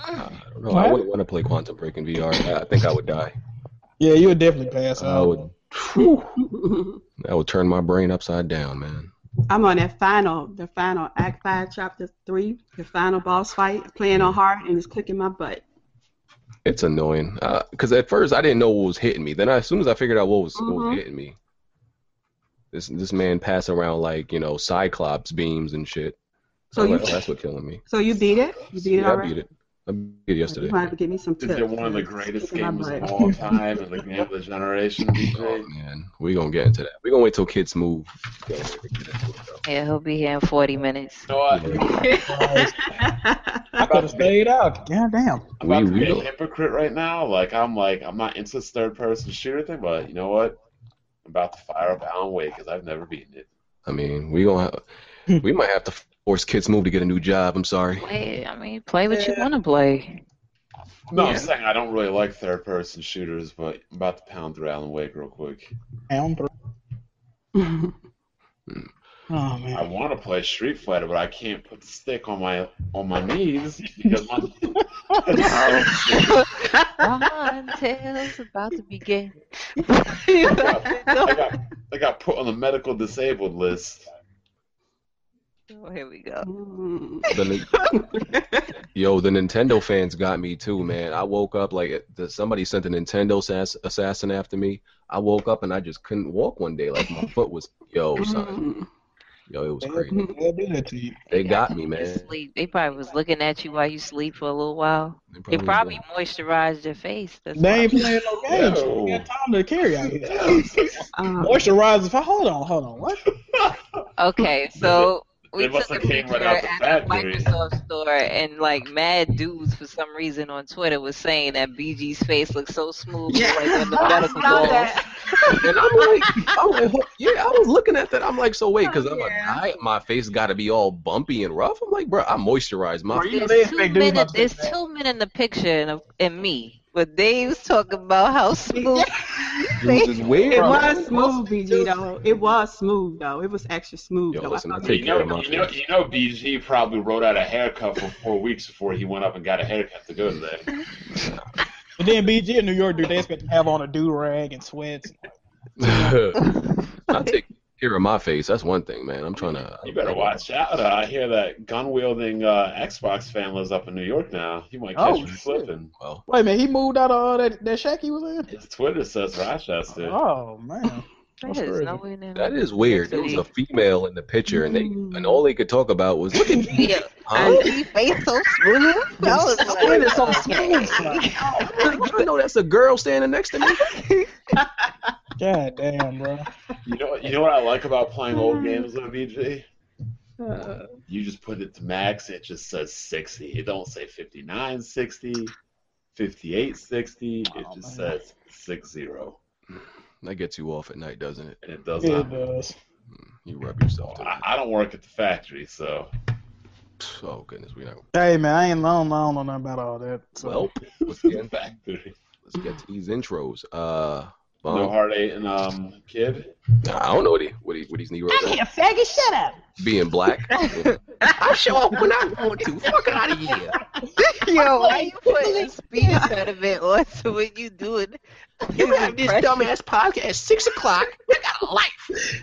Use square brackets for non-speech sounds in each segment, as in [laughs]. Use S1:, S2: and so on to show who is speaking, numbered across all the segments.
S1: I don't know. I
S2: What?
S1: wouldn't want to play Quantum Break in VR. I, I think I would die.
S2: Yeah, you would definitely pass
S1: I
S2: out.
S1: would. Whew, that would turn my brain upside down, man.
S3: [laughs] I'm on that final, the final Act Five, Chapter Three, the final boss fight, playing on hard, and it's clicking my butt.
S1: It's annoying. Because at first I didn't know what was hitting me. Then I, as soon as I figured out what was, what
S3: Mhm.
S1: was hitting me, this this man passing around like you know Cyclops beams and shit. So
S3: So you-
S1: like, oh, that's what killing
S3: [laughs]
S1: me.
S3: So you beat it? You beat it
S1: Yeah, I
S3: already?
S1: beat it. I beat it
S3: You
S1: yesterday.
S3: might have to give me some tips.
S4: Is it one of the
S3: It's
S4: greatest
S3: kicking my
S4: games of
S3: butt.
S4: all time?
S3: [laughs]
S4: Is the game of the generation?
S1: Oh
S4: DJ?
S1: man, we gonna get into that. We gonna wait till kids move. Yeah, we gonna get into it, though.
S5: Yeah, he'll be here in 40 minutes.
S4: You know what?
S1: Yeah.
S3: [laughs]
S2: I could have stayed out. God damn.
S4: I'm about
S1: We-
S4: to
S1: we
S4: be a
S1: don't-
S4: hypocrite right now. Like I'm like I'm not into this third person shooter thing, but you know what? I'm about to fire up Alan Wake because I've never beaten it.
S1: I mean, we gonna
S3: Hmm.
S1: have, we might have to force kids move to get a new job. I'm
S3: [laughs]
S1: sorry.
S5: Play, I mean, play what you want to play.
S4: No, I'm
S3: Yeah.
S4: saying I don't really like third person shooters, but I'm about to pound through Alan Wake real quick.
S2: Down through. Oh,
S4: I
S2: man.
S4: want to play Street Fighter, but I can't put the stick on my on my knees
S3: [laughs]
S4: because my
S5: Ron Tails about to begin. You about to
S4: [laughs] I
S5: know.
S4: got I got put on the medical
S3: [laughs]
S4: disabled list.
S5: Oh, Here we go.
S3: Mm.
S1: The Nin- yo, the Nintendo fans got me too, man. I woke up like the, somebody sent a Nintendo assass- assassin after me. I woke up and I just couldn't walk one day. Like my foot was
S3: [laughs]
S1: yo, son,
S3: Mm.
S1: yo, it was
S2: They'll
S1: crazy.
S2: they'll do that to you.
S1: They got
S5: you
S1: me,
S5: to
S1: man.
S5: Sleep. They probably was looking at you while you sleep for a little while. They probably moisturized your face. That's
S2: They ain't
S5: why.
S2: playing no games.
S4: No.
S2: We got time to carry out here.
S4: they
S3: Um,
S2: Moisturize if I hold on, hold on. What?
S3: [laughs]
S5: Okay, so we
S4: They must
S5: took
S4: have
S5: a
S4: came
S5: picture
S4: right out the
S5: at a
S4: factory.
S5: Microsoft store, and like mad dudes for some reason on Twitter was saying that BG's face looked so smooth,
S3: Yeah.
S5: like on
S3: [laughs]
S5: the
S3: I
S5: medical
S3: saw
S5: balls.
S3: that.
S1: And I'm like, I'm like, "Huh?" yeah, I was looking at that. I'm like, so wait, because
S3: Oh,
S1: I'm
S3: yeah.
S1: a guy, my face got to be all bumpy and rough. I'm like, bro, I moisturize my.
S2: Bro, you know they
S5: There's two
S2: expect dudes
S5: men.
S2: not to
S5: There's
S2: do that.
S5: two men in the picture, and, and me. But they was talking about how smooth. [laughs]
S1: It was weird.
S3: It
S1: bro.
S3: was smooth, BG though. It was smooth though. It was extra smooth
S1: Yo,
S3: though.
S1: listen,
S3: I
S1: I
S3: thought-
S1: take
S4: you know,
S1: care of my
S4: you know,
S1: face.
S4: you know, BG probably wrote out a haircut for four weeks before he went up and got a haircut to go to there.
S2: But then BG in New York, dude, they expect to have on a do rag and sweats.
S1: [laughs] I take care of my face. That's one thing, man. I'm trying to.
S4: You better watch out. Uh, I hear that gun wielding uh, Xbox fan lives up in New York now. He might catch
S2: Oh,
S4: you
S2: shit.
S4: slipping.
S1: Well,
S2: Wait a minute, he moved out of uh, that, that shack he was
S4: His Twitter says Rochester.
S2: in? Oh, man.
S5: That is nowhere near
S1: that
S5: me.
S1: is weird. There was a female in the picture, and they
S3: Mm.
S1: and all they could talk about was look at [laughs] me.
S5: Yeah,
S1: Huh?
S5: BG face so
S2: [laughs]
S5: smooth. That was
S2: Skin is so
S5: like,
S2: smooth, son.
S1: I'm like, you know that's a girl standing next to me.
S2: God damn, bro.
S4: You know, what- you know what I like about playing old games though, BG?
S3: Uh,
S4: You just put it to max. It just says 60. It don't say 59, 60, 58, 60. It
S2: Oh,
S4: just
S2: man.
S4: says 60.
S1: That gets you off at night, doesn't it?
S4: And it does
S2: It
S4: not.
S2: does.
S1: You rub yourself. To
S4: I, I don't work at the factory, so.
S1: the- oh goodness, we not.
S2: Hey, man, I ain't I don't, I don't know nothing about all that. So.
S1: Well, let's
S4: the
S1: get,
S4: factory.
S1: let's get to these intros. Uh,
S4: No
S1: Vaughn,
S4: heart eight and um kid.
S1: I don't know what he what he what he's Negro.
S3: I'm here, faggot. Shut up.
S1: being
S3: [laughs]
S1: black. I show up when I want to. Fuck out of here.
S5: Yo, why
S3: [laughs]
S5: you putting a speed impediment on so when you
S2: [laughs]
S5: do it?
S1: You have this dumbass podcast at six o'clock. You got a life.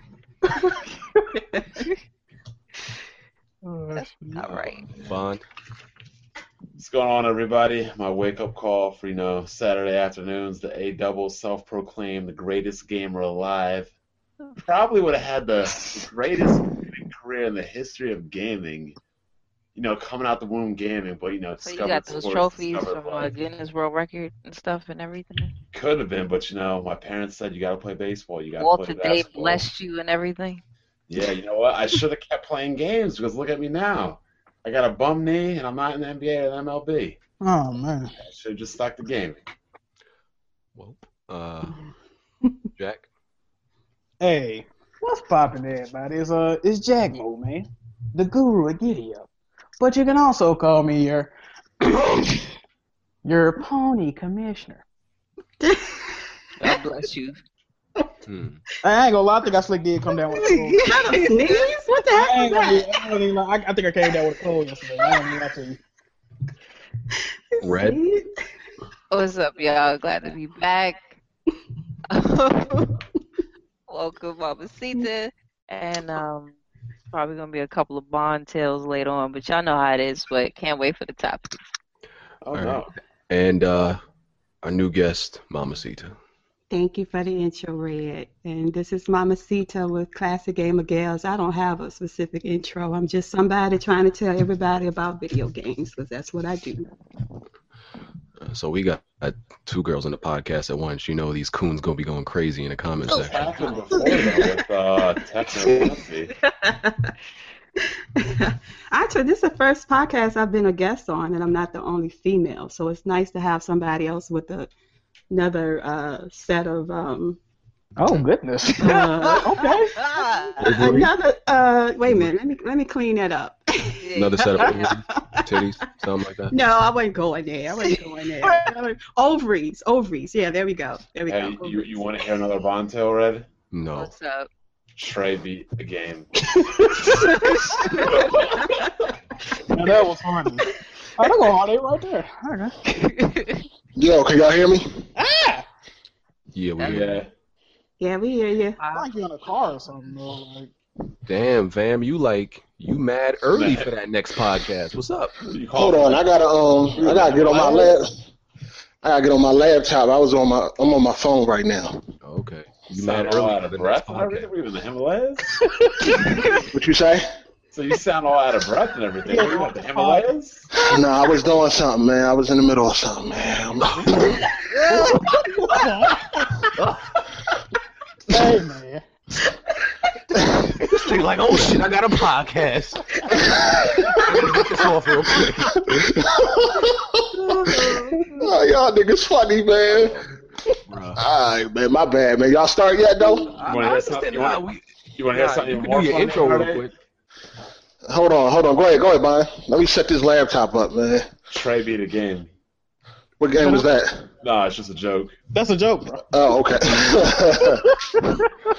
S2: Uh,
S5: All right.
S1: Bond.
S4: What's going on, everybody? My wake up call for you know Saturday afternoons. The A double self proclaimed the greatest gamer alive. Probably would have had the greatest career in the history of gaming. You know, coming out the womb gaming, but you know,
S5: So you
S4: discovered
S5: got those
S4: sports,
S5: trophies
S4: discovered
S5: from uh,
S4: life.
S5: Guinness World Record and stuff and everything.
S4: could have been, but you know, my parents said you got to play baseball. You got to
S5: Walter
S4: play
S5: Day
S4: basketball.
S5: blessed you and everything.
S4: Yeah, you know what? I should have kept playing games because look at me now. I got a bum knee and I'm not in the NBA or the MLB.
S2: Oh, man.
S4: I should have just stuck to gaming.
S1: Well, uh, Jack.
S2: Hey, what's poppin', everybody? It's uh, it's Jagmo, man, the guru of Giddy Up. But you can also call me your [coughs] your pony commissioner.
S5: God bless you.
S1: Hmm.
S2: I ain't gonna lie, I think I slick did come down with [laughs] a cold.
S3: Not a sneeze? What the
S2: I
S3: heck
S2: ain't
S3: was
S2: gonna
S3: that?
S2: be, I, don't even lie. I, I think I came down with a cold yesterday. I don't even lie to you.
S1: Red.
S5: What's up, y'all? Glad to be back. [laughs] Welcome, Mamacita. And um, probably going to be a couple of Bond tales later on, but y'all know how it is, but can't wait for the top.
S4: Oh,
S1: All
S4: no.
S1: And uh, our new guest, Mamacita.
S3: Thank you for the intro, Red. And this is Mama Sita with Classic Game of Gales. I don't have a specific intro. I'm just somebody trying to tell everybody about video games because that's what I do. [laughs]
S1: Uh, So we got uh, two girls in the podcast at once. You know these coons gonna be going crazy in the comment
S4: This
S1: section.
S4: happened before, though, with uh,
S3: [laughs]
S4: Techno Pussy.
S3: Actually, this is the first podcast I've been a guest on, and I'm not the only female. So it's nice to have somebody else with a, another uh, set of
S1: [laughs]
S3: um,
S2: Oh [laughs] goodness.
S3: uh,
S2: okay.
S5: Ah,
S1: Overly?
S3: another. Uh, wait a minute. Let me let me clean that up.
S1: Another set
S5: [laughs]
S1: of ovaries, titties, something like that.
S3: No, I wasn't going there. I wasn't going there. ovaries, ovaries. Yeah, there we go. There we
S4: Hey,
S3: go.
S4: you, you want to hear another Bond tale, Red?
S1: No.
S5: What's up? [laughs]
S4: Trey beat the game. now that was funny.
S2: I don't go on it right there. Okay.
S6: Yo, can y'all hear me?
S2: Ah,
S1: Yeah, we.
S4: Yeah.
S3: [laughs] Yeah, we hear you.
S2: I like you in a car or something. Though. Like,
S1: Damn, fam, you like you mad early for that next podcast? What's up?
S4: You call
S6: Hold on, I gotta um, I gotta get on my lab. I gotta get on my laptop. I was on my, I'm on my phone right now.
S1: Okay, you
S4: You
S1: mad
S4: sound all
S1: early
S4: out
S1: for
S4: of
S1: the
S4: breath
S1: next
S4: and everything.
S1: podcast? [laughs]
S4: Were you in the Himalayas?
S6: What you say? [laughs]
S4: So you sound all out of breath and everything. Were
S1: [laughs]
S4: you at the Himalayas?
S6: No, I was doing something, man. I was in the middle of something, man. [laughs] I'm-
S2: [laughs] hey man.
S7: This thing like, oh shit, I got a podcast. Let me get this off real quick.
S6: oh, y'all niggas funny, man.
S1: Bruh.
S6: All right, man. My bad, man. Y'all start yet though?
S1: I,
S4: wanna
S1: I
S4: hear something?
S1: understand
S4: You
S1: how
S4: wanna-
S1: we.
S4: You want to hear
S1: Nah,
S4: something
S1: you can
S4: more
S1: do your
S4: funny,
S1: intro real
S4: Red?
S1: quick.
S6: Hold on, hold on. Go ahead, go ahead, Brian. Let me set this laptop up, man.
S4: Trey beat the game.
S6: What game was that?
S4: Nah, it's just a joke.
S2: That's a joke, bro.
S6: Oh, okay.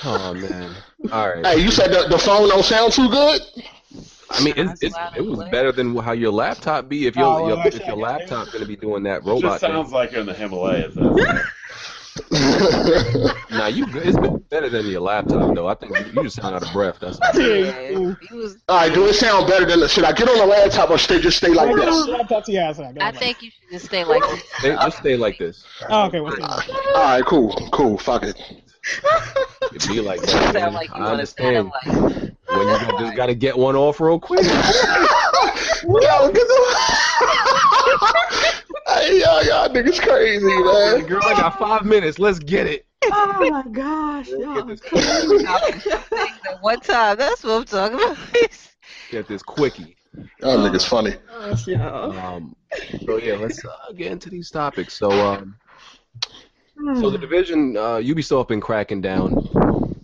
S1: Oh man. All
S6: [laughs]
S1: right.
S6: hey, you said the, the phone don't sound too good?
S1: I mean, it's, it's, it was better than how your laptop be if your
S2: Oh, well,
S1: your, if
S2: actually,
S1: your
S2: I got
S1: laptop gonna be doing that
S4: It
S1: robot
S4: just
S1: thing.
S4: sounds like you're in the Himalayas. that's-
S6: [laughs]
S1: Nah, you good. It's been better than your laptop though. I think you, you just sound out of breath. That's all.
S5: Yeah. You was,
S6: All right, do it sound better than the, should I get on the laptop or stay just stay like this?
S2: Laptop to your ass. I,
S5: I think you should just stay like this.
S1: Stay, just stay like this.
S2: Oh, okay, what's that?
S6: All right, cool, cool. Fuck it. [laughs]
S1: It be like
S5: You
S1: that. man.
S5: [laughs] sound like you
S1: I
S5: want to sound
S1: understand.
S5: like.
S1: When you got- just gotta get one off real quick.
S6: Yo, get the. [laughs] hey, y'all, y'all niggas crazy,
S7: Hey,
S6: man.
S7: girl, I got five minutes. Let's get it.
S3: Oh my gosh, Oh, y'all.
S4: [laughs]
S5: At One time, that's what I'm talking [laughs] about.
S1: Get this quickie.
S6: Y'all niggas funny.
S3: Gosh, Oh, y'all.
S1: Um, so yeah, let's uh, get into these topics. So, um, so the
S3: Hmm.
S1: division, uh, Ubisoft been cracking down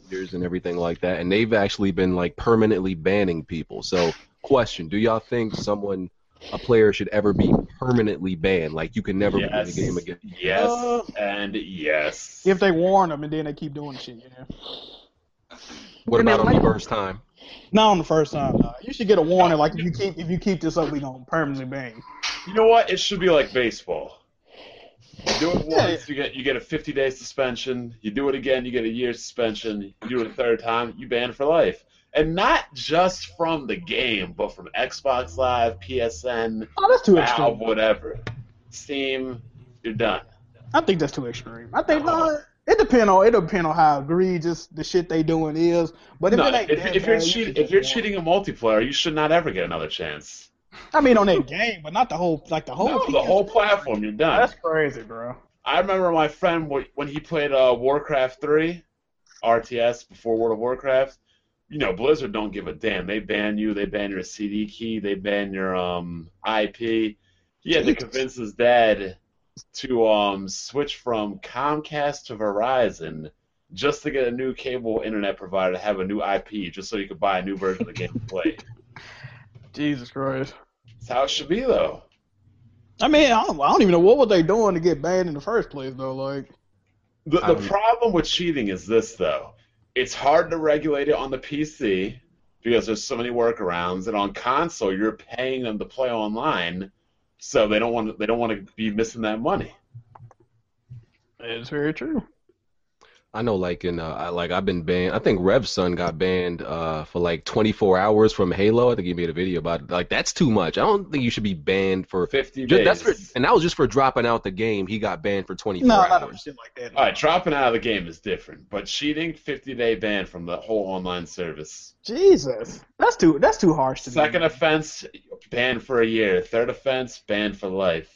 S1: years and everything like that, and they've actually been like permanently banning people. So, question: Do y'all think someone, a player, should ever be permanently banned? Like you can never play the game again.
S4: Yes.
S2: Uh,
S4: and yes.
S2: If they warn them and then they keep doing shit, yeah.
S1: What
S3: I mean,
S1: about on the
S3: like-
S1: first time?
S2: Not on the first time. Nah. You should get a warning. Like if you keep if you keep this up, we gonna permanently bang.
S4: You know what? It should be like baseball. You do it
S2: Yeah.
S4: once, you get you get a 50 day suspension. You do it again, you get a year suspension. You do it a third time, you banned for life. And not just from the game, but from Xbox Live, PSN,
S2: Oh, that's too extreme.
S4: Valve, whatever. Steam, you're done.
S2: I think that's too extreme. I think uh, it depend on it depend on how egregious the shit they doing is. But if
S4: No,
S2: it ain't
S4: if,
S2: that
S4: if you're
S2: bad, you
S4: cheating,
S2: should
S4: if
S2: just
S4: you're
S2: warn.
S4: cheating a multiplayer, you should not ever get another chance.
S2: I mean on that game, but not the whole like the whole
S4: No, the
S2: PS
S4: whole platform, you're done.
S2: Oh, That's crazy, bro.
S4: I remember my friend wh- when he played uh, Warcraft 3, RTS before World of Warcraft. You know, Blizzard don't give a damn. They ban you. They ban your CD key. They ban your um, IP. He had to convince his dad to um, switch from Comcast to Verizon just to get a new cable internet provider to have a new IP, just so you could buy a new version of the game to play.
S2: Jesus Christ.
S4: That's how it should be, though.
S2: I mean, I don't, I don't even know what were they doing to get banned in the first place though. Like,
S4: The, the
S1: Um,
S4: problem with cheating is this, though. It's hard to regulate it on the PC because there's so many workarounds, and on console, you're paying them to play online. So they don't want to, they don't want to be missing that money.
S2: It's very true.
S1: I know, like in uh, I- like I've been banned. I think Rev's son got banned uh, for like 24 hours from Halo. I think he made a video about it. Like that's too much. I don't think you should be banned for.
S4: Fifty
S1: Ju-
S4: days.
S1: that's for, and that was just for dropping out the game. He got banned for 24
S2: No, not no
S1: hours.
S2: shit like that.
S4: All right, dropping out of the game is different, but cheating, 50 day ban from the whole online service.
S2: Jesus, that's too that's too harsh to
S4: Second
S2: me.
S4: offense, banned for a year. Third offense, banned for life.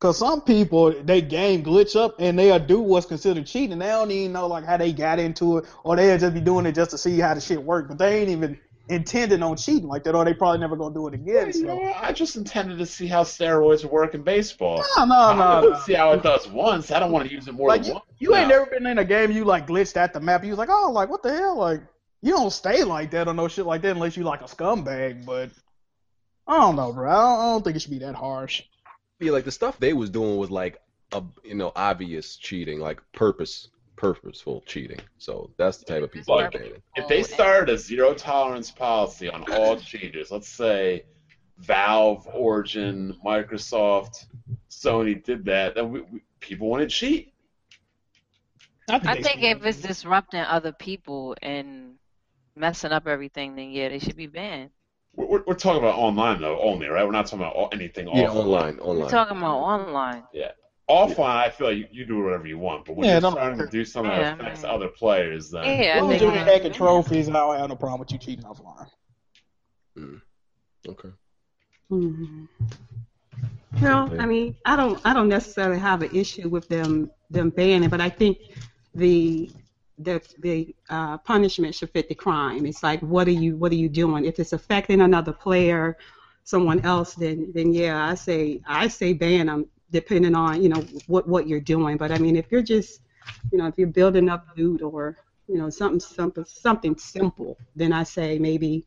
S2: Cause some people they game glitch up and they'll do what's considered cheating. They don't even know like how they got into it, or they'll just be doing it just to see how the shit work. But they ain't even intending on cheating like that, or they probably never gonna do it
S4: Yeah,
S2: again.
S4: you know,
S2: So.
S4: what? I just intended to see how steroids work in baseball.
S2: No,
S3: Um,
S2: no,
S4: I
S2: no.
S4: wanna
S2: no.
S4: [laughs] see how it does once. I don't want to use it more
S2: Like
S4: than once.
S2: You ain't
S4: No.
S2: never been in a game you like glitched at the map. You was like, oh, like what the hell? Like you don't stay like that or no shit like that unless you like a scumbag. But I don't know, bro. I don't, I don't think it should be that harsh.
S1: Yeah, like the stuff they was doing was like a, you know obvious cheating, like purpose purposeful cheating. So that's the type of people they're
S4: Like-
S1: banning.
S4: If
S5: Oh,
S3: Oh,
S4: they started a zero tolerance policy on all cheaters, let's say Valve, Origin, Microsoft, Sony did that, then we, we, people want to cheat.
S5: I
S2: they
S5: think
S2: should-
S5: if it's disrupting other people and messing up everything, then yeah, they should be banned.
S4: We're, we're, we're talking about online though only, right? We're not talking about all, anything
S1: Yeah,
S4: offline.
S1: online,
S5: We're
S1: online.
S5: talking about online.
S4: Offline, I feel like you, you do whatever you want, but when
S2: Yeah,
S4: you're
S2: don't-
S4: starting to do something
S5: Yeah,
S4: that affects
S5: man.
S4: other players, then
S5: Yeah,
S2: Well,
S5: I
S2: if
S5: think
S2: you're
S5: it's-
S2: hacking
S5: [laughs]
S2: trophies, I don't have no problem with you cheating offline.
S1: okay.
S3: Mhm. No, I mean, I don't, I don't necessarily have an issue with them, them banning, but I think the, the, the uh, punishment should fit the crime. It's like, what are you, what are you doing? If it's affecting another player, someone else, then, then yeah, I say, I say ban them, depending on, you know, what, what you're doing. But I mean, if you're just, you know, if you're building up loot or, you know, something, something, something simple, then I say maybe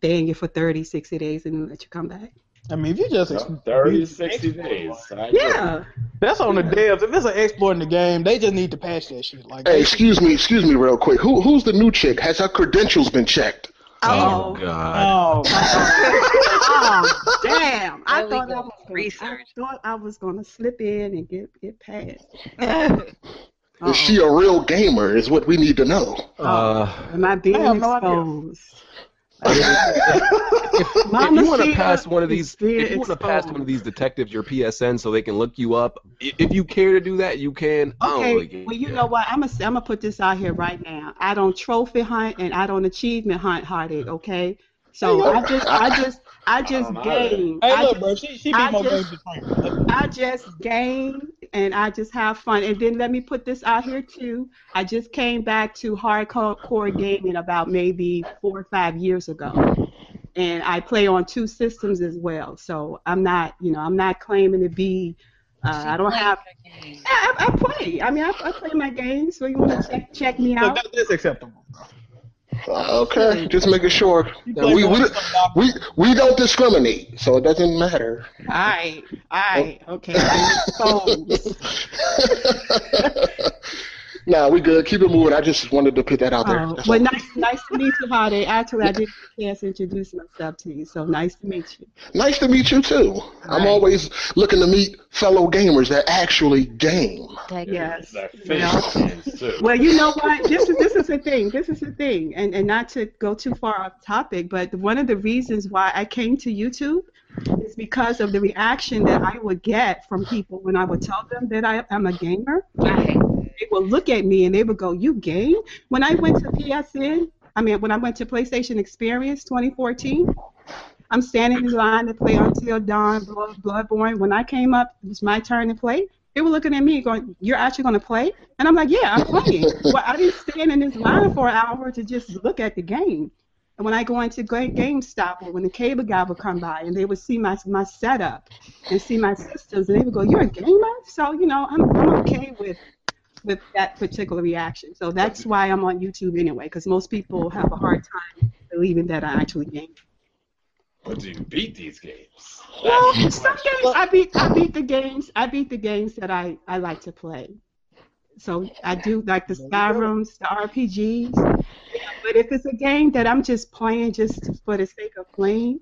S3: ban you for 30, 60 days and then let you come back.
S2: I mean, if you just
S4: no, 30 to 60 days. I agree.
S3: Yeah.
S2: that's on the devs. If it's an exploit in the game, they just need to patch that shit. Like,
S6: Hey, excuse me, excuse me, real quick. Who who's the new chick? Has her credentials been checked?
S1: Oh,
S3: Oh. [laughs]
S1: God.
S2: oh,
S3: Oh, damn. I
S5: There we
S3: thought
S5: go.
S3: I, was gonna,
S5: Research.
S3: I thought I was going to slip in and get, get Uh-uh. past. Uh, Uh-oh.
S6: Is she a real gamer? Is what we need to know. [laughs]
S3: Oh.
S1: Uh,
S3: Am I being
S2: I have no idea.
S3: exposed?
S1: if
S3: Mama
S1: you want to
S3: Sia
S1: pass one of
S3: is
S1: these,
S3: being
S1: if you want to pass one of
S3: exposed.
S1: these detectives your PSN so they can look you up, i- if you care to do that, you can. I don't really
S3: Okay,
S1: care.
S3: well, you know what? I'm going to I'm gonna put this out here right now. I don't trophy hunt and I don't achievement hunt hearted, okay? So I just, I just, I just
S4: don't know.
S3: game.
S2: hey,
S3: I
S2: look,
S3: just-
S2: bro, she she
S3: I
S2: be more games
S3: just-
S2: than Frank.
S3: I just game and I just have fun. And then let me put this out here too. I just came back to hardcore gaming about maybe four or five years ago. And I play on two systems as well. So I'm not, you know, I'm not claiming to be, uh, I don't have, I, I I play. I mean, I, I play my games. So you want to check, check me
S2: Look,
S3: out?
S2: that, that's acceptable. Bro.
S6: Uh, okay, just making sure we
S2: You play
S6: we,
S2: more than some [laughs]
S6: we we don't discriminate, so it doesn't matter.
S3: All right. All right. Okay. So,
S6: nah, we good. Keep it moving. I just wanted to put that out there.
S3: uh,
S6: That's
S3: well,
S6: all.
S3: nice, nice to meet you, Holiday. Actually, I didn't get a chance to introduce myself to you. So nice to meet you.
S6: Nice to meet you too. I'm
S3: Right.
S6: always looking to meet fellow gamers that actually game.
S3: Yes.
S4: That
S3: You know?
S4: finished games, too.
S3: Well, you know what? This is this is the thing. This is the thing, and and not to go too far off topic, but one of the reasons why I came to YouTube is because of the reaction that I would get from people when I would tell them that I am a gamer. They would look at me and they would go, "You game?" When I went to PSN, I mean, when I went to PlayStation Experience 2014. I'm standing in line to play Until Dawn, Blood- Bloodborne. When I came up, it was my turn to play. They were looking at me, going, "You're actually going to play?" And I'm like, yeah, I'm playing. well, I didn't stand in this line for an hour to just look at the game. And when I go into Ga- GameStop or when the cable guy would come by and they would see my my setup and see my systems and they would go, "You're a gamer," so you know I'm I'm okay with with that particular reaction. So that's why I'm on YouTube anyway, because most people have a hard time believing that I actually game.
S4: But do you beat these games?
S3: Well,
S4: That's the
S3: some
S4: question.
S3: games I beat I beat the games I beat the games that I, I like to play. So I do like the Skyrims, the RPGs. But if it's a game that I'm just playing just for the sake of playing,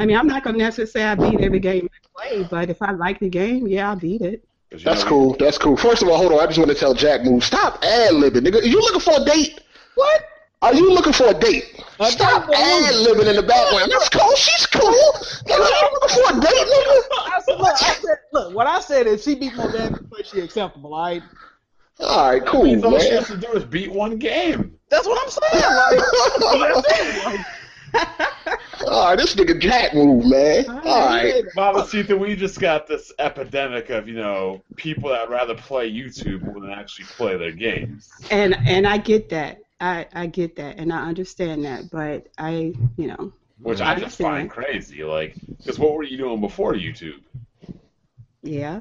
S3: I mean, I'm not going to necessarily say I beat every game I play, but if I like the game, yeah, I'll beat it.
S4: 'Cause you
S8: That's
S4: know,
S8: cool. That's cool. First of all, hold on. I just want to tell Jack move. Stop ad libbing, nigga. Are you looking for a date?
S2: What?
S8: Are you looking for a date?
S2: I
S8: Stop
S2: don't believe
S8: ad libbing in the background. That's cool. She's cool. Nigga, you looking for a date, nigga?
S2: I said, look, I said, look, what I said is she beat my dad before she acceptable, all right?
S8: All right,
S4: That
S8: cool,
S4: means all she
S8: man.
S4: has to do is beat one game.
S2: That's what I'm saying. Like,
S8: [laughs]
S2: [laughs]
S8: all right, this nigga Jack move, man. All right.
S4: Mama Sita, we just got this epidemic of, you know, people that rather play YouTube more than actually play their games.
S3: And and I get that. I, I get that and I understand that, but I, you know,
S4: Which
S3: I
S4: I just find
S3: understand.
S4: crazy. Like, because what were you doing before YouTube?
S3: [laughs] yeah.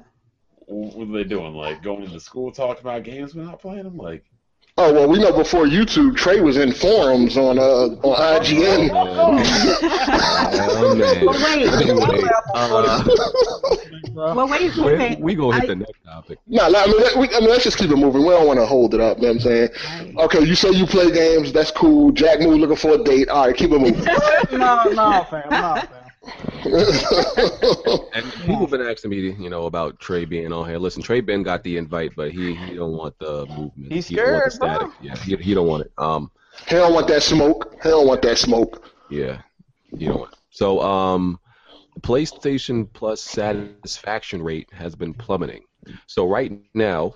S4: What were they doing? Like, going into school talking about games but not playing them? Like,
S8: Oh well, we know before YouTube, Trey was in forums on uh on IGN.
S1: Oh, man.
S3: Well, wait.
S1: Anyway, uh,
S3: Well, wait.
S1: we,
S3: Okay.
S1: we gonna hit
S3: I-
S1: the next topic.
S8: Nah, nah, I mean, let, we, I mean, let's just keep it moving. We don't want to hold it up. You know what I'm saying, okay, you say you play games. That's cool. Jack move looking for a date. All right, keep it moving. [laughs]
S2: no, no, fam, no, [laughs] fam.
S8: All
S1: And [laughs] people been asking me, you know, about Trey being on here. Listen, Trey Ben got the invite, but he, he don't want the movement.
S2: He's
S1: he don't want the
S2: scared, bro.
S1: static. Yeah, he, he don't want it. Um,
S8: He don't want that smoke. He don't want that smoke.
S1: Yeah, you know. what? So, um, PlayStation Plus satisfaction rate has been plummeting. So right now,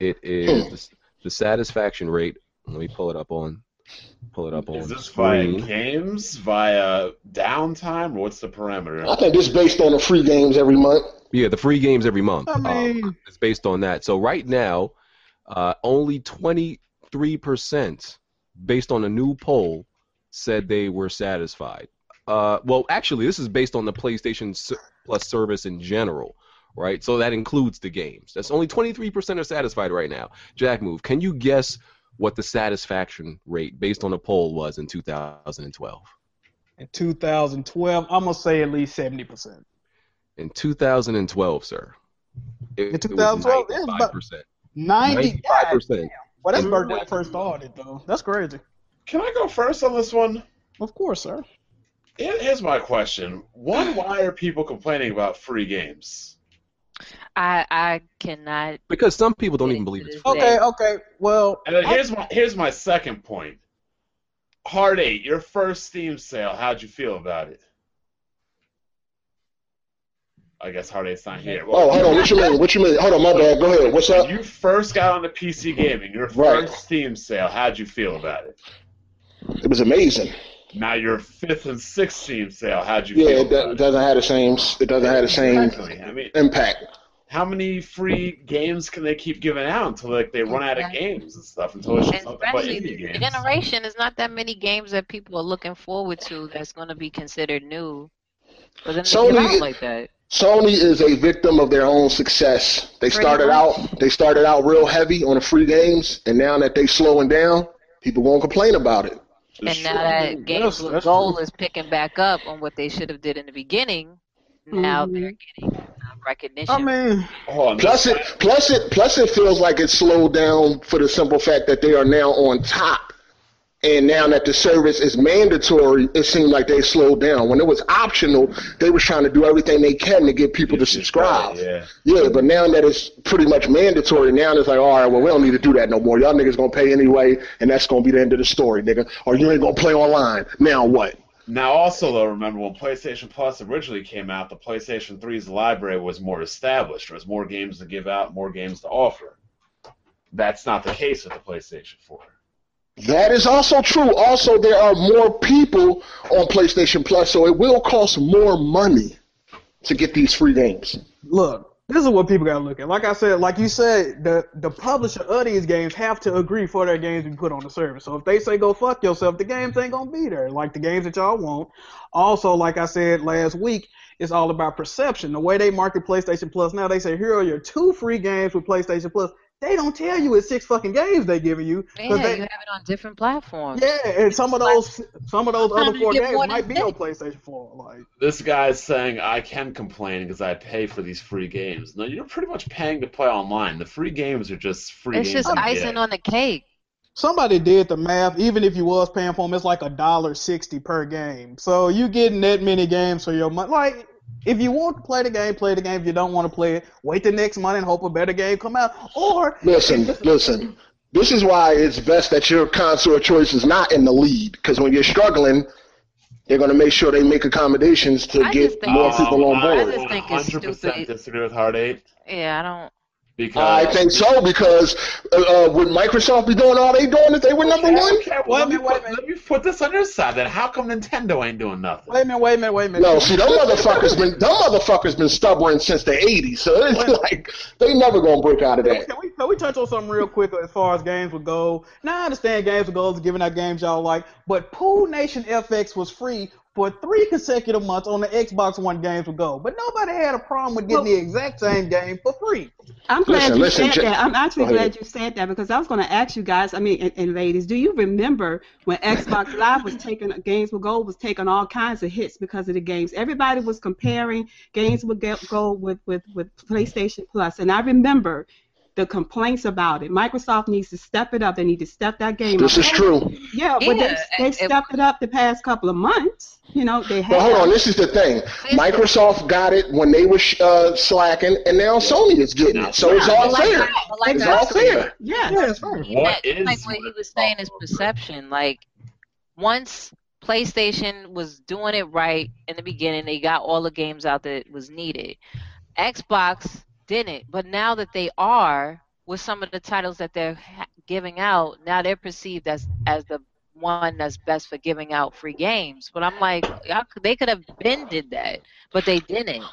S1: it is the satisfaction rate. Let me pull it up on. Pull it up on.
S4: is this via
S1: screen.
S4: games, via downtime, or what's the
S8: I
S4: parameter?
S8: think this based on the free games every month.
S1: Yeah, the free games every month.
S2: I mean,
S1: um, it's based on that. So right now, uh, only twenty three percent, based on a new poll, said they were satisfied. Uh, well, actually, this is based on the PlayStation s- Plus service in general, right? So that includes the games. That's only twenty three percent are satisfied right now. Jack, move. Can you guess what the satisfaction rate based on a poll was in two thousand and twelve?
S2: in 2012, I'm gonna say at least 70 percent.
S1: In two thousand and twelve, sir. It,
S2: In 2012, it was about-
S1: percent.
S2: 90.
S1: Ninety-five
S2: God,
S1: percent.
S2: well, that's better than I first started, though. That's crazy.
S4: Can I go first on this one?
S2: Of course, sir.
S4: Here- Here's my question. One, why are people complaining about free games?
S5: I I cannot.
S1: Because some people don't even believe it's free.
S2: Okay, okay. Well,
S4: And then here's my here's my second point. Heart eight, your first Steam sale. How'd you feel about it? I guess Heart eight's not here.
S8: Oh, hold on. What you mean? What you mean? Hold on, my bad. Go ahead. What's up?
S4: When you first got on the PC gaming, your
S8: Right.
S4: first Steam sale. How'd you feel about it?
S8: It was amazing.
S4: Now your fifth and sixth Steam sale. How'd you
S8: Yeah,
S4: feel
S8: it do-
S4: about it?
S8: doesn't have the same. It doesn't have the same
S4: Exactly. I mean,
S8: impact.
S4: how many free games can they keep giving out until like they run out of games and stuff? Until it's just nothing but
S5: Especially
S4: indie
S5: the
S4: games.
S5: generation, there's not that many games that people are looking forward to that's going to be considered new for them to
S8: So
S5: give
S8: do
S5: out
S8: you-
S5: like that.
S8: Sony is a victim of their own success. They
S5: Pretty
S8: started
S5: much.
S8: out they started out real heavy on the free games, and now that they slowing down, people won't complain about it.
S5: And
S4: It's
S5: now
S4: true.
S5: that Games
S2: that's-
S5: with
S2: that's
S5: Gold is picking back up on what they should have did in the beginning, now they're
S3: Mm-hmm.
S5: getting uh, recognition.
S2: I mean,
S4: Hold on,
S8: Plus it plus it plus it feels like it's slowed down for the simple fact that they are now on top. And now that the service is mandatory, it seemed like they slowed down. When it was optional, they was trying to do everything they can to get people to subscribe.
S4: Yeah.
S8: Yeah, but now that it's pretty much mandatory, now it's like, all right, well, we don't need to do that no more. Y'all niggas gonna pay anyway, and that's gonna be the end of the story, nigga. Or you ain't gonna play online. Now what?
S4: Now, also though, remember when PlayStation Plus originally came out, the PlayStation 3's library was more established. There was more games to give out, more games to offer. That's not the case with the PlayStation 4.
S8: That is also true. Also, there are more people on PlayStation Plus, so it will cost more money to get these free games.
S2: look, this is what people gotta look at. Like I said, like you said, the the publisher of these games have to agree for their games to be put on the service. So if they say go fuck yourself, the games ain't gonna be there. Like the games that y'all want. Also, like I said last week, it's all about perception. The way they market PlayStation Plus now, they say here are your two free games with PlayStation Plus. They don't tell you it's six fucking games they giving you. 'cause
S5: Yeah,
S2: they-
S5: you have it on different platforms.
S2: yeah, and some of those some of those
S5: Sometimes
S2: other
S5: you
S2: four
S5: get
S2: games
S5: more than
S2: might be
S5: six.
S2: on PlayStation Four. Like
S4: This guy's saying I can complain because I pay for these free games. No, you're pretty much paying to play online. The free games are just free.
S5: It's
S4: games
S5: just
S4: you
S5: icing
S4: get.
S5: on the cake.
S2: somebody did the math. Even if you was paying for them, it's like a dollar sixty per game. So you getting that many games for your money. Like if you want to play the game, play the game. If you don't want to play it, wait the next month and hope a better game come out. Or
S8: Listen, listen. This is why it's best that your console of choice is not in the lead, because when you're struggling, they're going to make sure they make accommodations to
S5: I
S8: get
S5: just think
S8: more
S5: it's-
S8: people on
S5: I
S8: board.
S5: just think it's stupid.
S4: disagree with Hard Eight
S5: Yeah, I don't.
S4: because
S8: I think so because uh, uh, would Microsoft be doing all they doing if they were number one?
S4: Okay, well,
S2: Wait a
S4: let,
S2: minute,
S4: me
S2: wait a
S4: put, let me put this on your side. Then how come Nintendo ain't doing nothing?
S2: wait a minute, wait a minute, wait a minute.
S8: No, see, them motherfuckers been them motherfuckers been stubborn since the '80s, so it's like they never gonna break out of
S2: Can we,
S8: that.
S2: can, we, can we touch on something real quick as far as games would go? Now I understand games would go is giving out games y'all like, but Pool Nation FX was free for three consecutive months on the Xbox One games would go, but nobody had a problem with getting the exact same game for free.
S3: I'm glad
S8: Listen,
S3: you
S8: listen,
S3: said
S8: Jen-
S3: that. I'm actually
S8: Go ahead.
S3: glad you said that because I was going to ask you guys. I mean, and, and ladies, do you remember when Xbox Live was taking games with gold was taking all kinds of hits because of the games? Everybody was comparing games with Go- gold with with with PlayStation Plus, and I remember the complaints about it. Microsoft needs to step it up. They need to step that game
S8: This
S3: up.
S8: is true.
S3: Yeah, but they
S5: Yeah,
S3: they
S5: and-
S3: stepped it up the past couple of months. You know, they have.
S8: But hold on, this is the thing. Microsoft got it when they were sh- uh, slacking, and now Sony is getting it. So it's all fair.
S5: Like,
S8: It's all fair.
S3: Yes.
S4: What
S5: that-
S4: is
S5: like what he was saying is perception. Like once PlayStation was doing it right in the beginning, they got all the games out that was needed. Xbox didn't, but now that they are with some of the titles that they're ha- giving out, now they're perceived as as the one that's best for giving out free games. But I'm like, y'all, could- they could have been did that, but they didn't.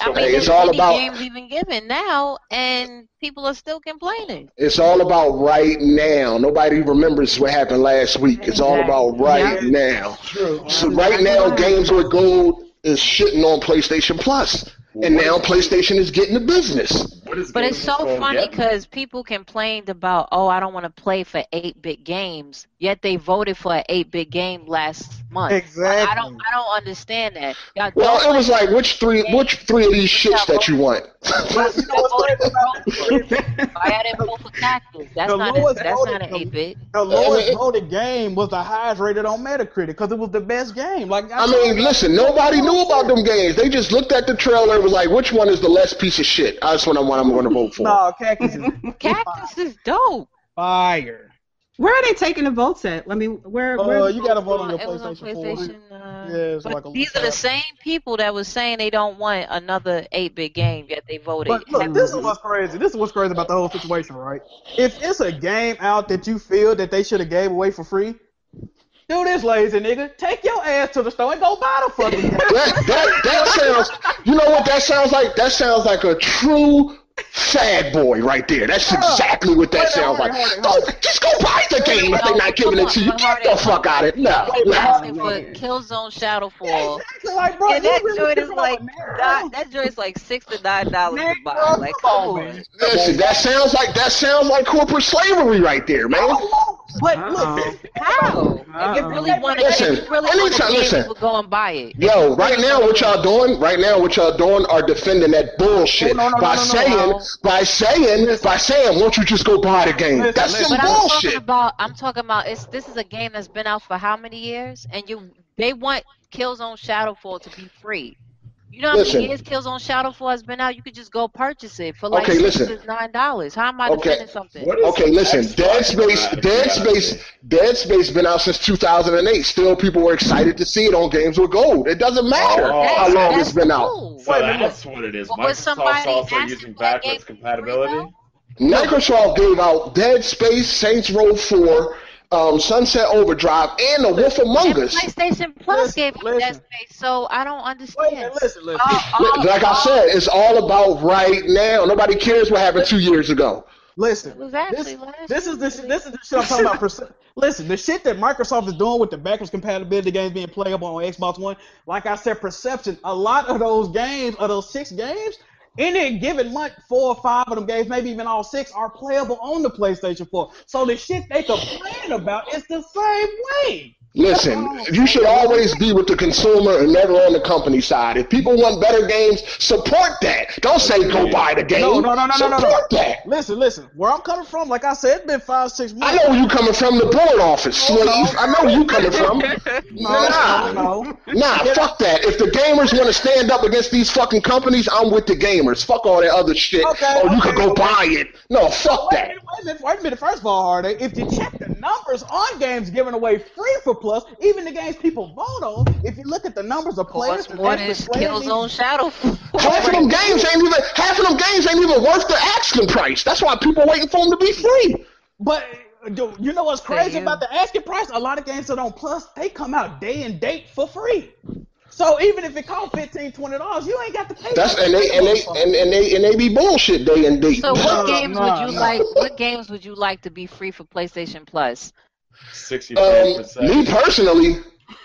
S5: I mean,
S8: hey, it's
S5: there's
S8: all
S5: many
S8: about-
S5: games even given now, and people are still complaining.
S8: It's all about right now. Nobody remembers what happened last week. It's all about right now.
S2: True.
S8: So [laughs] right now, Games with Gold is shitting on PlayStation Plus, and now PlayStation is getting the business.
S4: What is
S5: But
S4: Games
S5: it's so
S4: Gold
S5: funny
S4: getting?
S5: because people complained about, oh, I don't want to play for 8-bit games, yet they voted for an 8-bit game last month.
S2: Exactly.
S5: I don't, I don't understand that. Y'all
S8: Well,
S5: don't
S8: it was like which three, which three of these shits that you want?
S2: But you know what's crazy about
S5: like, I didn't vote for Cactus. That's
S2: The
S5: not, a,
S2: lowest
S5: that's
S2: voted-
S5: not an 8-bit.
S2: [laughs] the
S8: I mean,
S2: lowest
S8: it-
S2: voted game was the highest rated on Metacritic because it was the best game. Like
S8: I mean, listen, nobody knew about them games. They just looked at the trailer and was like, which one is the less piece of shit? That's what I'm, what I'm going to vote for.
S2: No, Cactus is
S5: Cactus is dope.
S2: fire.
S3: Where are they taking the votes at? I mean, where? where
S2: Uh, you got to vote on your
S5: it was on
S2: PlayStation 4.
S5: PlayStation. Uh,
S2: Yeah, it's
S5: but
S2: like a
S5: these are
S2: little
S5: the
S2: tab.
S5: same people that was saying they don't want another 8-bit game, yet they voted.
S2: But look, this is what's crazy. This is what's crazy about the whole situation, right? If it's a game out that you feel that they should have gave away for free, do this, lazy nigga. Take your ass to the store and go buy the fucking game.
S8: That, that, that sounds, you know what that sounds like? That sounds like a true fag boy right there. That's exactly what that sounds like. Don't, just go buy the game if they're not giving it to you. Get the fuck out of it. No, no.
S5: asking for Killzone Shadowfall.
S2: [laughs] Exactly, like, bro,
S5: and that
S2: you really
S5: joint is
S2: pissing off a
S5: like
S2: man.
S5: that, that joint is like six to nine dollars
S2: Oh. Man,
S5: a box. Like
S2: come
S5: come
S2: on,
S5: on.
S2: man.
S8: Listen, that sounds like that sounds like corporate slavery right there, man.
S2: But
S3: Uh-oh.
S2: look,
S5: How? If
S2: Uh-uh.
S5: you really want to,
S8: Listen,
S5: if you really want
S8: anytime-
S5: to be
S8: listen.
S5: able to go and buy it.
S8: Yo, right now what y'all doing? Right now what y'all doing are defending that bullshit
S2: No, no, no,
S8: by
S2: no, no,
S8: saying,
S5: no.
S8: by saying, by saying, won't you just go buy the game?
S2: Listen,
S8: That's
S2: listen.
S8: some
S5: But I'm
S8: bullshit.
S5: talking about, I'm talking about. It's this is a game that's been out for how many years, and you they want Killzone Shadowfall to be free. You know how
S8: Listen.
S5: many years Killzone Shadowfall has been out? You could just go purchase it for like
S8: Okay,
S5: six
S8: listen.
S5: to nine dollars. How am I
S8: Okay.
S5: defending something?
S4: What is
S8: okay, listen.
S4: Xbox
S8: Dead Space,
S4: about?
S8: Dead Space, Dead Space been out since 2008. Still, people were excited to see it on Games with Gold. It doesn't matter
S4: Oh.
S8: how
S5: That's-
S8: long
S5: that's
S8: it's been out.
S5: cool.
S4: So that's what it is.
S5: But was
S4: Microsoft's
S5: somebody
S4: also
S5: asking
S4: using
S5: for that
S4: backwards
S5: game for free,
S4: compatibility.
S8: Uh, Microsoft gave out Dead Space, Saints Row 4, um, Sunset Overdrive, and The Wolf Among
S5: And
S8: Us.
S5: PlayStation Plus
S2: Listen,
S5: gave you that
S2: listen.
S5: space, so I don't
S2: wait a
S5: understand.
S2: minute, listen, listen.
S5: Oh, oh,
S8: Like I
S5: oh,
S8: said, it's all about right now. Nobody cares what happened two years ago.
S5: it
S2: Listen,
S5: was actually
S2: this,
S5: last
S2: this is the
S5: year.
S2: sh- this is the shit I'm talking about. Perce- Listen, the shit that Microsoft is doing with the backwards compatibility games being playable on Xbox One, like I said, perception. A lot of those games, of those six games, any given month, four or five of them games, maybe even all six, are playable on the PlayStation 4. So the shit they complain about is the same way.
S5: Oh,
S8: Listen, you should always be with the consumer and never on the company side. If people want better games, support that. Don't say go buy the game.
S2: No, no, no, no, no, no,
S8: support
S2: no.
S8: that.
S2: Listen, listen. Where I'm coming from, like I said, it's been five, six
S8: I
S2: months.
S8: know where you coming from, the board office,
S2: Oh,
S8: sleeve. I know where you coming from.
S2: [laughs] No,
S8: nah,
S2: no, no.
S8: nah, fuck that. If the gamers want to stand up against these fucking companies, I'm with the gamers. Fuck all that other shit.
S2: Okay,
S8: oh, you
S2: okay,
S8: could go
S2: okay.
S8: buy it. No, fuck
S2: Wait a
S8: that.
S2: minute, wait a minute, wait a minute. First of all, Hardy, if you check the numbers on games given away free for plus, even the games people vote on, if you look at the numbers of players,
S5: What's
S2: the
S5: more than
S2: games with players
S5: Killzone
S8: [laughs]
S5: Shadowfall?
S8: Half of them games ain't even half of them games ain't even worth the asking price. That's why people waiting for them to be free.
S2: But dude, you know what's crazy
S5: Damn.
S2: about the asking price? A lot of games that on Plus, they come out day and date for free. So even if it costs $15, $20, you ain't got to pay.
S8: That's
S2: for
S8: and they
S2: it.
S8: and they and, and they and they be bullshit day and date.
S5: So
S2: Nah,
S5: what games
S2: nah,
S5: would you
S2: nah.
S5: like? What games would you like to be free for PlayStation Plus?
S4: Sixty
S8: Um,
S4: frames per
S8: me
S4: second.
S8: personally,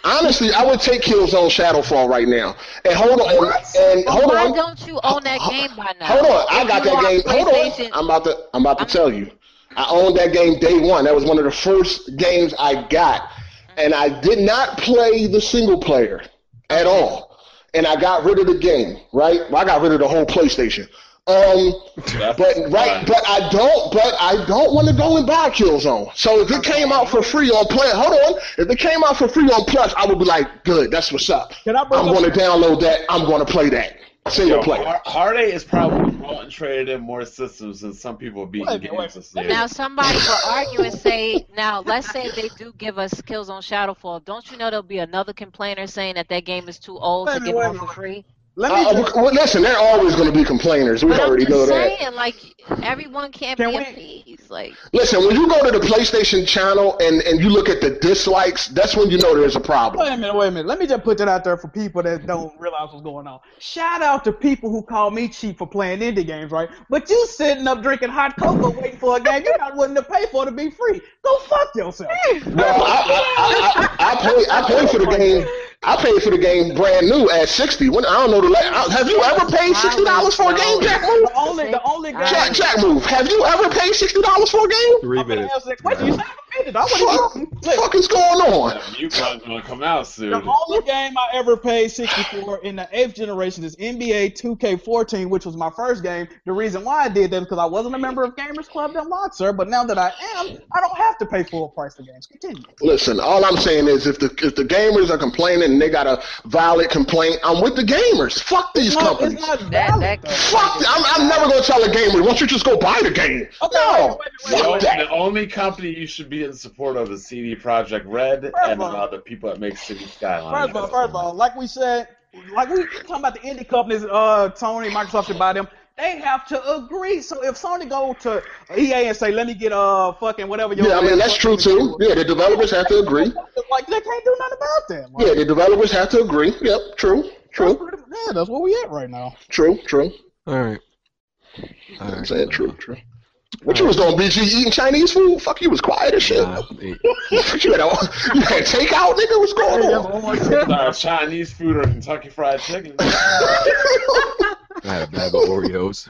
S8: honestly, I would take Killzone Shadowfall right now. And hold on, and, and
S5: Well,
S8: hold
S5: why
S8: on,
S5: don't you own that
S8: Ho-
S5: game by now?
S8: hold on. I
S5: If
S8: got
S5: you
S8: that
S5: own
S8: game. Hold on,
S5: PlayStation-
S8: I'm about to I'm about to
S5: I'm-
S8: tell you. I owned that game day one. That was one of the first games I got, and I did not play the single player at all. And I got rid of the game, right? Well, I got rid of the whole PlayStation. Um,
S4: That's
S8: but right,
S4: fine.
S8: but I don't, but I don't want to go and buy Killzone. So if it came out for free on Plus, hold on. If it came out for free on Plus, I would be like, good, that's what's up.
S2: Can I bring
S8: I'm
S2: up-
S8: going to download that. I'm going to play that single
S4: Yo,
S8: player.
S4: Har- Hardy is probably bought and traded in more systems than some people have beaten
S2: Wait a minute,
S4: games this year.
S5: Now somebody will argue and say, now let's say they do give us kills on Shadowfall. Don't you know there'll be another complainer saying that that game is too old
S2: Wait a
S5: to give
S2: minute,
S5: out
S2: wait a
S5: for free?
S2: Let me
S8: Uh,
S2: just-
S8: well, listen, they're always going to be complainers. We
S5: But I'm
S8: already
S5: just
S8: know that.
S5: saying, like everyone can't
S2: Can
S5: be
S2: we-
S5: appeased. Like
S8: Listen, when you go to the PlayStation channel and, and you look at the dislikes, that's when you know there's a
S2: Wait [laughs]
S8: problem.
S2: a minute, wait a minute. Let me just put that out there for people that don't realize what's going on. Shout out to people who call me cheap for playing indie games, right? But you sitting up drinking hot cocoa waiting for a game you're not willing to pay for to be free. Go fuck yourself.
S8: No, I, I, I, I, I pay I pay for the game. I paid for the game brand new at sixty. When I don't know the la- I- have you ever paid sixty dollars for a game, Jack Move?
S2: The only, the only game.
S8: Jack, Jack Move, have you ever paid sixty dollars for a game?
S1: Three
S2: I'm gonna
S1: minutes.
S2: ask that question. You sound offended. I
S8: Fuck,
S2: wouldn't even- Look,
S8: fuck is going on?
S4: That mute button's gonna come out soon.
S2: The only game I ever paid 64 in the eighth generation is NBA 2K14, which was my first game. The reason why I did that is because I wasn't a member of Gamers Club Unlocked, sir. But now that I am, I don't have to pay full price for games. Continue.
S8: Listen, all I'm saying is if the if the gamers are complaining and they got a valid complaint, I'm with the gamers. Fuck these
S2: No,
S8: companies.
S2: it's not
S5: that,
S2: valid.
S5: that
S2: though.
S8: Fuck! th- I'm, I'm never gonna tell a gamer. Why don't you just go buy the game?
S2: Okay,
S8: no,
S2: wait, wait,
S4: The
S8: fuck
S4: only-
S8: that.
S4: the only company you should be in support of is CD Project Red
S2: First
S4: and
S2: of all-
S4: uh, the people that make City Skyline.
S2: First of all, first of all, like we said, like we talking about the indie companies, uh, Sony, Microsoft, and buy them. They have to agree. So if Sony go to EA and say, "Let me get uh fucking whatever," your
S8: Yeah, I mean
S2: ass
S8: that's true
S2: fucking
S8: too. Yeah, the developers have to agree.
S2: Like they can't do nothing about that. Like,
S8: Yeah, the developers have to agree. Yep, true,
S2: That's
S8: true,
S2: pretty, yeah, that's where we at right now.
S8: true, true.
S1: All right. All
S8: I'm
S1: right. Uh,
S8: saying true, true. What you was doing, BG? Eating Chinese food? Fuck, you was quiet as shit. [laughs]
S1: Nah, it-
S8: you had a, you had takeout, nigga. What's going
S4: Sorry,
S8: on?
S4: Chinese food or Kentucky Fried Chicken.
S1: I had a bag of Oreos.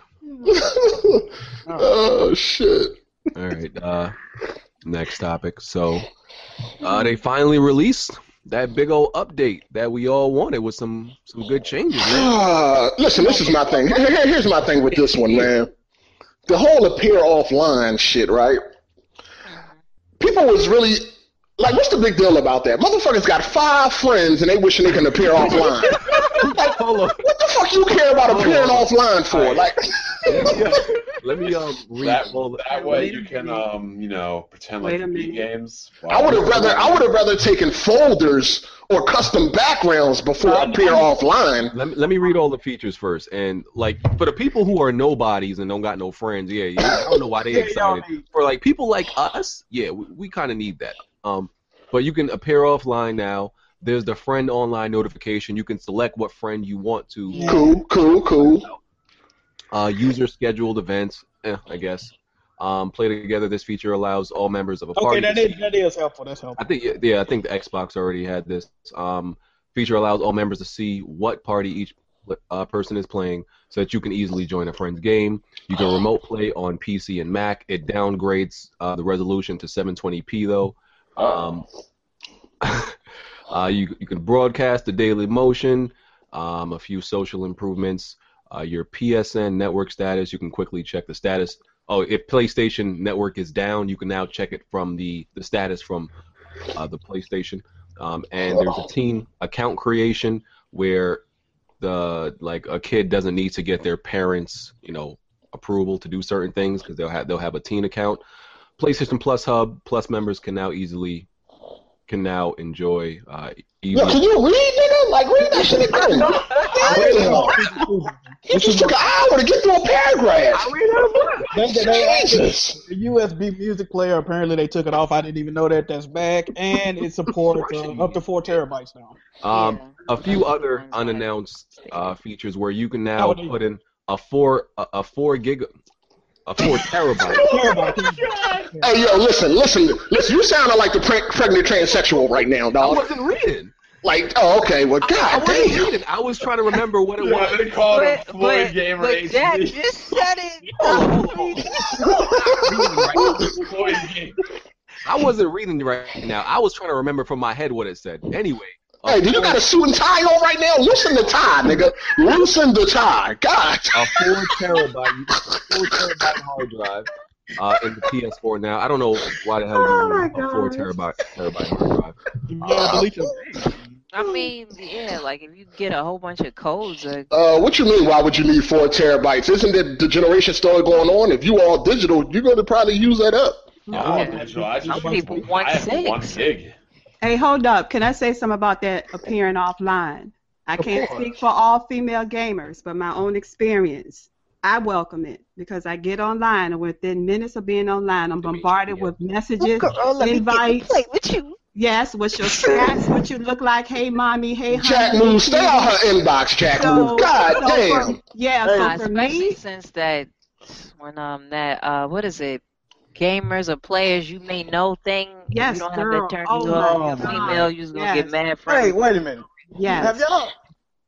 S8: [laughs] oh shit!
S1: All right. Uh, next topic. So, uh, they finally released that big old update that we all wanted with some some good changes. Man.
S8: Ah, listen, this is my thing. Here- here- here's my thing with this one, man. The whole appear offline shit, right? People was really like, what's the big deal about that? Motherfuckers got five friends and they wishing they can appear
S1: [laughs]
S8: offline. Like,
S1: Hold on.
S8: what the fuck you care about appearing
S1: Oh.
S8: offline for? Like,
S1: [laughs] Let me um read
S4: That,
S1: all the-
S4: that way you can, um, you know, pretend like
S3: Wait a
S4: you beat
S3: minute.
S4: games.
S8: I would have rather I would have rather taken folders or custom backgrounds before appear offline.
S1: Let me, let me read all the features first. And, like, for the people who are nobodies and don't got no friends, yeah, yeah I don't know why they
S2: Yeah, y'all
S1: excited.
S2: need-
S1: For, like, people like us, yeah, we, we kind of need that. Um, But you can appear offline now. There's the friend online notification. You can select what friend you want to.
S8: Cool, cool, cool.
S1: Uh, user scheduled events, eh, I guess. Um, play together. This feature allows all members of a party. to
S2: Okay, that
S1: see
S2: is that is helpful. That's helpful.
S1: I think yeah, I think the Xbox already had this um, feature allows all members to see what party each pl- uh, person is playing, so that you can easily join a friend's game. You can remote play on PC and Mac. It downgrades uh, the resolution to 720p though. Um, uh, you you can broadcast the Daily Motion. Um, a few social improvements. Uh, your PSN network status. You can quickly check the status. Oh, if PlayStation Network is down, you can now check it from the the status from uh, the PlayStation. Um, and there's a team account creation where the like a kid doesn't need to get their parents, you know, approval to do certain things because they'll have they'll have a teen account. PlayStation Plus Hub Plus members can now easily can now enjoy uh,
S8: Yo, can
S1: easily.
S8: you read, nigga? Like, read that shit again. Damn. It just took an hour to get through a paragraph.
S2: They- they- they-
S8: Jesus.
S2: The USB music player apparently they took it off. I didn't even know that. That's back, and it supports uh, up to four terabytes now.
S1: Um,
S5: Yeah.
S1: a few other
S5: Sounds like-
S1: unannounced uh, features where you can now
S2: would be-
S1: put in a four a, a four gig a four
S8: [laughs]
S1: terabyte.
S2: Terabyte.
S8: Hey, yo, listen, listen, listen. You sounded like the pre- pregnant transsexual right now,
S1: I
S8: dog.
S1: wasn't reading.
S8: Like, oh, okay, well,
S1: I
S8: god
S1: wasn't
S8: damn.
S1: reading. I was trying to remember what it
S4: Yeah,
S1: was.
S4: they called him
S5: But-
S4: Floyd
S5: but-
S4: Gamer
S5: but
S4: HD. [laughs]
S5: Jack [laughs] just said it.
S2: Oh.
S4: Floyd Gamer.
S1: I wasn't reading right now. I was trying to remember from my head what it said. Anyway, a
S8: Hey, do you
S1: four-
S8: got a suit and tie on right now? Loosen the tie, nigga. Loosen the tie. God.
S1: a four terabyte, four terabyte hard drive uh, in the PS4 now. I don't know why the hell you
S3: Oh my
S1: need a four
S3: gosh.
S1: terabyte terabyte hard drive.
S2: You gotta delete them.
S5: I mean, yeah, like if you get a whole bunch of codes, like,
S8: Uh, what you mean? Why would you need four terabytes? Isn't it the generation story going on? If you all digital, you're gonna probably use that up.
S4: I want digital. I just
S5: Some people want
S4: I have
S5: six.
S4: one gig.
S3: Hey, hold up. Can I say something about that appearing offline? I can't
S8: course.
S3: speak for all female gamers, but my own experience, I welcome it because I get online and within minutes of being online, I'm
S1: Let me-
S3: bombarded
S1: yeah.
S3: with messages.
S9: Girl, let me get
S3: invites.
S9: to play with you.
S3: Yes, what's your stats? What you look like? Hey, mommy. Hey, honey.
S8: Jack Moon, stay out her inbox, Jack Moon. God
S3: so
S8: damn.
S3: For, yeah,
S5: uh,
S3: so for
S5: especially
S3: me,
S5: since that when um that uh what is it, gamers or players you may know thing. if
S3: Yes,
S5: you don't
S3: girl.
S5: have that turn
S3: Oh
S5: you off.
S2: my
S5: you're
S3: God.
S5: Female, you're gonna
S3: Yes.
S5: get mad from.
S2: Hey, wait a minute. Have
S3: yes.
S2: y'all?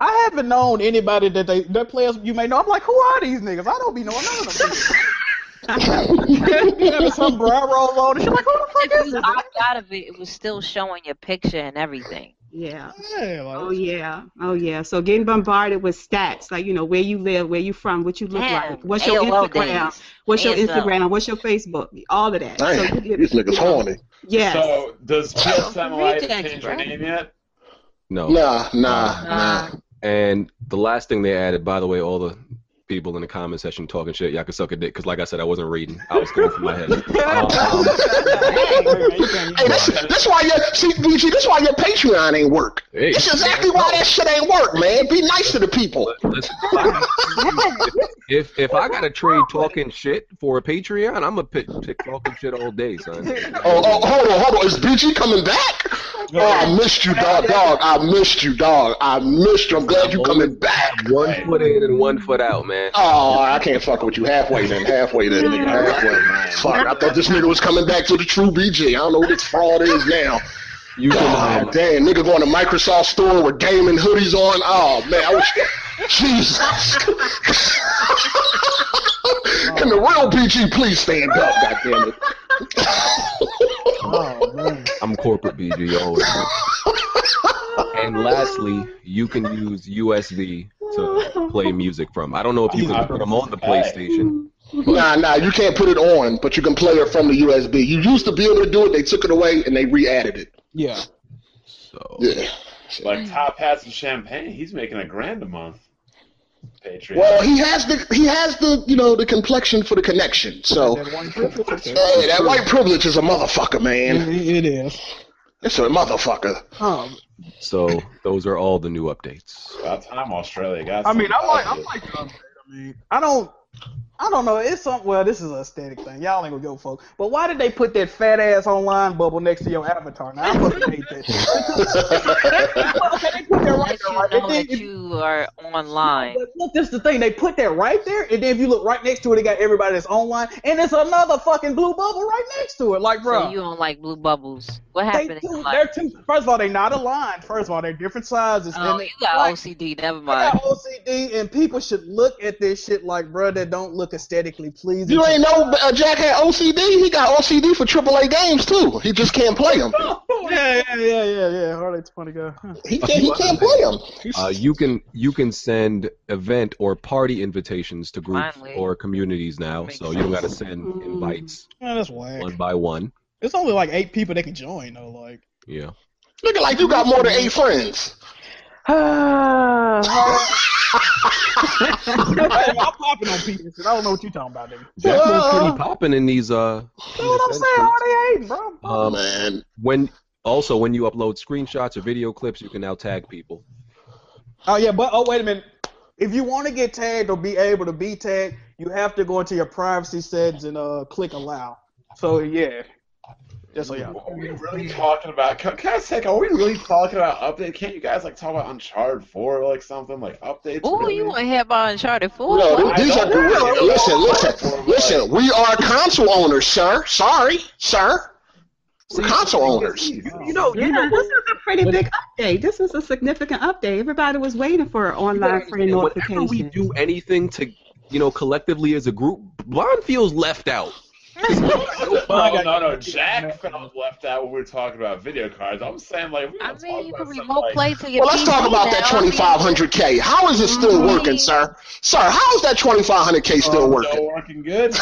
S2: I haven't known anybody that they that players you may know. I'm like, who are these niggas? I don't be knowing none of them. You have a sombrero on and shit like, who the fuck
S5: If
S2: is
S5: you
S2: this?
S5: opt out of it, it was still showing your picture and everything.
S3: Yeah.
S2: Yeah, like,
S3: Oh yeah, oh yeah. So getting bombarded with stats, like you know where you live, where you from, what you look
S5: Damn,
S3: like, what's your
S5: AOL
S3: Instagram,
S5: days.
S3: what's your
S5: ASL.
S3: Instagram, what's your Facebook, all of that. So
S8: Damn,
S3: you get-
S8: these niggas horny.
S3: Yes.
S4: So does PSN Live
S5: Rejects,
S4: change your
S5: bro.
S4: name yet?
S1: No.
S8: Nah, nah, nah.
S1: And the last thing they added, by the way, all the people in the comment section talking shit, y'all can suck a dick, because like I said, I wasn't reading. I was going from my
S3: [laughs]
S1: head. Um,
S8: Hey, that's, that's why your see, BG, that's why your Patreon ain't work.
S1: hey,
S8: That's exactly why that shit ain't work, man. Be nice to the people.
S1: listen, if, I, if if I gotta trade talking shit for a Patreon, I'm gonna pick, pick talking shit all day, son.
S8: Oh, oh, hold on, hold on. Is BG coming back? Oh, I missed you, dog. Dog, I missed you, dog. I missed you. I'm glad you coming back.
S1: One foot in and one foot out, man.
S8: Oh, I can't fuck with you. Halfway then, halfway then, nigga, halfway. Fuck, I thought this nigga was coming back to the true BG. I don't know what this fraud is now.
S1: You can
S8: God
S1: um,
S8: damn, nigga going to Microsoft store with gaming hoodies on. Oh man, I wish. Jesus. Can the real BG please stand up? God damn it.
S2: oh, man.
S1: I'm corporate BG you always. And lastly, you can use USB to play music from. I don't know if you can put them on the PlayStation.
S8: Nah, nah, you can't put it on, but you can play it from the USB. You used to be able to do it. They took it away and they re-added it.
S2: Yeah.
S1: So
S8: Yeah.
S4: Like Top Hats and Champagne, he's making a grand a month. Patriot.
S8: Well, he has the he has the you know the complexion for the connection. So
S2: That one privilege, okay.
S8: hey, that white privilege is a motherfucker, man.
S2: It- it is.
S8: It's a motherfucker.
S2: Um,
S1: so those are all the new updates.
S4: About time Australia got
S2: I mean, I like,
S4: something
S2: um, I like
S4: positive.
S2: the update. I mean, I don't. I don't know. It's something. Well, this is an aesthetic thing. Y'all ain't gonna go, folks. But why did they put that fat ass online bubble next to your avatar? Now I fucking hate that. okay, they put that right there.
S5: Let
S2: right?
S5: you know
S2: And then
S5: that
S2: if-
S5: you are online.
S2: But look, this is the thing. They put that right there, and then if you look right next to it, it got everybody that's online, and it's another fucking blue bubble right next to it. Like, bro,
S5: So you don't like blue bubbles. What
S2: they
S5: happened? in your
S2: two,
S5: life?
S2: they're two. First of all, they're not aligned. First of all, they're different sizes.
S5: Oh,
S2: and
S5: you got
S2: like,
S5: OCD. Never
S2: I
S5: mind.
S2: got OCD, and people should look at this shit like, bro, that don't look aesthetically pleasing.
S6: You
S2: to [laughs]
S6: ain't know uh, Jack had OCD. He got OCD for AAA games too. He just can't play them.
S2: Oh yeah, yeah, yeah, yeah, yeah. Hardly twenty go. Huh.
S6: He can't. He can't play them.
S1: Uh, you can you can send event or party invitations to groups
S5: Finally.
S1: or communities now,
S5: Makes
S1: so you don't gotta
S5: sense.
S1: send
S3: Mm.
S1: invites
S2: Yeah, that's whack.
S1: one by one.
S2: It's only like eight people that can join though. [sighs] Like,
S1: Yeah.
S6: Looking like you got more than eight friends.
S2: Hey, I'm popping on people. so I don't know what you're talking about, nigga.
S1: That's what's
S6: Uh.
S1: pretty popping in these uh.
S2: You know what I'm saying? Hardly eight, bro. I'm
S8: Oh,
S1: Um,
S6: Man,
S1: when also when you upload screenshots or video clips, you can now tag people.
S2: Oh yeah, but oh wait a minute. If you want to get tagged or be able to be tagged, you have to go into your privacy settings and uh click allow. So yeah, just so y'all. know.
S4: Are we really talking about? Can, can I say? Are we really talking about update? Can't you guys like talk about Uncharted Four or like something like updates?
S5: Oh,
S4: really?
S5: you want to hear about Uncharted 4?
S6: no,
S4: I
S6: th- these are
S4: don't know.
S6: listen, listen, listen. We are console owners, sir. Sorry, sir. We're console owners.
S2: You know,
S3: Yeah,
S2: you know
S3: this is a pretty big update. This is a significant update. Everybody was waiting for an online friend
S1: Whenever we
S3: notification.
S1: do anything to, you know, collectively as a group, Blonde feels left
S3: [sighs]
S1: out.
S4: Oh, no, no. Jack felt left out when we were talking about video cards. I'm saying like we
S5: I
S4: don't
S5: mean, you
S4: talk
S5: can
S4: about something
S5: remote
S4: like-
S5: play to your
S6: Well, let's
S5: PC
S6: talk about that
S5: now. [laughs]
S6: 2500K. How is it still
S5: mm-hmm.
S6: working, sir? Sir, how is that 2500K
S2: Oh,
S6: still
S4: Still
S6: working?
S4: working good.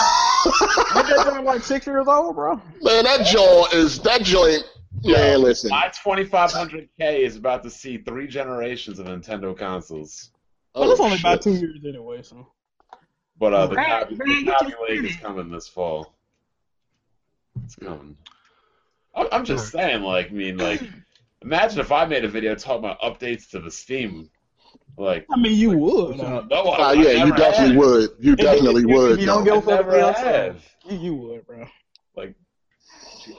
S2: I'm like six years old, bro.
S6: Man, that joint is that joint. Man, listen.
S4: My 2500K is about to see three generations of Nintendo consoles.
S2: Well, it's
S6: Oh,
S2: only about
S6: shit.
S2: two years anyway, so.
S4: But uh, the
S3: Right,
S4: Copy,
S3: right,
S4: the
S3: you
S4: copy
S3: just
S4: League
S3: said
S4: is
S3: it.
S4: coming this fall. It's coming. I- I'm just saying, like, I mean, like, imagine if I made a video talking about updates to the Steam. Like,
S2: I mean, you would.
S4: no,
S2: though.
S4: I-
S6: Oh,
S4: I
S6: yeah, you
S4: never
S6: definitely
S4: have.
S6: would. You definitely
S2: If you-
S6: would.
S2: if you don't
S6: though.
S2: go
S4: I
S2: for the
S4: never
S2: DLC.
S4: have.
S2: You, you would, bro.
S4: Like,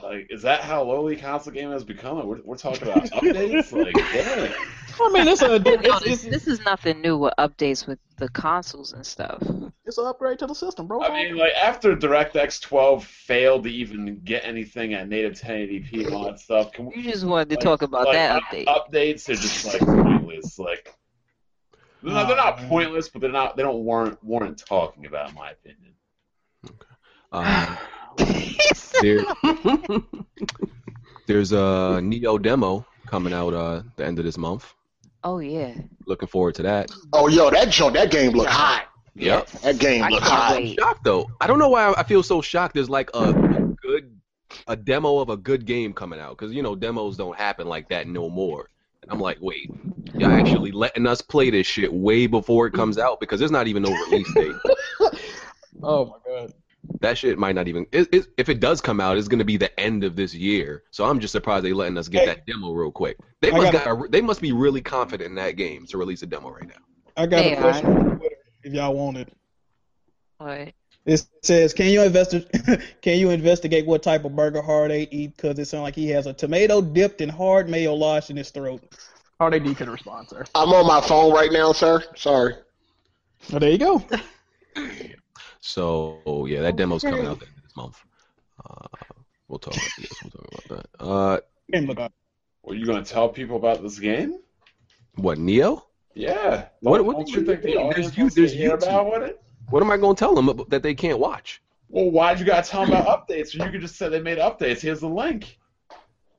S4: like, is that how lowly console gaming has become? Like, we're, we're talking about updates? Like, damn.
S2: I mean, it's a
S5: You know, this,
S2: it's, it's,
S5: this is nothing new with updates with the consoles and stuff.
S2: it's an upgrade to the system, bro.
S4: I mean, like after DirectX 12 failed to even get anything at native 1080p and all that stuff, can
S5: You
S4: we
S5: just wanted to
S4: like-
S5: talk about
S4: like,
S5: that
S4: up-
S5: update.
S4: Updates are just like pointless. Like, no, they're not
S2: Aw,
S4: pointless, but they're not. They don't warrant warrant talking about, in my opinion.
S1: Um, there, [laughs] there's a Neo demo coming out uh the end of this month.
S5: oh, yeah.
S1: Looking forward to that.
S6: Oh, yo, that joint, that game looked hot.
S1: Yep.
S6: That game
S5: I
S6: looked
S5: can't
S6: hot.
S5: wait.
S1: Shocked though. I don't know why I feel so shocked. There's like a good a demo of a good game coming out because you know demos don't happen like that no more. And I'm like, wait, y'all actually letting us play this shit way before it comes out because there's not even no release date.
S2: Oh my god.
S1: that shit might not even it, it, if it does come out it's going to be the end of this year so i'm just surprised they letting us get
S2: Hey.
S1: that demo real quick they
S2: I
S1: must,
S2: gotta-
S1: got they must be really confident in that game to release a demo right now
S2: I got
S5: They
S2: a question on Twitter if y'all want it.
S5: But
S2: It says, "Can you investi- [laughs] Can you investigate what type of burger Hard Eight eat? Because it sounds like he has a tomato dipped in hard mayo lodged in his throat." Hard Eight could respond, sir.
S6: I'm on my phone right now, sir. Sorry.
S2: Well, Oh, there you go.
S1: so yeah that demo's coming out the end of this month uh, we'll talk about this we'll talk about that uh,
S2: Game look up.
S4: Were you gonna tell people about this game?
S1: what neo
S4: Yeah.
S1: What-
S4: Don't-
S1: what
S4: don't
S1: do
S4: you
S1: you
S4: think the
S1: mean? There's
S4: audience
S1: you-
S4: wants to
S1: there's
S4: hear about what it?
S1: what am i going to tell them ab- that they can't watch
S4: Well, why'd you gotta tell them about updates? You could just say they made updates. Here's the link.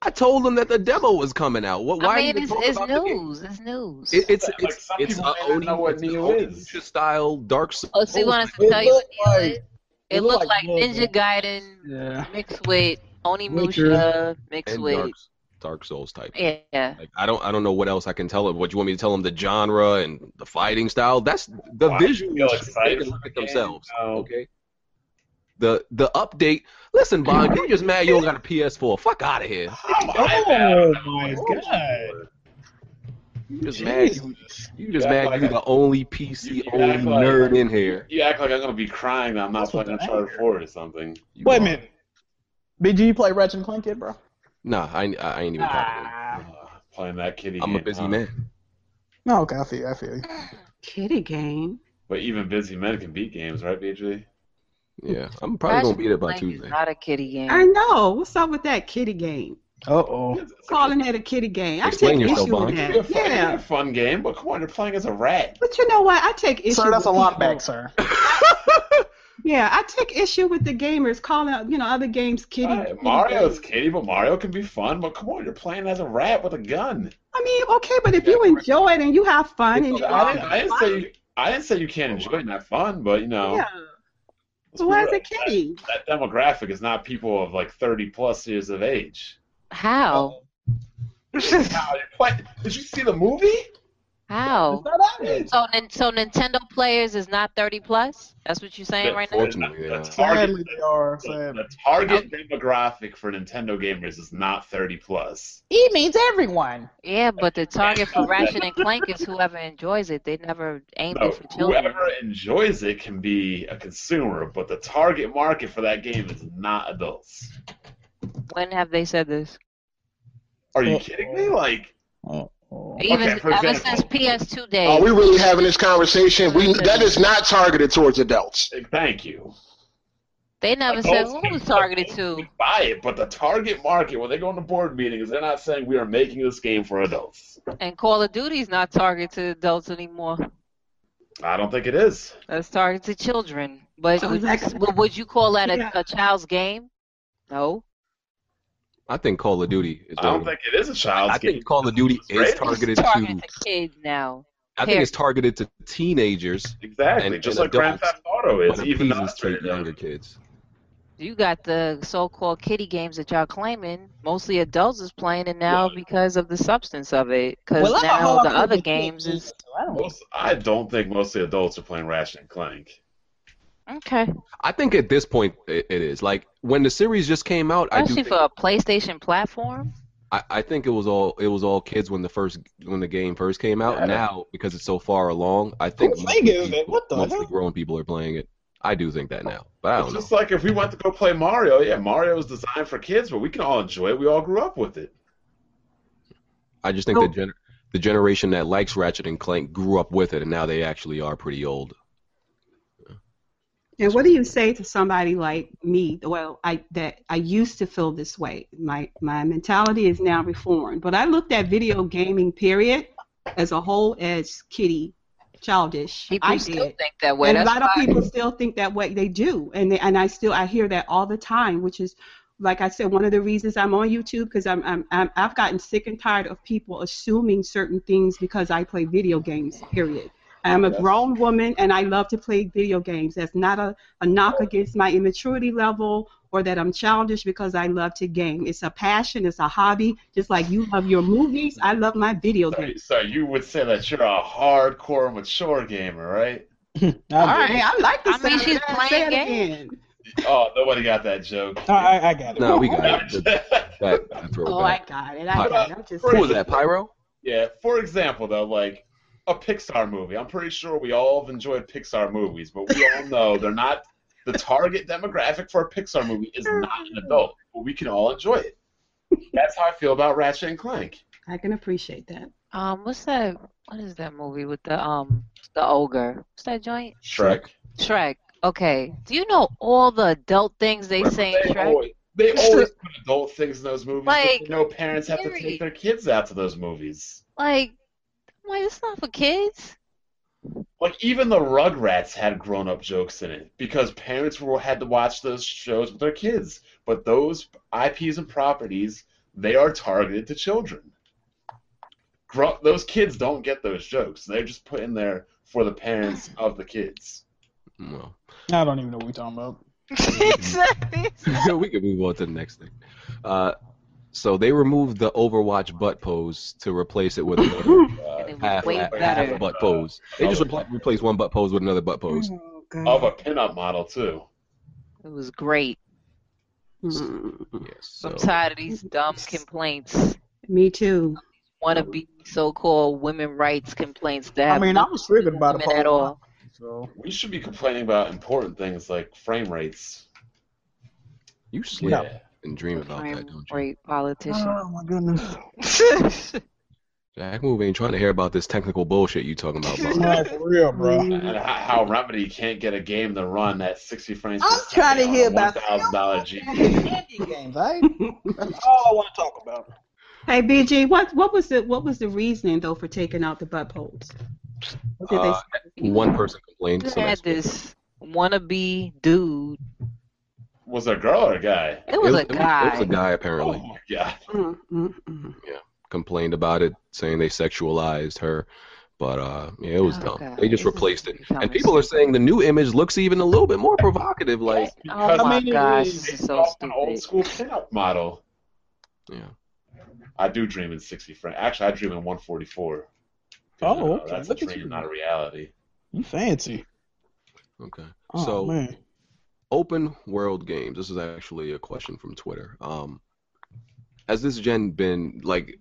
S1: i told them that the demo was coming out what, why
S5: I mean,
S1: even
S5: it's,
S1: talk
S5: it's
S1: about the game?
S5: news. It's news.
S1: It- it's
S4: Like,
S1: it's
S4: some
S1: it's
S4: people
S1: a
S4: may not
S1: Oni,
S4: know what
S1: it's an
S4: Neo
S1: Oni
S4: is.
S1: Lucha style dark Souls
S5: oh, so you want us to
S2: It
S5: tell you what
S2: looked
S5: Neo
S2: like-
S5: is? It looked like
S2: Lord,
S5: Ninja Gaiden
S2: Yeah.
S5: mixed with Onimusha
S2: Witcher.
S5: mixed
S1: and
S5: with
S1: dark dark Souls type.
S5: yeah.
S1: Like I don't I don't know what else I can tell them. What you want me to tell them the genre and the fighting style? That's the
S4: Wow,
S1: visual.
S4: you feel
S1: visuals. They
S4: excited
S1: can
S4: for
S1: look
S4: the
S1: at
S4: game?
S1: themselves.
S4: No.
S1: Okay. The the update. Listen, Bond, you just mad you don't got a PS4. Fuck out of here.
S4: How am I
S2: Oh
S4: mad?
S2: my
S4: Oh,
S2: god.
S1: You just mad you, you just
S4: Yeah,
S1: mad
S4: like
S1: you
S4: I-
S1: the only PC
S4: You- you
S1: only
S4: act like-
S1: nerd in here.
S4: You act like I'm gonna be crying that I'm not
S2: That's what
S4: playing
S2: the
S4: Uncharted 4 or something.
S1: You
S2: Wait
S1: are-
S2: a minute. BG, you play Ratchet and Clank yet, bro?
S1: Nah, I, I ain't even talking.
S4: Uh, playing that kitty
S1: I'm
S4: game.
S1: a busy
S4: huh?
S1: man.
S2: No, Oh, okay, I feel you. I feel you.
S3: Kitty game.
S4: But even busy men can beat games, right, BG?
S1: Yeah, I'm probably gonna beat it by
S5: Like, it's
S1: Tuesday.
S5: Not a kitty game.
S3: I know. What's up with that kitty game?
S2: Uh oh.
S3: Calling it a kitty game. I
S1: Explain
S3: take
S1: yourself,
S3: issue with
S1: Bonnie.
S4: It'd be a
S3: that.
S4: fun, it'd be a
S3: Yeah.
S4: fun game, but come on, you're playing as a rat.
S3: But you know what? I take issue.
S2: Sir, that's a
S3: with
S2: lot
S3: people.
S2: back, [laughs] sir.
S3: Yeah, I take issue with the gamers calling out, you know, other games kitty.
S4: Alright,
S3: kitty games.
S4: Mario's kitty, but Mario can be fun. But come on, you're playing as a rat with a gun.
S3: I mean, okay, but if you enjoy it and you have fun and you
S4: I didn't, I didn't say you, I didn't say you can't enjoy it and have fun, but you know,
S3: yeah.
S4: let's
S3: So
S4: be
S3: why is
S4: real.
S3: it kitty?
S4: That, that demographic is not people of like 30 plus years
S3: [laughs]
S4: of age. Oh.
S5: How?
S4: Wow, you're playing- did you see the movie?
S5: How?
S4: It's-
S5: So, nin- so Nintendo players is not 30 plus. That's what you're saying
S4: The-
S5: right now.
S1: Fortunately,
S4: the
S1: yeah.
S2: Sadly,
S4: target,
S2: they are.
S4: the,
S2: Sadly.
S4: target demographic for Nintendo gamers is not 30 plus.
S2: He means everyone.
S5: Yeah, but the target for Ratchet and Clank is whoever enjoys it. They never aimed
S4: No,
S5: it for children.
S4: whoever enjoys it can be a consumer, but the target market for that game is not adults.
S5: When have they said this?
S4: Are you kidding me? Like,
S5: Even
S4: for
S5: ever
S4: example. Oh,
S5: since PS2
S6: Are
S5: days.
S6: we really having this conversation? We that is not targeted towards adults.
S4: thank you.
S5: They never said
S4: Adults
S5: who
S4: can-
S5: was targeted
S4: adults
S5: to.
S4: can Buy it, but the target market when they go on the board meetings, they're not saying we are making this game for adults.
S5: And Call of Duty's not targeted to adults anymore.
S4: I don't think it is.
S5: That's targeted to children. But
S3: So
S5: would, you,
S3: that's-
S5: but would you call that a,
S3: Yeah.
S5: a child's game? No.
S1: I think Call of Duty is
S4: I don't
S1: the-
S4: think it is a child's
S1: I
S4: game.
S1: think Call of Duty
S4: It's
S1: is
S4: rated.
S1: targeted
S5: it's targeted
S1: to
S5: to kids now.
S1: I think it's targeted to teenagers
S4: Exactly,
S1: and-
S4: just
S1: and
S4: like Grand
S1: adults.
S4: Theft Auto is,
S1: but
S4: even though
S1: appeases
S4: it's
S1: to
S4: rated
S1: younger
S4: younger.
S1: kids.
S5: You got the so-called kitty games that y'all claiming. Mostly adults is playing it now
S4: Well-
S5: because of the substance of it. Because
S2: Well, I'm a
S5: now
S2: hard
S5: the other
S2: cookie
S5: games
S2: kid,
S5: is
S2: so I don't know.
S4: Most, I don't think mostly adults are playing Ratchet and Clank.
S5: okay,
S1: I think at this point it, it is. Like when the series just came out, I do
S5: especially
S1: think,
S5: for a PlayStation platform.
S1: I, I think it was all it was all kids when the first when the game first came out.
S4: Yeah.
S1: Now because it's so far along, I think
S2: Who's
S1: mostly
S2: thinking that? What the
S1: mostly
S2: hell?
S1: grown people are playing it. I do think that now, but I
S4: It's
S1: don't know.
S4: just like if we went to go play Mario, yeah, Mario was designed for kids, but we can all enjoy it. We all grew up with it.
S1: I just think
S5: No.
S1: the gen- the generation that likes Ratchet and Clank grew up with it, and now they actually are pretty old.
S3: And what do you say to somebody like me? Well, I that I used to feel this way. My my mentality is now reformed. But I looked at video gaming period as a whole as kitty, childish.
S5: People
S3: I
S5: still
S3: did.
S5: think that way.
S3: and a
S5: That's
S3: lot of
S5: why-
S3: people still think that way. They do, and they, and I still I hear that all the time, which is like I said, one of the reasons I'm on YouTube because I'm, I'm I'm I've gotten sick and tired of people assuming certain things because I play video games. Period. I'm a
S4: Yes.
S3: grown woman and I love to play video games. That's not a, a knock against my immaturity level or that I'm childish because I love to game. It's a passion, it's a hobby. Just like you love your movies, I love my video
S4: So,
S3: games.
S4: so you would say that you're a hardcore mature gamer, right?
S2: I,
S3: All right, I like this.
S5: I mean, she's playing
S3: games.
S4: Oh, nobody got that joke. [laughs]
S2: I, I got it.
S1: No,
S2: [laughs]
S1: we got it.
S4: yeah,
S1: That, that
S3: Oh,
S1: throwback.
S3: I got it. I got it. I'm just
S1: What was
S3: saying.
S1: that, Pyro?
S4: for example, though, like a Pixar movie. I'm pretty sure we all have enjoyed Pixar movies, but we all know they're not the target demographic for a Pixar movie is not an adult, but we can all enjoy it. That's how I feel about Ratchet and Clank.
S3: I can appreciate that.
S5: um, what's that? What is that movie with the um the ogre? What's that joint?
S4: Shrek.
S5: Shrek. Okay. Do you know all the adult things they say in
S4: They
S5: Shrek?
S4: always,
S5: [laughs]
S4: they always put adult things in those movies.
S5: Like,
S4: no parents have to take their kids out to those movies.
S5: Like, I'm like, it's not for kids. [laughs]
S4: Like even the Rugrats had grown-up jokes in it because parents were had to watch those shows with their kids. But those IPs and properties, they are targeted to children. Gro- those kids don't get those jokes. They're just put in there for the
S5: [sighs]
S4: parents of the kids.
S1: Well,
S2: I don't even know what we're talking about.
S5: exactly.
S1: [laughs] we can move on to the next thing. Uh, so they removed the Overwatch butt pose to replace it with another
S4: Uh,
S5: It was
S1: half,
S5: [laughs] way
S1: half,
S5: better.
S1: half butt pose. They just repl- replaced one butt pose with another butt pose.
S4: of a pinup model too.
S5: It was great.
S3: Mm,
S1: Yes. so-
S5: Mm-hmm. I'm tired of these dumb complaints.
S3: me too.
S5: wannabe so-called women rights complaints that
S2: I
S5: have
S2: mean, I was triggered by the
S5: women at
S2: poll,
S5: all.
S2: So
S4: We should be complaining about important things like frame rates.
S1: You sleep
S2: No.
S1: and dream about
S5: Frame
S1: that, don't you?
S5: rate
S3: Uh,
S5: politician.
S2: oh my goodness. [laughs]
S1: Jack Move ain't trying to hear about this technical bullshit you talking about,
S5: [laughs]
S1: bro.
S2: No, for real, bro.
S4: And
S5: Mm-hmm.
S4: ho- how Remedy can't get a game to run at 60 frames per
S2: I'm
S4: second.
S2: trying to
S4: on a
S2: hear about-
S4: $1,000 GPU.
S2: Indie games, eh? right? [laughs] That's all I want to talk about.
S3: Hey BG, what what was the what was the reasoning though for taking out the butt holes? What did they
S1: Uh,
S3: say?
S1: One person complained.
S5: You
S1: So
S5: had
S1: that's, it
S5: this wannabe dude.
S4: Was it a girl or a guy?
S5: It was a
S1: it was
S5: guy.
S1: a guy apparently
S4: Oh my god.
S3: Mm, mm, mm.
S1: complained about it, saying they sexualized her. But uh, yeah, it was dumb.
S5: Oh, God.
S1: They just
S5: This is
S1: replaced it.
S5: becoming
S1: And people are saying the new image looks even a little bit more provocative. Like,
S5: Oh my
S2: I mean,
S5: gosh,
S4: It's
S5: this
S4: based
S5: is so
S4: off an old
S5: stupid.
S4: school pinup model.
S1: yeah.
S4: I do dream in 60 frames. Actually, I dream in 144.
S2: Oh,
S4: Uh,
S2: okay.
S4: That's a
S2: Look at you.
S4: dream, not a reality.
S2: You fancy.
S1: Okay.
S2: Oh
S1: so
S2: man.
S1: open world games. This is actually a question from Twitter. Um, has this gen been like,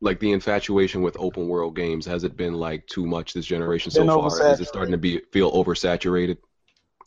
S1: like the infatuation with open world games? Has it been like too much this generation so
S2: Been
S1: far? Is it
S2: oversaturated.
S1: starting to be feel oversaturated?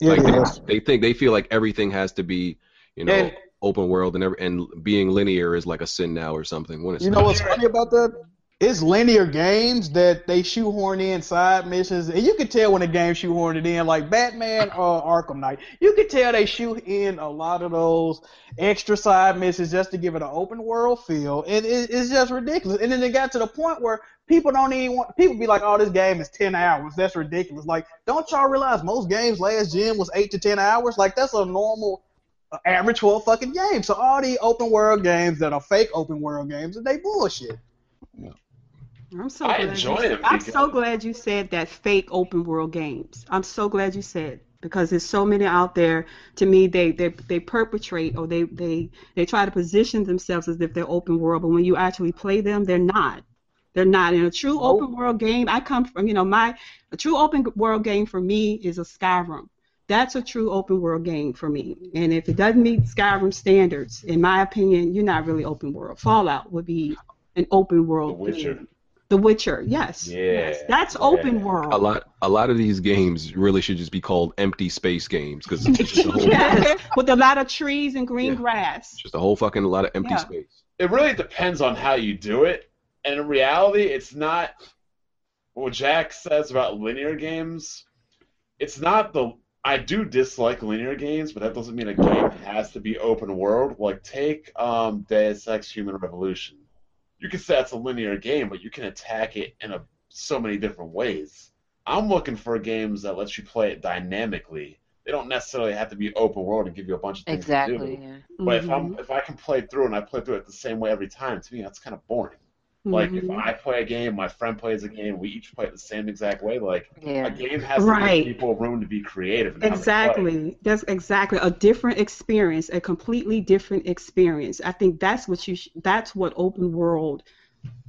S2: It
S1: like
S2: is.
S1: they, they think they feel like everything has to be, you know,
S2: And-
S1: open world and every, and being linear is like a sin now or something. When it's
S2: You know
S1: not.
S2: what's funny about that? It's linear games that they shoehorn in side missions, and you can tell when a game shoehorned it in, like Batman or Arkham Knight. You can tell they shoe in a lot of those extra side missions just to give it an open world feel, and it, it's just ridiculous. And then it got to the point where people don't even want people be like, "Oh, this game is ten hours. That's ridiculous." Like, don't y'all realize most games last gen was eight to ten hours? Like, that's a normal a average whole fucking game. So all the open world games that are fake open world games, they bullshit.
S3: I'm so
S4: I
S3: glad
S4: enjoy
S3: you,
S4: it
S3: I'm
S4: because-
S3: so glad you said that fake open world games. I'm so glad you said because there's so many out there. To me, they they, they perpetrate or they, they they try to position themselves as if they're open world, but when you actually play them, they're not. They're not in a true open world game. I come from you know my a true open world game for me is a Skyrim. That's a true open world game for me. And if it doesn't meet Skyrim standards, in my opinion, you're not really open world. Fallout would be an open world.
S5: Oh,
S4: The Witcher.
S3: game. The Witcher, yes.
S4: Yeah,
S3: Yes. That's
S4: yeah.
S3: open
S1: a
S3: [laughs] world.
S1: lot a lot of these games really should just be called empty space games because it's just a
S3: [laughs]
S1: whole
S3: Yes. With a lot of trees and green
S1: Yeah.
S3: grass.
S1: just a whole fucking lot of empty
S3: Yeah.
S1: space.
S4: It really depends on how you do it. And in reality, it's not what Jack says about linear games. It's not the I do dislike linear games, but that doesn't mean a game has to be open world. Like take um, Deus Ex: Human Revolution. You can say that's a linear game, but you can attack it in a, so many different ways. I'm looking for games that lets you play it dynamically. They don't necessarily have to be open world and give you a bunch of things to do.
S5: Exactly. yeah.
S4: But if
S3: Mhm.
S4: I'm if I can play through and I play through it the same way every time, to me that's kind of boring. Like if
S3: Mhm.
S4: I play a game, my friend plays a game, we each play it the same exact way. Like
S5: Yeah.
S4: a game has to
S3: Right.
S4: give people room to be creative. in how they play.
S3: Exactly. That's exactly a different experience, a completely different experience. I think that's what you. Sh- that's what open world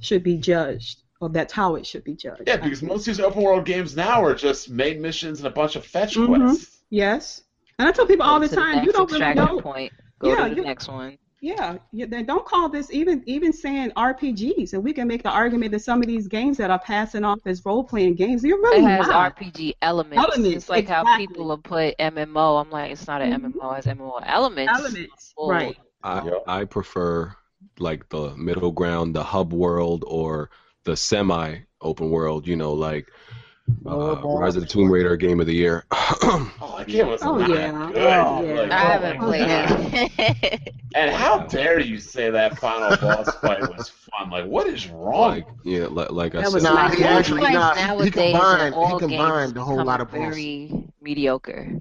S3: should be judged, or that's how it should be judged.
S4: Yeah, because most of these open world games now are just main missions and a bunch of fetch
S3: Mhm.
S4: quests.
S3: Yes, and I tell people all
S5: Go
S3: the
S5: to
S3: time,
S5: next
S3: you don't really
S5: extraction
S3: know.
S5: Point. Go
S3: Yeah,
S5: to the
S3: you-
S5: next one.
S3: Yeah, yeah, then don't call this even even saying RPGs, and we can make the argument that some of these games that are passing off as role playing games, you're really
S5: It has
S3: not.
S5: RPG elements.
S3: Elements,
S5: It's like how
S3: exactly.
S5: people have put MMO. I'm like, it's not an MMO. It's MMO elements.
S3: elements,
S5: Well,
S3: right?
S1: I
S4: Yep.
S1: I prefer like the middle ground, the hub world, or the semi open world. You know, like uh,
S2: boy.
S1: Rise of the Tomb Raider Game of the Year.
S4: Oh, that game was
S3: Oh,
S4: not
S3: yeah.
S4: good.
S2: Oh,
S3: yeah.
S4: Like,
S5: I
S4: oh
S5: haven't
S4: my
S5: played
S4: God.
S5: it. [laughs]
S4: And how dare you say that final boss fight was fun? Like, what is wrong?
S1: like yeah, like, like I
S5: That
S1: said,
S5: was
S6: Nah,
S5: my
S6: he actually
S5: Fights
S6: nah, he- he
S5: nowadays in
S6: combined
S5: all
S6: he
S5: games
S6: combined a whole
S5: become
S6: lot of bosses.
S5: very mediocre.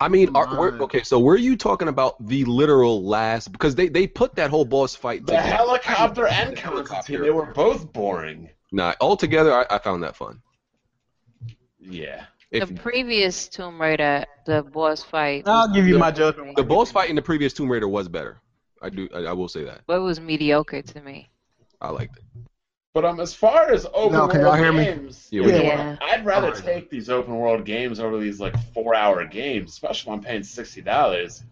S1: I mean, are,
S6: Come
S1: we're,
S6: on.
S1: okay, so were you talking about the literal last? Because they, they put that whole boss fight
S4: The
S1: together.
S4: helicopter and
S1: The
S4: Constantine,
S1: helicopter.
S4: they were both boring.
S1: Nah, altogether, I, I found that fun.
S4: Yeah.
S1: If
S5: the previous Tomb Raider, the boss fight,
S2: I'll give you
S1: The-
S2: my judgment.
S1: the boss fight in the previous Tomb Raider was better, I do I, I will say that
S5: but it was mediocre to me.
S1: I liked it.
S4: But um, as far as open
S6: No, can y'all
S4: world
S6: hear me?
S4: games,
S1: Yeah, we
S2: Yeah.
S1: can-
S5: Yeah.
S4: I'd rather
S6: Alright.
S4: take these open world games over these like four hour games, especially when I'm paying sixty dollars.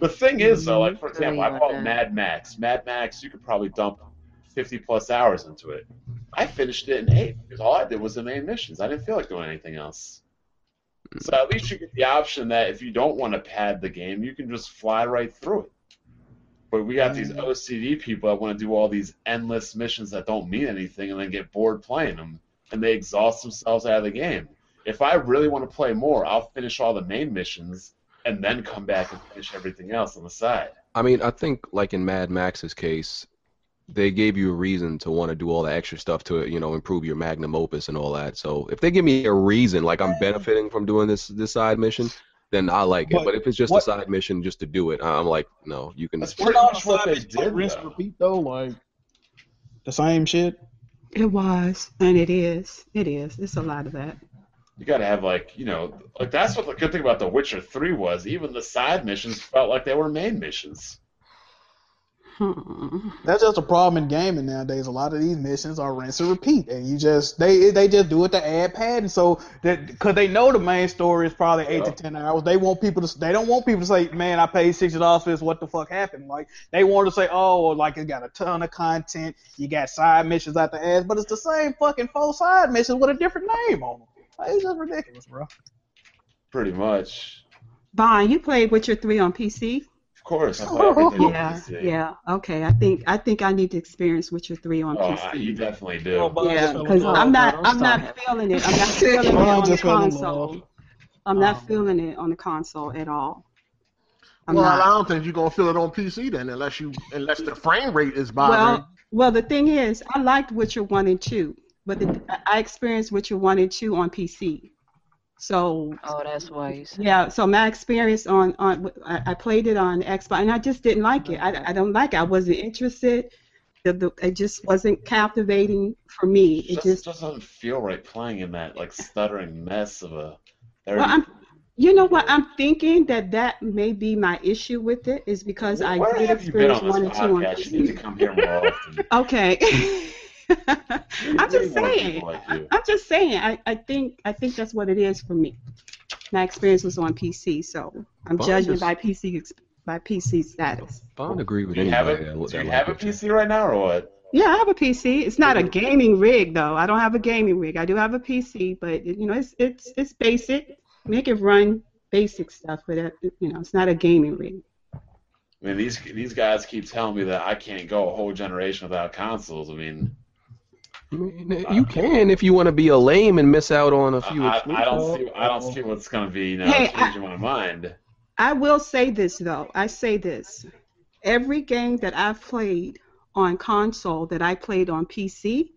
S4: The thing is though, like for
S5: Mhm.
S4: example, I
S5: Really
S4: bought
S5: wanna-
S4: Mad Max. Mad Max, you could probably dump 50 plus hours into it. I finished it in eight because all I did was the main missions. I didn't feel like doing anything else. So at least you get the option that if you don't want to pad the game, you can just fly right through it. But we got these OCD people that want to do all these endless missions that don't mean anything and then get bored playing them and they exhaust themselves out of the game. If I really want to play more, I'll finish all the main missions and then come back and finish everything else on the side.
S1: I mean, I think like in Mad Max's case, they gave you a reason to want to do all the extra stuff to you know improve your magnum opus and all that. So if they give me a reason, like I'm benefiting from doing this this side mission, then I like it.
S2: But
S1: But if it's just a
S2: what-
S1: side mission just to do it, I'm like, no, you can.
S4: That's
S2: What
S4: pretty much what they
S2: Savage
S4: did.
S2: Rinse
S4: though.
S2: repeat though, like the same shit.
S3: It was, and it is. It is. It's a lot of that.
S4: You gotta have like you know like that's what the good thing about The Witcher Three was. Even the side missions felt like they were main missions.
S3: Hmm.
S2: That's just a problem in gaming nowadays. A lot of these missions are rinse and repeat, and you just they they just do it to add padding. So that because they know the main story is probably eight to
S4: Yeah.
S2: ten hours, they want people to they don't want people to say, "Man, I paid sixty dollars for this. What the fuck happened?" Like they want to say, "Oh, like it got a ton of content. You got side missions out the ass, but it's the same fucking four side missions with a different name on them." Like, it's just ridiculous, bro.
S4: Pretty much.
S3: Vaughn, you played Witcher Three on PC?
S4: Of course. I
S1: Oh,
S4: thought
S3: [laughs]
S4: everything was
S3: yeah,
S4: PC.
S3: yeah. Okay, I think I think I need to experience Witcher Three on
S4: Oh, I-
S3: PC.
S4: you definitely
S2: Oh,
S4: do.
S2: but-
S3: Yeah, because
S2: Oh,
S3: I'm not,
S5: don't
S3: I'm not
S5: start.
S3: feeling
S2: [laughs]
S3: it. I'm not feeling it
S2: Oh,
S3: on the
S2: just fell in
S3: console.
S2: love.
S3: I'm not
S2: Oh.
S3: feeling it on the console at all. I'm
S6: well, I
S3: not.
S6: don't think you're gonna feel it on PC then, unless you unless the frame rate is bothering.
S3: Well, well, the thing is, I liked Witcher One and Two, but the, I experienced Witcher One and Two on PC. So
S5: Oh, that's why you said.
S3: yeah, so my experience on on I, I played it on Xbox, and I just didn't like it. I, I don't like it. I wasn't interested. The, the, it just wasn't captivating for me.
S4: It
S3: It
S4: just
S3: just
S4: doesn't feel right playing in
S1: [laughs]
S4: that like stuttering mess of a.
S3: Well, I'm, you know what? I'm thinking that that may be my issue with it is because I
S4: Where
S3: did
S4: have you been
S3: experience
S4: on this
S3: one and two on
S4: podcast? You need to
S3: PC.
S4: come here more often.
S3: Okay. [laughs] I'm
S4: We
S3: just
S4: need more people
S3: saying.
S4: like
S3: I,
S4: you.
S3: I'm just saying. I, I think I think that's what it is for me. My experience was on PC, so I'm
S1: Fine,
S3: judging
S1: just-
S3: by PC ex- by PC status.
S1: I don't agree with
S4: Do you have
S1: anybody. that
S4: a,
S1: looked
S4: do
S1: at
S4: you
S1: my
S4: have a
S1: picture.
S4: PC right now or what?
S3: Yeah, I have a PC. It's not a gaming rig though. I don't have a gaming rig. I do have a PC, but you know, it's it's it's basic. Make it run basic stuff, but it, you know, it's not a gaming rig.
S4: I mean, these these guys keep telling me that I can't go a whole generation without consoles. I mean,
S1: I mean, you can if you want to be a lame and miss out on a
S4: Uh, I,
S1: few.
S4: I- I don't see I don't see what's gonna be you know,
S3: Hey, I-
S4: changing my mind.
S3: I will say this though. I say this. Every game that I've played on console that I played on PC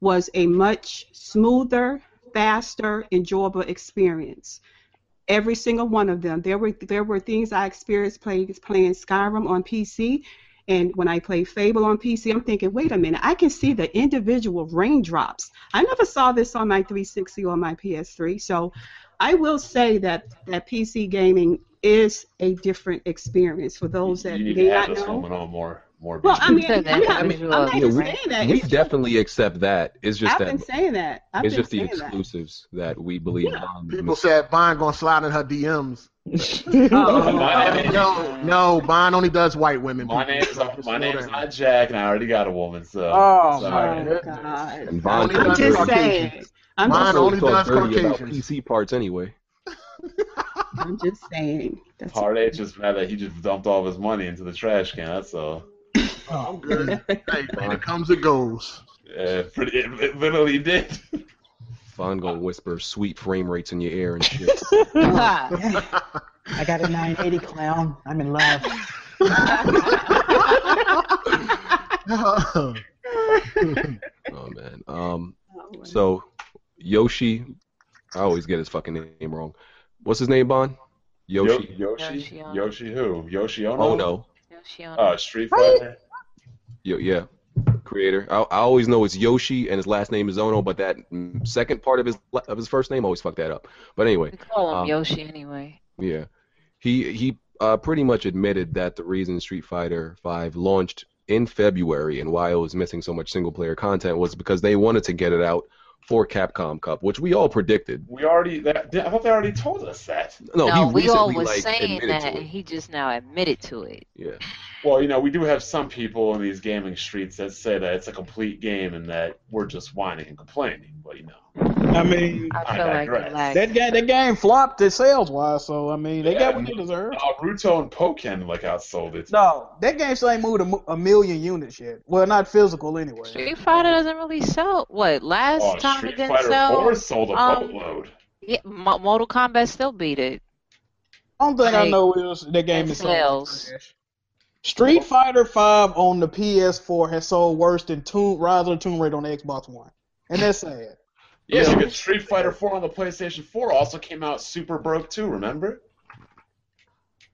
S3: was a much smoother, faster, enjoyable experience. Every single one of them. There were there were things I experienced playing playing Skyrim on PC and when I played Fable on PC, I'm thinking, wait a minute, I can see the individual raindrops. I never saw this on my 360 or my PS3. So I will say that, that PC gaming is a different experience for those that
S4: you need
S3: may
S4: to have
S3: not
S4: this
S3: know.
S4: woman on more more.
S3: Well, I
S4: [laughs] videos.
S3: mean,
S5: Yeah,
S3: I'm not,
S5: I mean,
S3: I'm not
S5: yeah,
S3: even
S1: we-
S3: saying that.
S1: We
S3: It's-
S1: definitely accept that. It's just
S3: I've
S1: that
S3: been saying that. I've
S1: it's
S3: been
S1: just the
S3: saying that.
S1: exclusives that we believe.
S3: Yeah.
S1: Bond
S6: People said Bond gonna slide in her DMs.
S3: [laughs]
S4: My
S3: Oh,
S4: name-
S6: No, no, Bond only does white women.
S1: [laughs]
S4: my name's
S6: Slow
S4: my name's
S6: down.
S4: not Jack, and I already got a woman. So
S2: Oh,
S4: sorry.
S2: man.
S3: oh, God.
S1: and Bond
S6: Only
S3: I'm
S6: does
S3: just
S6: Caucasians.
S3: saying. I'm
S6: Mine
S3: just,
S1: Bond
S6: only
S1: talks
S6: does
S1: dirty about
S6: Caucasians.
S1: PC parts anyway.
S3: I'm just saying. That's
S4: Hard H is mad that he just dumped all of his money into the trash can. That's all.
S1: [laughs]
S2: Oh.
S6: I'm
S2: [laughs]
S6: good. Hey, man, it comes and goes. [laughs]
S4: Yeah, Eh, pretty, it, it literally did.
S1: Bond gonna whisper sweet frame rates in your ear and
S3: [laughs]
S1: shit.
S10: I got a 980 clown. I'm in love.
S1: oh man. Um.
S3: [laughs] Oh,
S1: So Yoshi, I always get his fucking name wrong. What's his name, Bond? Yoshi.
S4: Yo- Yoshi?
S5: Yoshi-ono.
S4: Yoshi who? Yoshi Ono?
S1: Oh no.
S4: Oh, Street Fighter?
S1: Yo, yeah. Creator. I, I always know it's Yoshi and his last name is Ono, but that mm, second part of his la- of his first name I always fuck that up. But anyway,
S5: We call him
S1: Um,
S5: Yoshi anyway.
S1: Yeah, he he uh, pretty much admitted that the reason Street Fighter Five launched in February and why it was missing so much single player content was because they wanted to get it out for Capcom Cup, which we all predicted.
S4: We already, that, I thought they already told us that.
S1: No,
S5: No,
S1: he
S5: we all
S1: recently
S5: was
S1: like
S5: saying
S1: admitted
S5: that,
S1: to
S5: and
S1: it.
S5: he just now admitted to it.
S1: Yeah,
S4: Well, you know, we do have some people in these gaming streets that say that it's a complete game and that we're just whining and complaining. But you know,
S2: I mean,
S5: I
S4: I
S5: feel like
S4: digress.
S5: relax.
S2: that guy, that game flopped it sales wise, so I mean, they
S4: Yeah,
S2: got what they deserve.
S4: Naruto and Pokken like outsold it.
S2: No, that game still ain't moved a, mo- a million units yet. Well, not physical anyway.
S5: Street Fighter doesn't really sell. What last
S4: oh,
S5: time
S4: Street
S5: it didn't
S4: Fighter
S5: sell?
S4: 4 sold a
S5: um,
S4: boatload.
S5: Yeah, Mo- Mortal Kombat still beat it.
S2: I don't think I
S5: Like,
S2: know is that game
S5: it
S2: is
S5: sells.
S2: sold. Street Fighter Five on the PS4 has sold worse than Tomb Rise of the Tomb Raider on the Xbox One, and that's sad.
S4: Yeah, because Street Fighter 4 on the PlayStation 4 also came out super broke too. Remember?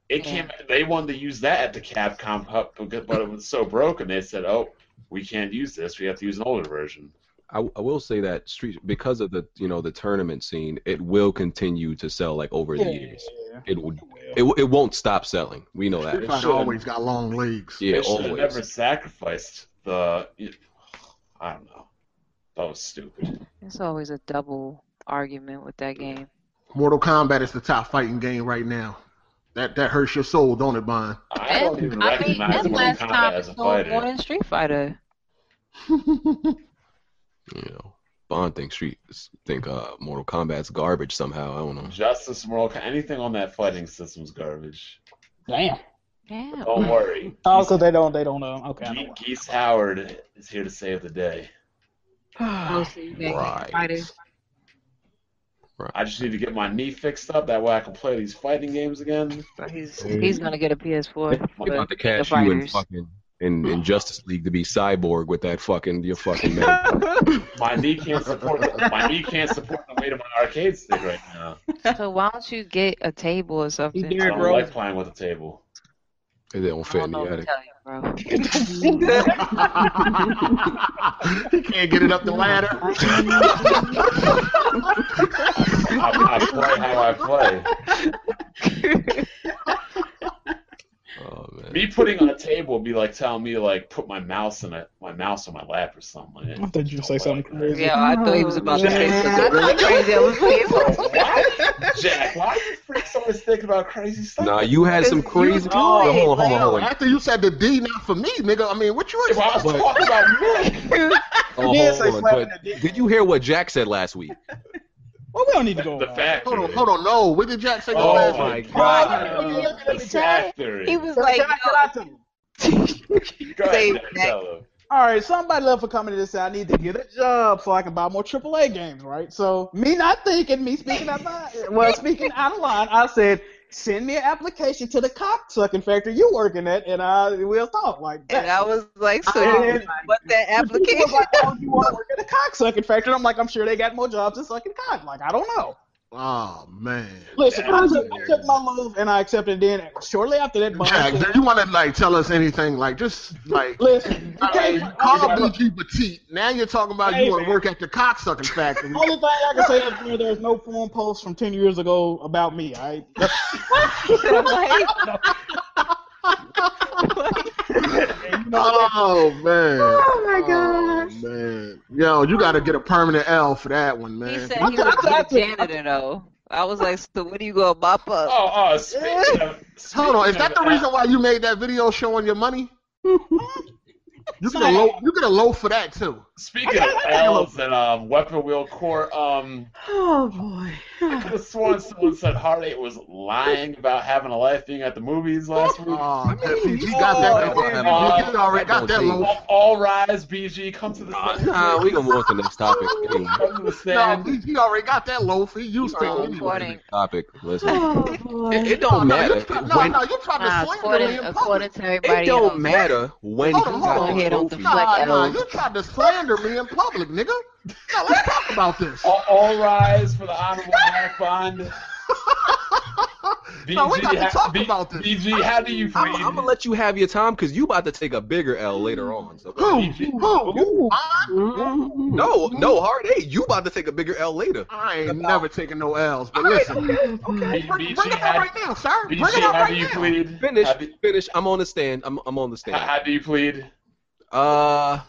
S4: It
S5: Yeah.
S4: came. They wanted to use that at the Capcom Cup, because- but it was so broken. They said, "Oh, we can't use this. We have to use an older version."
S1: I, I will say that street because of the you know the tournament scene, it will continue to sell like over the years. It will. It, it won't stop selling. We know that.
S4: It
S8: Street Fighter
S4: should.
S8: always got long legs.
S1: Yeah,
S4: they should have
S1: always.
S4: never sacrificed the. I don't know. That was stupid.
S5: It's always a double argument with that game.
S8: Mortal Kombat is the top fighting game right now. That that hurts your soul, don't
S6: [laughs]
S8: it, Bond?
S4: I don't even
S5: I
S4: recognize
S5: mean, that's
S4: Mortal
S5: last
S4: Kombat
S5: time it
S4: as a
S5: sold
S4: fighter.
S5: more than Street Fighter.
S1: You know, Bond thinks street think uh Mortal Kombat's garbage somehow. I don't know.
S4: Justice Mortal Kombat, anything on that fighting system's garbage.
S2: Damn.
S5: Yeah.
S4: Don't worry.
S2: Oh, because they don't, they don't know. Okay. I know
S4: Geese,
S2: why.
S4: Geese Howard is here to save the day.
S5: [sighs] Mostly Street
S1: Right.
S5: Fighter.
S4: I just need to get my knee fixed up. That way I can play these fighting games again.
S5: So he's he's gonna get a PS4.
S1: They about to
S5: but
S1: cash
S5: the
S1: you in
S5: writers.
S1: fucking in, in Justice League to be cyborg with that fucking your fucking man.
S4: My knee can't support the, my knee can't support the weight of my arcade stick right now.
S5: So why don't you get a table or something?
S2: did,
S4: I
S5: I
S4: don't
S2: bro.
S4: like playing with a table.
S1: It don't fit
S5: don't
S1: in the
S5: know what to
S1: attic.
S5: tell you, bro.
S8: he can't get it up the ladder.
S4: I, I play how I play.
S1: Oh man.
S4: Me putting on a table would be like telling me to like put my mouse in a, my mouse on my lap or something.
S2: I thought you were say something crazy.
S5: [laughs] Yeah, I thought he was about to say something
S8: Yeah.
S5: really crazy. I was waiting for him.
S4: What? Jack, why you freaks always thinking about crazy stuff?
S1: Nah, you had some crazy.
S5: do
S1: Hold on,
S5: it,
S1: hold on, hold on, hold on.
S8: After you said the D, not for me, nigga. I mean, what you
S4: If I was
S1: But-
S4: talking about milk,
S1: Oh,
S2: Yeah,
S1: hold
S2: say
S1: on.
S2: slapping
S1: But
S2: the dick.
S1: did you hear what Jack said last week?
S2: Well, we don't need to go.
S4: the
S2: around.
S4: factory.
S8: Hold on, hold on. No, what did Jack say?
S4: Oh,
S8: last
S4: my
S8: week?
S4: god.
S1: uh,
S2: Why would you look
S4: The factory.
S5: [laughs] He was
S2: Shout
S5: like,
S2: out to them.
S4: Go ahead,
S5: Say
S4: Jack,
S5: that.
S4: tell him.
S2: All right, somebody left for coming to this. I need to get a job so I can buy more AAA games, right? So me not thinking, me speaking out of well, speaking out of line, I said, send me an application to the cock sucking factory you working at, and I will talk like that.
S5: and I was like, so
S2: Oh [laughs]
S5: you
S2: my
S5: but that
S2: People was
S5: application?
S2: like, oh, you want to work at a cock sucking factory? I'm like, I'm sure they got more jobs than sucking cock. Like, I don't know.
S8: Oh man.
S2: Listen, I took, I took my move and I accepted. it. Then shortly after that, Bond
S8: Jack,
S2: said,
S8: do you want to like tell us anything? Like, just like.
S2: listen, you
S8: I mean,
S2: can't,
S8: you call BG petite. Now you're talking about
S2: Hey,
S8: you want
S2: man. Oh,
S8: to work at the cocksucking factory.
S2: Only thing I can say is bro, there's no forum posts from ten years ago about me. I
S8: oh man.
S3: Oh my
S8: Oh,
S3: gosh.
S8: man. Yo, you got to get a permanent L for that one,
S5: He
S8: man.
S5: said
S2: I
S5: he
S2: thought-
S5: was
S2: I
S5: a
S2: thought-
S5: janitor, though. I was like, so what are you going to mop up?
S4: Oh, oh, speaking of.
S8: Hold on, is
S4: speaking
S8: that
S4: of
S8: the reason why you made that video showing your money? You get a low, you get a low for that too. [laughs]
S4: Speaking of elves and um, Weapon Wheel Court, um,
S1: [laughs]
S3: Oh boy.
S4: I could have sworn someone said Hardate was lying about having a life being at the movies last week.
S8: Oh, man, PG got that.
S1: Oh,
S8: low.
S4: man.
S8: PG already got that low.
S4: All, all rise, BG. Come to the
S1: Nah,
S4: stage.
S1: nah, we gonna move on to the next topic. Anyway,
S4: Come to the
S8: No,
S4: stand.
S8: PG already got that low. He used to it anyway.
S5: According,
S1: topic. Listen,
S3: Oh boy.
S1: it, it
S8: No,
S1: don't
S8: no,
S1: matter.
S8: you tried, no,
S1: When,
S8: no, you tried
S5: uh,
S8: to slander
S5: according,
S8: me in
S5: according
S8: public.
S5: to everybody
S1: it don't
S5: else,
S1: matter when
S8: Hold
S1: he
S8: on, hold
S1: got
S8: on.
S1: the
S5: Here, don't
S1: trophy.
S5: deflect.
S8: Nah,
S5: Black
S8: nah,
S5: elves.
S8: you tried to slander me in public, nigga. Now let's talk about this.
S4: All, all rise for the honorable Jack Bond.
S8: [laughs] No, we got to
S4: how-
S8: talk
S4: B-
S8: about this.
S4: BG, how do you feel?
S1: I'm, I'm gonna let you have your time because you about to take a bigger L later on. So
S8: Who?
S1: Oh,
S8: Who? You? I,
S3: Mm.
S1: no, no, hard A. You about to take a bigger L later.
S8: I ain't never taking no L's, but
S1: All right,
S3: Oh,
S8: listen.
S4: B-
S8: Bring, bring
S4: BG,
S8: it out
S4: how,
S8: right now, sir. Bring
S4: BG,
S8: it out
S4: how do you
S8: right now.
S4: plead?
S1: Finish,
S4: How do,
S1: finish. I'm on the stand. I'm, I'm on the
S4: how-
S1: stand.
S4: how do you plead?
S1: Uh,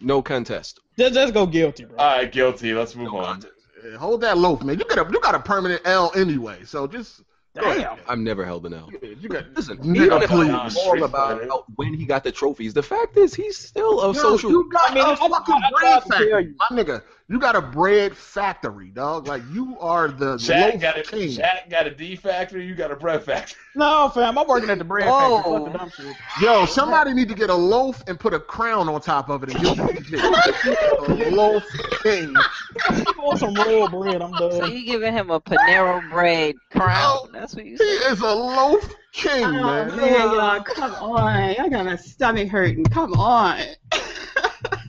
S1: no contest.
S2: just just go guilty, bro.
S4: All right, guilty. Let's move on.
S8: Yeah, Hold that loaf, man. You got a you got a permanent L anyway, so just
S2: Damn.
S1: I've never held an L.
S8: You got
S1: Listen,
S8: Nigga,
S1: even if
S8: please.
S1: I'm all about out when he got the trophies, the fact is he's still a
S8: Yo,
S1: social.
S8: You got
S2: I mean,
S8: a
S2: it's-
S8: fucking
S2: I- I
S8: bread
S2: tried to tell
S8: factory,
S2: you.
S8: my nigga. You got a bread factory, dog. Like you are
S4: [laughs]
S8: the
S4: Shaq
S8: loaf
S4: got a
S8: king.
S4: Shaq got a D factory. You got a bread factory.
S2: No, fam, I'm working at the bread
S5: Oh.
S2: factory. Fuck the dumb shit.
S8: Yo, somebody need to get a loaf and put a crown on top of it and give it to me. loaf king.
S2: I [laughs] want some real bread. I'm
S5: So
S2: done.
S5: you giving him a Panero bread crown? That's what you
S8: He [laughs]
S5: said.
S8: is a loaf king,
S3: Oh
S8: man.
S3: man, y'all, come on! I got my stomach hurting. Come on!
S4: [laughs]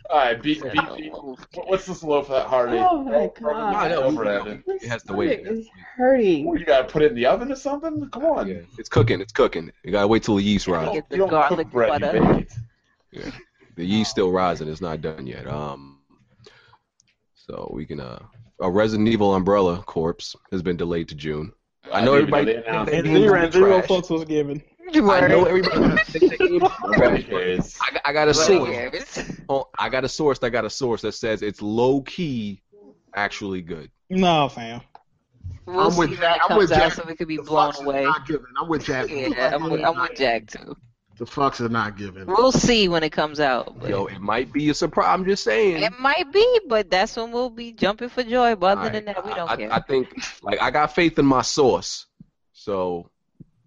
S4: All right, beat beat. beat.
S5: Oh.
S4: What- What's this low for that heartache?
S3: Oh my
S4: Over-
S3: God.
S1: I know,
S4: Over at
S1: you
S4: it.
S1: know, it has to wait.
S3: Stomach is hurting.
S4: What, You gotta put it in the oven or something. Come on.
S1: Yeah, it's cooking. It's cooking. You gotta wait till the yeast
S4: You don't-
S1: rises.
S5: Get the
S4: you don't
S5: garlic
S4: cook bread, you
S5: butter.
S4: bake it.
S1: The yeast still rising. It's not done yet. Um, so we can uh, a Resident Evil Umbrella Corpse has been delayed to June. I know
S4: didn't even
S1: everybody-
S4: they announced
S1: they-
S4: it.
S2: And zero,
S1: Trash.
S2: zero fucks was given.
S1: I know [laughs] everybody.
S4: Nobody
S5: [laughs]
S4: cares.
S1: I, got- I got a
S5: Nobody
S1: source.
S5: cares.
S1: Oh, I got a source. I got a source that says it's low key, actually good.
S2: No, fam.
S5: We'll
S8: I'm
S5: see
S8: with
S5: when
S8: Jack-
S5: it
S8: I'm
S5: comes
S8: with
S5: out
S8: Jack.
S5: so we could be
S8: The
S5: blown
S8: fucks is
S5: away.
S8: not giving. I'm with Jack.
S5: Yeah, I'm with, I'm with Jack too.
S8: The fucks are not giving.
S5: We'll see when it comes out. Mm. But
S1: Yo, it might be a surprise. I'm just saying.
S5: It might be, but that's when we'll be jumping for joy. But other than that, we don't
S1: I,
S5: care.
S1: I think like I got faith in my source, so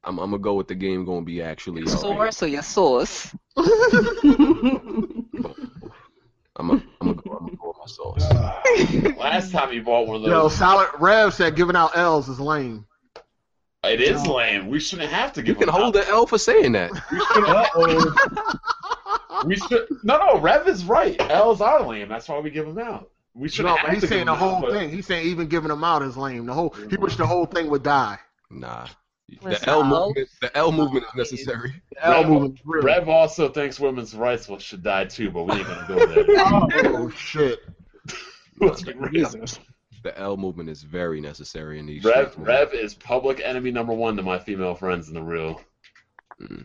S1: I'm, I'm gonna go with the game gonna be actually.
S5: your
S1: all right.
S5: source or your source?
S1: I'm gonna I'm gonna go, I'm gonna go with my source.
S4: Last time you bought one of
S8: [laughs] Yo,
S4: those,
S8: Solid Rev said giving out L's is lame.
S4: it is lame. We shouldn't have
S1: [laughs]
S4: to
S1: You
S4: give.
S1: can
S4: them
S1: hold
S4: out.
S1: the L for saying that.
S4: We should,
S8: Uh-oh.
S4: [laughs] we should. No, no. Rev is right. L's are lame. That's why we give them out. We should.
S8: No,
S4: have
S8: but he's
S4: to give
S8: saying the
S4: them out,
S8: whole
S4: but-
S8: thing. He's saying even giving them out is lame. The whole he wished the whole thing would die.
S1: Nah,
S5: Listen,
S1: the L
S5: I'll-
S1: movement. The L movement is necessary.
S8: The L
S4: Rev-
S8: movement is real.
S4: Rev also thinks women's rights will, should die too, but we ain't gonna go there.
S8: Oh shit.
S4: Let's be real.
S2: Jesus.
S1: The L movement is very necessary in these.
S4: Rev,
S1: streets, man.
S4: Rev is public enemy number one to my female friends in the real.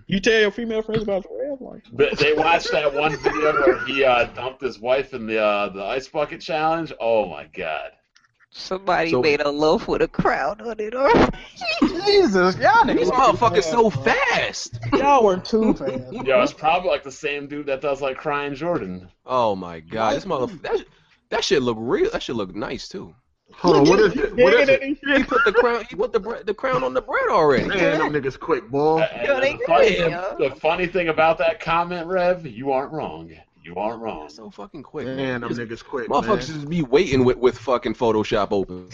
S2: You tell your female friends about the rev, like,
S4: But they watched that one video where he uh, dumped his wife in the uh, the ice bucket challenge. Oh my god!
S5: Somebody
S1: So-
S5: made a loaf with a crown on it. Or [laughs]
S2: Jesus, y'all
S1: These
S2: niggas.
S1: motherfuckers so fast.
S2: fast. Y'all were too fast.
S4: Yo, it's probably like the same dude that does like crying Jordan.
S1: Oh my god, this motherfucker. That, that shit look real. That shit look nice too.
S8: Hold on, what is it? What is it?
S5: [laughs]
S1: He put the crown. He put the bre- the crown on the bread already.
S8: Man, them niggas quick,
S1: Uh,
S8: boy.
S4: And
S5: Yo, they
S4: the, funny
S5: good,
S4: thing,
S5: yo.
S4: the funny thing about that comment, Rev, you aren't wrong. You aren't wrong.
S1: So fucking quick.
S8: Man, them
S1: Just-
S8: niggas quick. Man.
S1: Motherfuckers just be waiting with, with fucking Photoshop open.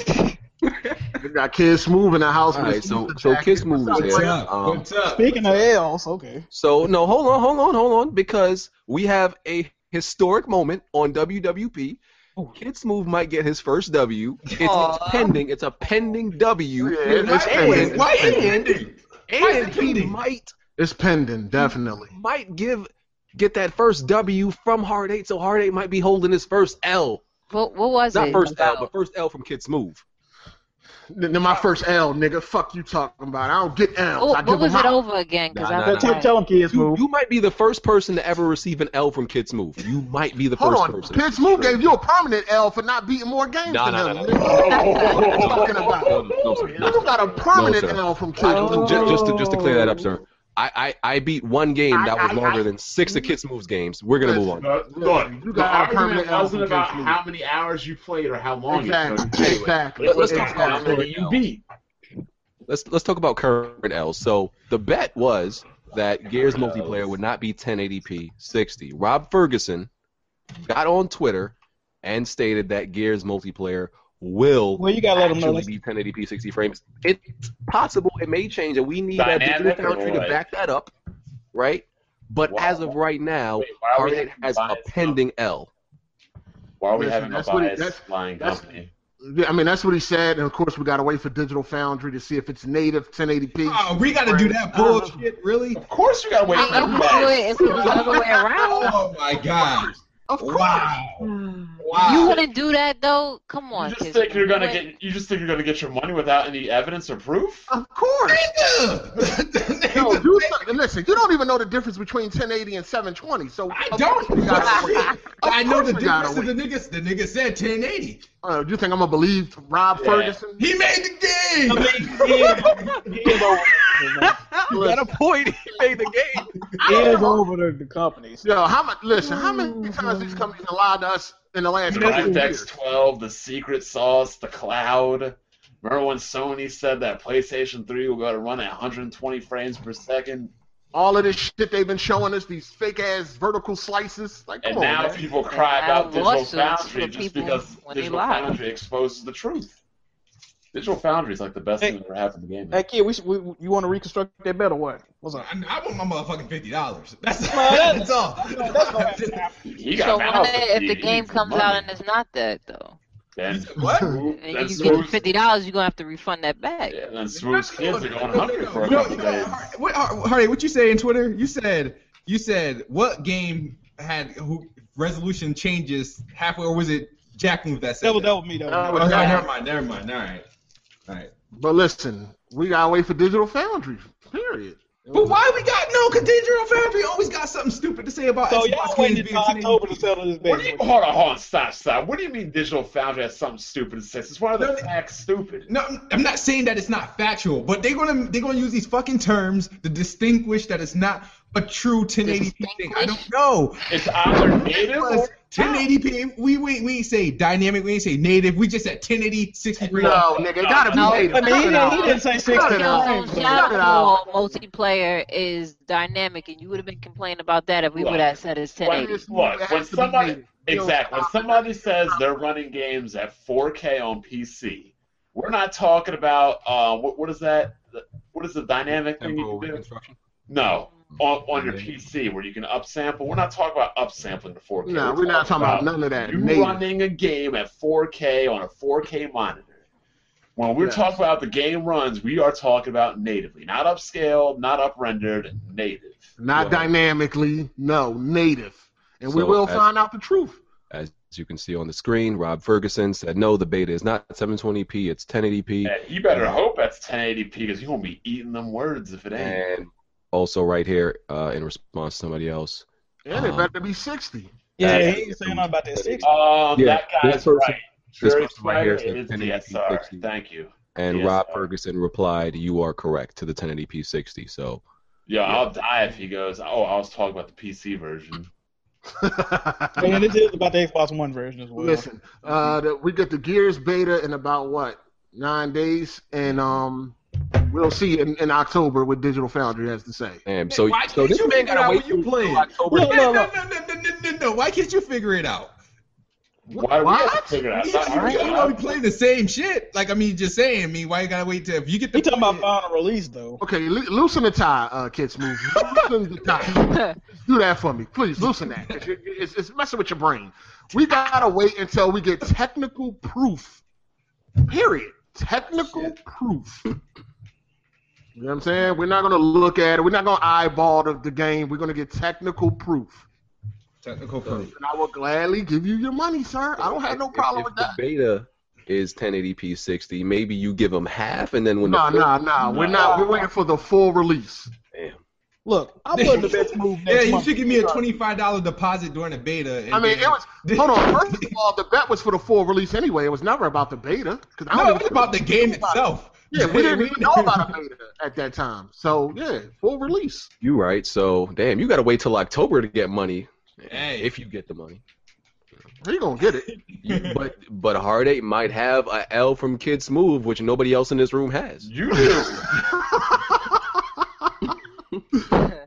S8: They got kids moving the house.
S1: All
S8: Miss
S1: right, so
S8: Smith
S1: so
S8: attacking.
S1: Kiss moves
S8: What's up,
S1: here.
S8: Rev?
S1: Um,
S7: up?
S2: Speaking of L's, okay.
S1: so no, hold on, hold on, hold on, because we have a historic moment on WWP. Kids Move might get his first W. It's, it's
S5: Aw.
S1: pending. It's a pending W.
S8: Yeah, it's pending.
S1: and,
S8: It's pending.
S1: and he might
S8: It's pending, definitely.
S1: might give get that first W from Hard Eight. So Hard Eight might be holding his first L,
S5: what, what was
S1: not
S5: it?
S1: first L,
S5: about?
S1: but first L from Kids Move.
S8: Then my first L, nigga. Fuck you talking about. I don't get L's.
S5: Oh,
S8: I
S5: what,
S8: give them
S5: was it
S8: out.
S5: over again? Because
S1: Nah,
S5: I
S1: nah,
S2: Tell,
S5: was
S1: nah.
S2: tell, tell them kids
S1: You,
S2: move.
S1: you might be the first person to ever receive an L from Kids Move. You might be the
S8: Hold
S1: first
S8: on,
S1: person.
S8: Pitch Move gave you a permanent L for not beating more games
S1: Nah,
S8: than
S1: nah,
S8: them.
S1: nah,
S4: [laughs]
S8: nigga. What are
S5: [laughs]
S8: you talking about?
S1: No, sir, no,
S8: You
S1: sir.
S8: got a permanent
S1: No, sir.
S8: L from Kids
S1: I don't-
S8: Move.
S1: ju- just to just to clear that up, sir. I, I, I beat one game
S8: I-
S1: that was
S8: I-
S1: longer
S8: I-
S1: than six of Kids Moves games. We're gonna move on.
S4: Uh,
S8: Look, you got a permanent L from Kids Move.
S4: many hours you played or how
S8: Exactly. Exactly.
S1: Let- let's talk
S8: exactly.
S1: about it.
S4: you beat.
S1: Let's let's talk about current L. So the bet was that Gears multiplayer would not be 1080p 60. Rob Ferguson got on Twitter and stated that Gears multiplayer will
S2: Well, you gotta let them know.
S1: actually be 1080p 60 frames. It's possible it may change, and we need that digital
S4: Dynamic or
S1: foundry to
S4: what?
S1: back that up, right? But
S4: Wow.
S1: as of right now,
S4: Wait, why are we
S1: Target
S4: having
S1: has a
S4: bias?
S1: pending L.
S4: Why are we
S8: Listen,
S4: having a
S8: that's what it-
S4: bias
S8: that's-
S4: flying
S8: that's-
S4: company?
S8: Yeah, I mean, that's what he said. And of course, we got to wait for Digital Foundry to see if it's native 1080p.
S7: Oh, we gotta do that
S2: Uh-huh.
S7: bullshit, really?
S4: Of course you gotta wait for
S5: I'm
S4: that.
S5: it's
S1: [laughs]
S5: the other way around.
S7: Oh my god!
S8: Of course.
S7: Wow!
S1: [laughs]
S3: [sighs]
S5: You
S7: Wow!
S5: want to do that though? Come on.
S4: You just
S5: kids.
S4: think you're gonna
S5: What?
S4: get you just think you're gonna get your money without any evidence or proof?
S8: [laughs] Of course.
S7: Nigga!
S8: Yo, do suck. And listen, you don't even know the difference between 1080 and 720. So
S11: I
S8: of
S11: don't.
S8: course we
S11: [laughs]
S8: gotta wait. Of
S11: I know
S8: course
S11: the
S8: we gotta
S11: difference. is The niggas, the nigga said 1080.
S8: wait. Uh, you think I'm gonna believe Rob
S4: Yeah.
S8: Ferguson?
S11: He made the game.
S7: You got a point. He made the game.
S2: It is over the, the companies.
S8: Yo, how much? Listen, how many times these companies have lied to us in the last couple of
S4: DirectX
S8: years?
S4: 12, the secret sauce, the cloud. Remember when Sony said that PlayStation 3 will be able to run at 120 frames per second?
S8: All of this shit they've been showing us, these fake ass vertical slices. Like, come
S4: And
S8: on,
S4: now
S8: man.
S4: people cry
S5: And
S4: about
S5: now
S4: Digital
S5: lawsuits
S4: Foundry
S5: for
S4: just
S5: people
S4: because
S5: when they
S4: Digital
S5: lie.
S4: Foundry exposes the truth. Digital Foundry is like the best
S2: Hey.
S4: thing that ever happened to gaming.
S2: Hey kid, we, should, we you want to reconstruct that better? What? What's up?
S11: I, I want my motherfucking fifty dollars. That's,
S2: that-
S11: that's all.
S2: [laughs] that's gonna have to
S4: He got
S5: So
S4: mouths
S5: wonder
S4: with
S5: if the
S4: DE
S5: game
S4: E for
S5: comes
S4: money.
S5: out and it's not that though.
S4: then
S11: What?
S5: And
S4: then
S5: you get
S4: Swoop's-
S5: fifty dollars, you're gonna have to refund that back.
S4: yeah, then Swoop's kids are going hungry for a
S11: No,
S4: couple
S11: you know,
S4: days.
S11: Har- What, Har- Hardy, what you say in Twitter? You said you said what game had who, resolution changes halfway, or was it Jacqueline with that? said
S2: That was
S11: that?
S2: that was me though.
S8: Nah,
S11: Oh,
S8: but
S11: no,
S8: that-
S11: never mind. Never mind. All right. All right.
S8: But listen, we gotta wait for Digital Foundry. Period.
S11: But why we got no Cathedral Foundry? Always got something stupid to say about
S2: So
S11: Xbox
S2: y'all
S11: games
S2: waited
S11: being
S2: until October
S11: 1080p.
S2: to settle this
S4: What do you,
S2: bet.
S4: hold on, hold on, stop, stop. What do you mean Digital Foundry has something stupid to say? It's one of the facts stupid.
S11: No, I'm- I'm not saying that it's not factual, but they're gonna they're gonna use these fucking terms to distinguish that it's not a true 1080p thing. I don't know.
S4: It's
S11: [laughs]
S4: either native
S11: Plus,
S4: or
S11: 1080p. We we we ain't say dynamic. We ain't say native. We just said 1080 60 frames.
S8: No, nigga, it gotta be
S4: No,
S8: native.
S2: But he
S8: Cut it
S2: didn't,
S8: out.
S2: he didn't say
S8: Cut it out.
S5: Killzone
S2: sixty.
S8: Cut it out.
S5: Shadowfall multiplayer is dynamic, and you would have been complaining about that if we
S4: Look,
S5: would have said it's
S4: when-
S5: 1080.
S4: Look,
S8: It
S4: when
S8: has to be
S4: somebody
S8: native.
S4: exactly when somebody says they're running games at 4K on PC, we're not talking about uh, what, what is that? What is the dynamic thing you can do? No, on, on your PC where you can upsample. We're not talking about upsampling to 4K.
S8: No, we're not talking about none of that.
S4: you
S8: Native.
S4: running a game at 4K on a 4K monitor. When we're
S8: Yes.
S4: talking about the game runs, we are talking about natively, not upscaled, not uprendered, native.
S8: Not
S1: Yeah.
S8: dynamically. No, native. And we
S1: So,
S8: will
S1: as-
S8: find out the truth.
S1: As you can see on the screen, Rob Ferguson said, "No, the beta is not 720p. It's 1080p."
S4: And you better hope that's 1080p because you're gonna be eating them words if it ain't.
S1: And also, right here, uh, in response to somebody else,
S8: And it
S1: Um,
S8: better be 60.
S2: Yeah, he ain't saying nothing about that sixty.
S4: Um,
S1: Yeah,
S4: that
S1: this
S4: guy's
S1: person-
S4: right.
S1: this
S4: Jury
S1: person right here
S4: sweater,
S1: says
S4: it is
S1: 1080p
S4: DSR.
S1: 60.
S4: Thank you.
S1: and
S4: Yes,
S1: Rob
S4: sir.
S1: Ferguson replied, "You are correct to the 1080p 60." So
S4: Yeah, I'll die if he goes. Oh, I was talking about the PC version.
S2: Man, this is about the Xbox One version as well.
S8: [laughs] Listen, uh, the, we get the Gears beta in about what nine days, and um, we'll see in, in October what Digital Foundry has to say.
S1: and so
S11: Why
S1: so
S11: can't
S1: this
S11: you
S1: man
S11: figure out
S1: gotta wait
S11: when you
S1: till
S11: play?
S1: October.
S2: No,
S11: No, no, no, no, no, no, no, no. Why can't you figure it out?
S4: Why do we have
S8: What?
S4: to figure it out?
S11: You,
S4: It's not
S11: you,
S4: our
S11: you
S4: job.
S11: know we play the same shit. Like I mean, just saying. I mean, why you gotta wait till if you get the
S2: He talking about final release though.
S8: Okay, lo- loosen the tie, uh, kids. Move. Loosen the tie. Do that for me, please. Loosen that. 'cause you- you- It's, it's messing with your brain. We gotta wait until we get technical proof. Period. Technical proof. You know what I'm saying? We're not gonna look at it. We're not gonna eyeball the, the game. We're gonna get technical proof.
S11: technical proof.
S8: And I will gladly give you your money, sir. I don't have no
S1: If-
S8: problem
S1: if
S8: with that.
S1: The beta is 1080p 60. Maybe you give them half, and then when
S8: No,
S1: the
S8: no, no. We're not. We're waiting for the full release.
S2: Look, I'm putting the best move
S11: Yeah,
S2: next
S11: you
S2: month.
S11: should give me a twenty-five dollar deposit during the beta. and
S8: I mean, it
S11: then-
S8: was.
S11: [laughs]
S8: Hold on. First of all, the bet was for the full release anyway. It was never about the beta. 'cause I don't
S11: No,
S8: even-
S11: it's about the game itself.
S8: Yeah, we didn't even know about a beta at that time. So yeah, full release.
S1: you right, so damn, you gotta wait till October to get money.
S11: Hey.
S1: If you get the money, [laughs]
S8: He gonna get [laughs] it.
S1: You- but but Hard Eight might have a L from Kids Move, which nobody else in this room has.
S4: You do.
S1: [laughs]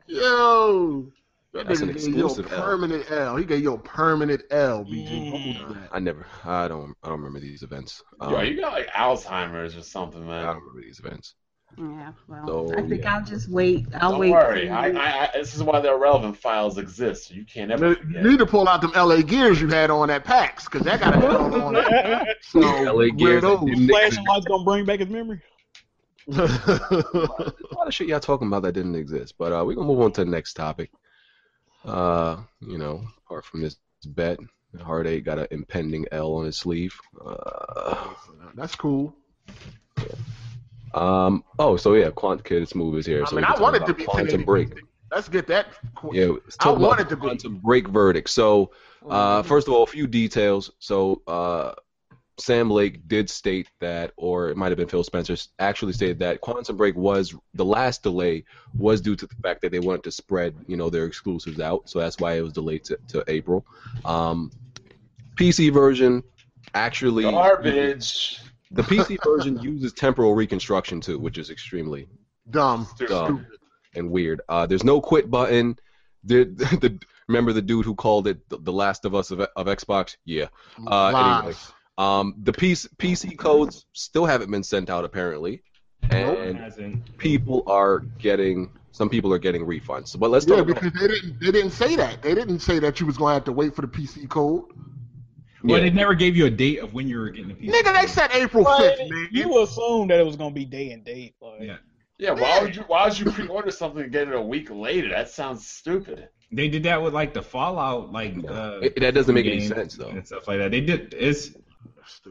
S8: Yo. That
S1: That's
S8: nigga
S1: an
S8: gave you a
S1: exclusive L.
S8: permanent L. He gave you a permanent L, BG.
S2: Mm.
S1: I never, I don't, I don't remember these events. Um,
S4: Yo, you got like Alzheimer's or something,
S1: I
S4: man.
S1: don't remember these events.
S3: Yeah, well,
S1: So,
S3: I think
S1: yeah.
S3: I'll just wait. I'll
S4: Don't
S3: wait.
S4: worry. I, I, I, this is why the irrelevant files exist. You can't ever.
S8: You
S4: forget.
S8: need to pull out them LA gears you had on at PAX, because that got an [laughs] L on it. So,
S1: LA
S8: wear
S1: Gears.
S8: those.
S1: and didn't
S2: [laughs] Flashing
S1: exist.
S2: lights gonna bring back his memory.
S8: [laughs]
S1: There's a lot of shit y'all talking about that didn't exist. But uh, we're gonna move on to the next topic. Uh, you know, apart from this bet, Hard Eight got an impending L on his sleeve. Uh,
S8: That's cool.
S1: Um. Oh, so yeah, Quant Kids movie is here.
S8: I
S1: so
S8: mean,
S1: we can
S8: I
S1: talk
S8: wanted
S1: about
S8: to be
S1: Quantum
S8: 1080p.
S1: Break.
S8: Let's get that.
S1: Yeah, let's
S8: I
S1: talk about
S8: wanted to be-
S1: Quantum Break verdict. So, uh, first of all, a few details. So, uh, Sam Lake did state that, or it might have been Phil Spencer, actually stated that Quantum Break was the last delay was due to the fact that they wanted to spread, you know, their exclusives out. So that's why it was delayed to, to April. Um, PC version actually
S4: Garbage.
S1: The PC version [laughs] uses temporal reconstruction too, which is extremely
S8: Dumb.
S1: dumb and weird. Uh, there's no quit button. The, [laughs] the, the- remember the dude who called it the, the Last of Us of, of Xbox? Yeah. Uh, anyway,
S8: Lies.
S1: um, the PC, PC codes still haven't been sent out apparently, and people are getting some people are getting refunds. But let's
S8: Yeah,
S1: talk.
S8: because they didn't they didn't say that. They didn't say that you was gonna have to wait for the PC code.
S11: Well,
S1: Yeah.
S11: they never gave you a date of when you were getting the piece.
S8: Nigga, they said April
S2: Right. [laughs]
S8: fifth, man.
S2: You assumed that it was gonna be day and date. Like,
S11: Yeah.
S4: Yeah, why would you why
S5: [laughs]
S4: would you pre-order something and get it a week later? That sounds stupid.
S11: They did that with like the Fallout, like uh,
S1: It- that doesn't make any
S11: games
S1: sense, though.
S11: and stuff like that. They did it's.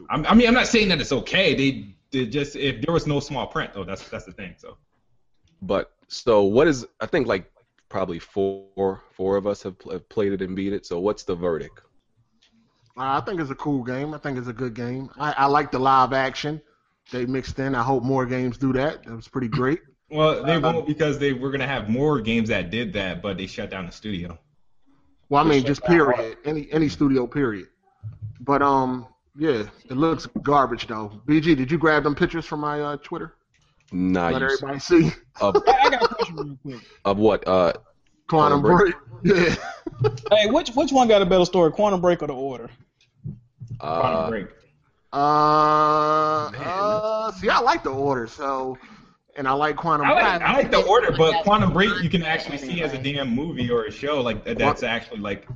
S11: I'm, I mean, I'm not saying that it's okay. They did just if there was no small print though. That's that's the thing. So
S1: But so what is? I think like probably four four of us have, pl- have played it and beat it. So what's the verdict?
S8: Uh, I think it's a cool game. I think it's a good game. I, I like the live action they mixed in. I hope more games do that. That was pretty great.
S11: well, they won't because they were gonna have more games that did that, but they shut down the studio.
S8: Well, I
S4: Just
S8: mean,
S4: like
S8: just
S4: that
S8: period. Any any studio period. But um, yeah, it looks garbage though. BG, did you grab them pictures from my uh, Twitter?
S1: Nah,
S8: Let
S1: you s-
S8: everybody see [laughs]
S1: of,
S2: I, I got a question real quick.
S1: of what? Uh, Quantum
S8: Quantum
S1: Break.
S8: Break. [laughs] Yeah.
S2: Hey, which which one got a better story, Quantum Break or The Order?
S1: uh,
S11: break.
S8: Uh, uh, see, I like the order so, and I like Quantum
S11: I
S8: Break.
S11: like, I like the order, but Quantum Break you can actually see as a damn movie or a show like that- that's actually like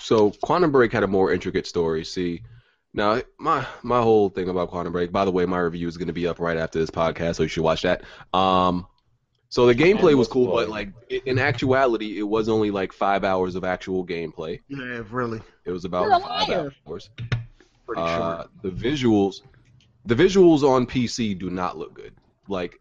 S1: so Quantum Break had a more intricate story. See, now my my whole thing about Quantum Break. By the way, my review is going to be up right after this podcast, so you should watch that. Um, so the gameplay was cool, but like i- in actuality, it was only like five hours of actual gameplay.
S8: Yeah, really.
S1: It was about
S8: You're a
S1: five
S8: liar.
S1: hours.
S8: Pretty
S1: Uh, the visuals, the visuals on PC do not look good. Like,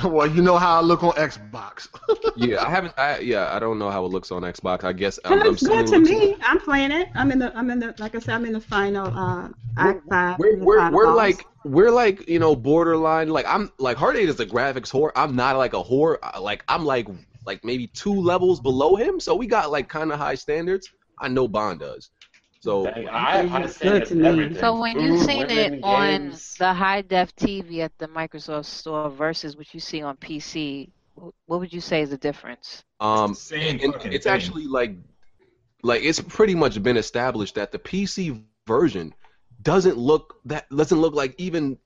S8: sure. [laughs] well, you know how I look on Xbox. [laughs]
S1: yeah, I haven't. I, yeah, I don't know how it looks on Xbox. I guess
S3: It
S1: I'm, I'm
S3: looks good
S1: assuming
S3: to
S1: it looks-
S3: me. I'm playing it. I'm in the. I'm in the. Like I said, I'm in the final. Uh, act five.
S1: we're,
S3: the
S1: we're,
S3: final
S1: we're
S3: boss.
S1: like we're like you know borderline like i'm like heart eight is a graphics whore i'm not like a whore I- like i'm like like maybe two levels below him so we got like kind of high standards i know bond does so
S4: Dang, I have high
S3: It's
S4: standards
S3: good to
S4: in
S3: me.
S4: everything.
S5: [laughs] So when you
S4: Food,
S5: seen
S4: women,
S5: it on
S4: games.
S5: the high def TV at the Microsoft Store versus what you see on PC, wh- what would you say is the difference?
S1: um
S11: same
S1: and
S11: fucking
S1: it's
S11: thing.
S1: actually like like it's pretty much been established that the pc version doesn't look that doesn't look like even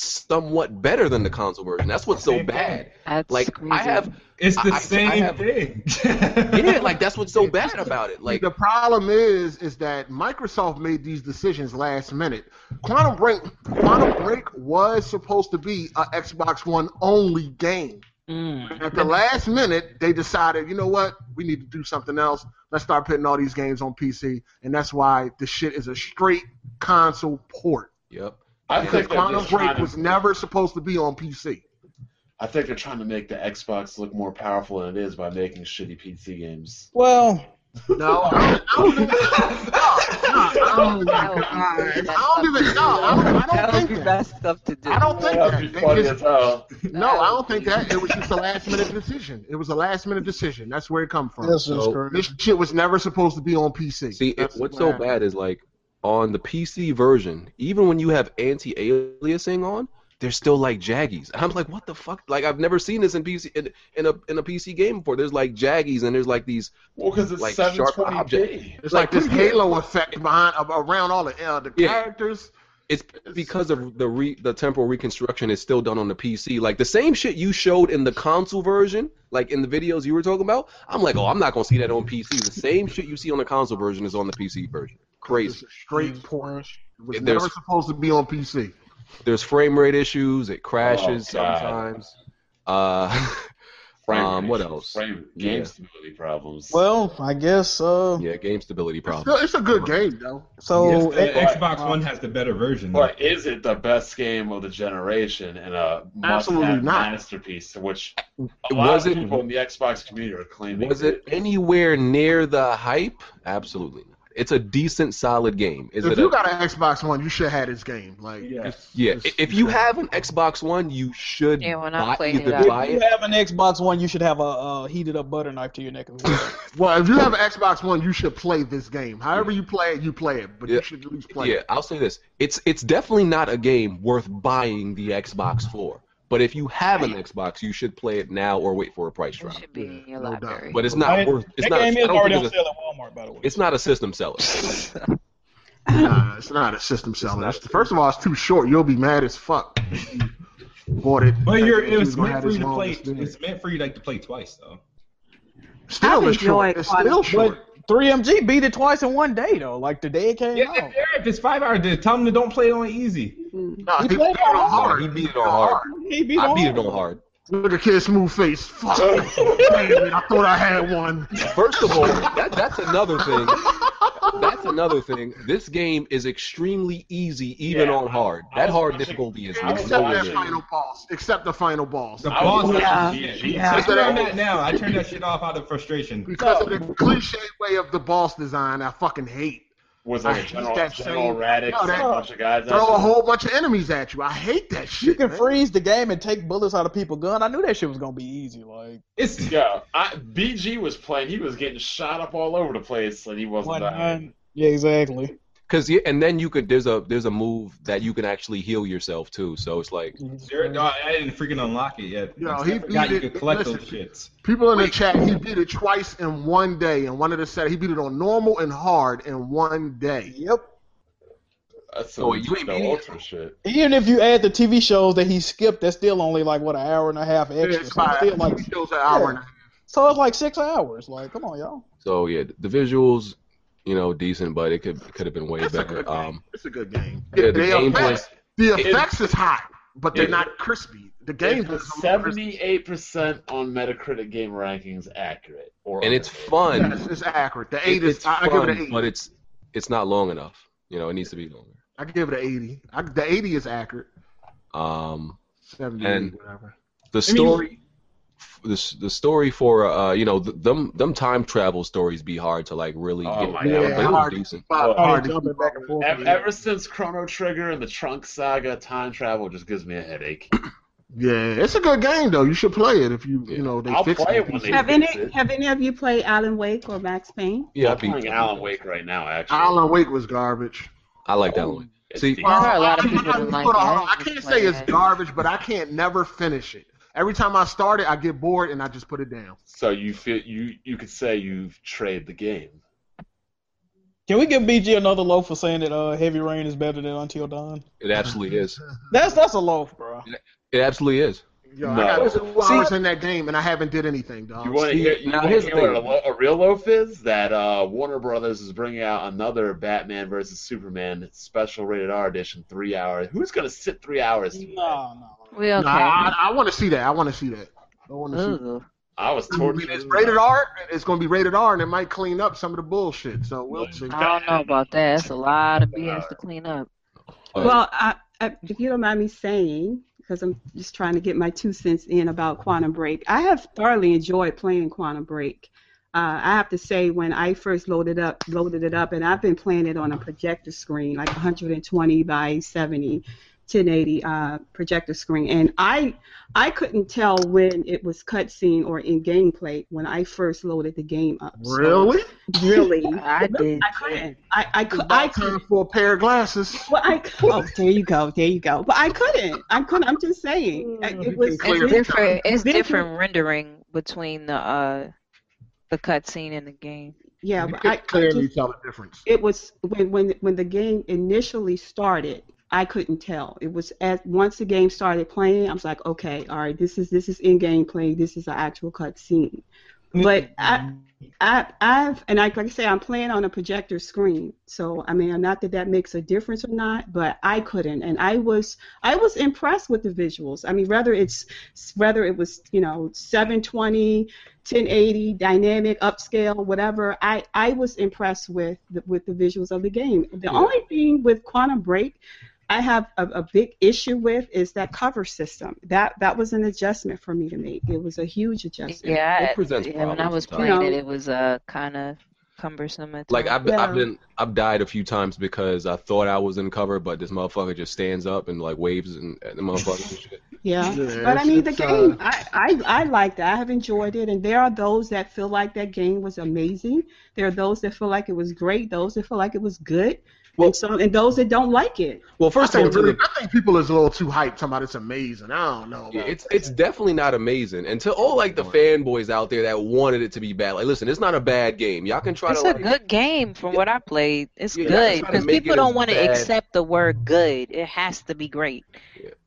S1: somewhat better than the console version that's what's so
S11: Same thing.
S1: bad
S5: That's
S1: like i
S5: crazy.
S1: have
S11: it's the
S1: I- I
S11: same
S1: have-
S11: thing. [laughs]
S1: yeah like that's what's so bad about it
S8: [laughs]
S1: like
S8: the problem is, is that Microsoft made these decisions last minute. Quantum Break, Quantum Break was supposed to be a Xbox One only game.
S5: Mm.
S8: At the last minute, they decided, you know what, we need to do something else. Let's start putting all these games on PC, and that's why the shit is a straight console port.
S1: yep
S4: I
S8: Because
S4: think they're
S8: Quantum
S4: just trying
S8: Break
S4: to,
S8: was never supposed to be on PC.
S4: I think they're trying to make the Xbox look more powerful than it is by making shitty PC games.
S2: Well,
S8: No, I don't, I don't, Oh, no, I don't, I don't even. No, I don't, I don't think that.
S5: stuff to do.
S8: I don't think
S4: [laughs] That'd
S8: that.
S4: be
S8: They
S4: funny
S8: just-
S4: as hell.
S8: no, I don't think that. It was just a last minute decision. It was a last minute decision. That's where it come from.
S2: this is
S1: So-
S2: crazy.
S8: This shit was never supposed to be on PC.
S1: See, it,
S8: That's
S1: what's
S8: what
S1: so
S8: happened.
S1: bad is like on the PC version, even when you have anti-aliasing on, they're still like jaggies. I'm like, what the fuck? Like I've never seen this in PC in, in a in a PC game before. There's like jaggies and there's like these.
S4: Well, because it's
S1: Like sharp
S4: 720p.
S8: It's like,
S1: Like,
S8: this
S1: pretty good.
S8: halo effect behind a- around all the uh, the
S1: Yeah.
S8: characters.
S1: It's because of the re, the temporal reconstruction is still done on the PC. Like the same shit you showed in the console version, like in the videos you were talking about. I'm like, oh, I'm not gonna see that on PC. The same shit you see on the console version is on the PC version. Crazy. Mm-hmm.
S8: It's a straight port. It was
S1: There's-
S8: never supposed to be on PC.
S1: there's frame rate issues. It crashes
S4: Oh, God.
S1: sometimes. Uh, [laughs]
S4: Frank
S1: Um, what else?
S4: Frame, game
S1: Yeah.
S4: stability problems.
S2: Well, I guess. Uh,
S1: yeah, game stability
S8: No,
S1: problems.
S8: it's a good game though.
S2: so
S4: Yes,
S2: eh,
S4: they-
S11: Uh, Xbox One has the better version.
S4: But is it the best game of the generation and a
S8: Absolutely
S4: must-have
S8: not.
S4: masterpiece? Which a lot
S1: Was
S4: of
S1: it
S4: people in the Xbox community are claiming.
S1: was it anywhere near the hype? Absolutely not. It's a decent, solid game. Is
S8: if
S1: it
S8: you
S1: a,
S8: got an Xbox One, you should have this game. Like,
S4: Yeah.
S8: it's-
S1: Yeah,
S8: it's-
S1: i- if you have an Xbox One, you should
S5: Yeah, when I
S1: buy,
S5: played
S1: either
S5: it, I-
S1: buy
S2: if you
S1: it.
S2: have an Xbox One, you should have a uh, heated up butter knife to your neck. of the woods.
S8: well, if you have an Xbox One, you should play this game. However you play it, you play it, but
S1: Yeah.
S8: you should at least play
S1: yeah,
S8: it.
S1: I'll say this: it's it's definitely not a game worth buying the Xbox for. But if you have an Xbox, you should play it now or wait for a price
S5: It
S1: drop.
S5: should be in your
S8: no doubt.
S5: library.
S1: But it's not worth. It's
S2: that
S1: not. I
S2: game is
S1: don't
S2: already
S1: think
S2: on
S1: it's, a,
S2: sale at Walmart, by the way.
S1: it's not a system seller.
S2: [laughs]
S8: Nah, it's not a system seller.
S1: not a
S8: It's- first of all, it's too short. You'll be mad as fuck. if you Bought it.
S11: But you're,
S8: You
S11: it was
S8: gonna
S11: meant
S8: have
S11: for
S8: this
S11: you to
S8: long
S11: play.
S8: experience.
S11: It's meant for you like to play twice though.
S8: Still,
S3: I've
S8: it's short.
S3: enjoyed
S8: It's
S3: Quantum
S8: still short.
S2: But 3MG beat it twice in one day, though. Like the day it came
S11: Yeah,
S2: out.
S11: if it's five hours, then tell them to don't play it on easy.
S3: Mm.
S8: Nah, he
S2: He
S8: beat
S2: played
S8: it on
S2: on hard.
S8: hard.
S1: He beat it on hard.
S2: He beat
S1: I
S2: all
S1: beat
S2: of
S1: it on hard.
S8: Look at kid smooth face.
S1: [laughs]
S8: Fuck. Damn it, I thought I had one.
S1: First of all, that, that's another thing. That's another thing. This game is extremely easy, even
S4: Yeah,
S1: on hard.
S4: I
S1: That
S4: was
S1: hard
S4: watching-
S1: difficulty is
S4: I was
S8: Except
S1: nowhere
S8: that
S4: watching-
S1: near.
S8: final boss. Except the final boss.
S11: The
S4: I
S11: boss
S4: was-
S3: Yeah,
S4: GG.
S3: yeah.
S11: That's where I'm at now. I turned that shit off out of frustration.
S8: Because of the cliche way of the boss design, I fucking hate.
S4: was
S8: I
S4: like a
S8: hate
S4: general,
S8: that
S4: general
S8: same-
S4: Radix
S8: No,
S4: and
S8: that-
S4: a bunch of guys.
S8: Throw
S4: out
S8: a
S4: there.
S8: whole bunch of enemies at you. I hate that shit.
S2: You can
S8: man.
S2: freeze the game and take bullets out of people's gun. I knew that shit was gonna be easy. Like,
S11: It's
S4: Yeah, I, BG was playing. He was getting shot up all over the place, and he wasn't
S2: one
S4: dying.
S2: nine. Yeah, exactly.
S1: Cause yeah, and then you could there's a there's a move that you can actually heal yourself too. So it's like
S11: Jared, no, I didn't freaking unlock it yet.
S8: Yo,
S11: Except
S8: he
S11: I forgot
S8: beat
S11: you
S8: it.
S11: could collect those
S8: Listen.
S11: shits.
S8: People in the chat, he beat it twice in one day. And one of the set, he beat it on normal and hard in one day.
S2: Yep.
S4: That's
S1: Oh,
S4: some
S1: you ain't
S4: no
S1: beating it.
S4: ultra shit.
S2: Even if you add the TV shows that he skipped, that's still only like what an hour and a half
S8: Yeah,
S2: extra.
S8: it's
S2: so, it's
S8: five.
S2: still like,
S8: He kills an hour and a half.
S2: so it's like six hours. Like, come on, y'all.
S1: so yeah, the visuals, you know, decent, but it could could have been way
S8: It's a good
S1: better.
S8: game.
S1: Um,
S8: It's a good game.
S1: yeah, the
S8: the,
S1: gameplay.
S8: effects, the
S1: it-
S8: effects is hot, but they're
S4: it-
S8: not crispy. The game
S4: It's
S8: is
S4: seventy-eight percent on Metacritic game rankings accurate, or
S1: and it's fun.
S4: underrated.
S8: Yes, it's accurate. The
S1: It-
S8: eight is.
S1: it's
S8: I, I give it an
S1: fun,
S8: eight.
S1: but it's it's not long enough. You know, it needs to be longer.
S8: I give it an eighty. I, the eighty is accurate.
S1: Um,
S8: Seventy,
S1: And-
S8: whatever.
S1: the
S11: I mean-
S1: story the, s- the story for uh you know th- them them time travel stories be hard to like really
S4: Oh
S1: get
S4: my
S1: down,
S4: God.
S1: but it was
S8: Hard.
S1: decent.
S8: Five,
S4: Well,
S8: hard to
S2: Jumping
S8: keep
S2: back
S8: up
S2: and
S8: with.
S2: forth.
S4: Ev- Ever since Chrono Trigger and the Trunks Saga, time travel just gives me a headache.
S8: Yeah, it's a good game though. You should play it if you
S1: Yeah.
S8: you know they
S4: I'll
S8: fix
S4: play
S8: it.
S4: it when they-
S3: Have any Have any of you played Alan Wake or Max Payne?
S1: Yeah, I
S4: I'm playing
S1: beat-
S4: Alan Wake right now. Actually,
S8: Alan Wake was garbage.
S1: I like that one.
S4: It's
S1: See-
S4: decent.
S5: There are a lot of
S8: I-
S5: people that don't like
S8: hold on,
S5: that.
S8: hold on. I can't say it's
S5: Like-
S8: garbage, but I can't never finish it. Every time I start it, I get bored and I just put it down.
S4: so you feel you you could say you've traded the game.
S2: Can we give BG another loaf for saying that uh, Heavy Rain is better than Until Dawn?
S1: It absolutely is.
S2: That's that's a loaf, bro.
S1: It absolutely is.
S8: Yo,
S4: No.
S8: I got two hours in that game and I haven't did anything, dog.
S4: You want to
S1: Uh, See,
S4: hear, you
S1: now
S4: wanna
S1: here's the
S4: hear what a,
S1: thing.
S4: lo- a real loaf is? That uh, Warner Brothers is bringing out another Batman versus Superman special rated R edition, three hours. Who's gonna sit three hours? through that?
S2: No, no.
S5: We okay.
S8: Nah, I, I want to see that. I want to see that. I want to see. That.
S5: Ugh.
S4: I was
S8: I mean,
S4: tortured.
S8: it's rated R. It's going to be rated R, and it might clean up some of the bullshit. So we'll see.
S5: I don't know about that. That's a lot of BS to clean up.
S1: Uh,
S3: Well, I, I, if you don't mind me saying, because I'm just trying to get my two cents in about Quantum Break, I have thoroughly enjoyed playing Quantum Break. Uh, I have to say, when I first loaded up, loaded it up, and I've been playing it on a projector screen, like 120 by 70, 1080 uh, projector screen, and I, I couldn't tell when it was cutscene or in gameplay when I first loaded the game up. So,
S8: Really?
S3: really,
S5: I did.
S3: I couldn't. I, I, cou-
S8: About
S3: I couldn't.
S8: time for a pair of glasses.
S3: Well, I [laughs] oh, there you go, there you go. But I couldn't. I couldn't. I'm just saying. I- It was.
S8: clear
S5: It's different. It's
S3: Then you-
S5: different rendering between the uh the cutscene and the game.
S3: Yeah,
S8: you
S3: but
S8: can
S3: I, I
S8: clearly
S3: just,
S8: tell the difference.
S3: it was when when when the game initially started. I couldn't tell. It was as once the game started playing, I was like, okay, all right, this is this is in gameplay. This is an actual cutscene. But I, I, I've and I, like I say, I'm playing on a projector screen. So I mean, not that that makes a difference or not, but I couldn't, and I was, I was impressed with the visuals. I mean, whether it's whether it was you know 720, 1080, dynamic, upscale, whatever, I, I was impressed with the, with the visuals of the game. The only thing with Quantum Break I have a, a big issue with is that cover system. That that was an adjustment for me to make. It was a huge adjustment.
S5: Yeah,
S1: It presents
S5: yeah, when I
S1: problems
S5: was
S1: sometimes.
S5: playing
S3: You
S5: it,
S3: know.
S5: it was uh, kind of cumbersome. At
S1: Like
S5: times.
S1: I've, I've been I've died a few times because I thought I was in cover, but this motherfucker just stands up and like waves and, and the motherfucker. and
S4: [laughs]
S1: shit.
S3: Yeah.
S8: Yeah,
S3: But I mean, the
S8: it's, uh,
S3: game, I, I, I liked it. I have enjoyed it. And there are those that feel like that game was amazing. There are those that feel like it was great, those that feel like it was good,
S1: Well-
S3: and, some, and those that don't like it.
S1: Well, first
S8: I
S1: of all,
S8: think,
S1: to the
S8: really, I think people is a little too hyped. Talking about it's amazing. I don't know.
S1: Yeah,
S8: about
S1: it's it's definitely not amazing. And to all like the fanboys out there that wanted it to be bad, like listen, it's not a bad game. Y'all can try
S5: It's
S1: to
S5: a
S1: like,
S5: good game from what I played. It's
S1: Yeah,
S5: good
S1: try to
S5: because
S1: make
S5: people
S1: it
S5: don't
S1: as
S5: want to
S1: bad-
S5: accept the word good. It has to be great.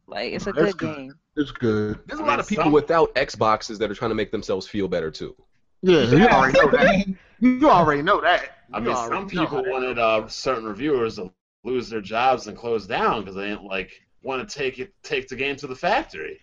S5: Like it's a
S8: That's
S5: good
S8: good.
S5: game.
S8: It's good.
S1: there's a lot of people without Xboxes that are trying to make themselves feel better too.
S8: Yeah, you already know that.
S11: Man,
S8: You already know that.
S4: I
S8: You
S4: mean,
S8: already
S4: some
S8: know
S4: people
S8: that.
S4: wanted uh, certain reviewers to lose their jobs and close down because they didn't like want to take it take the game to the factory.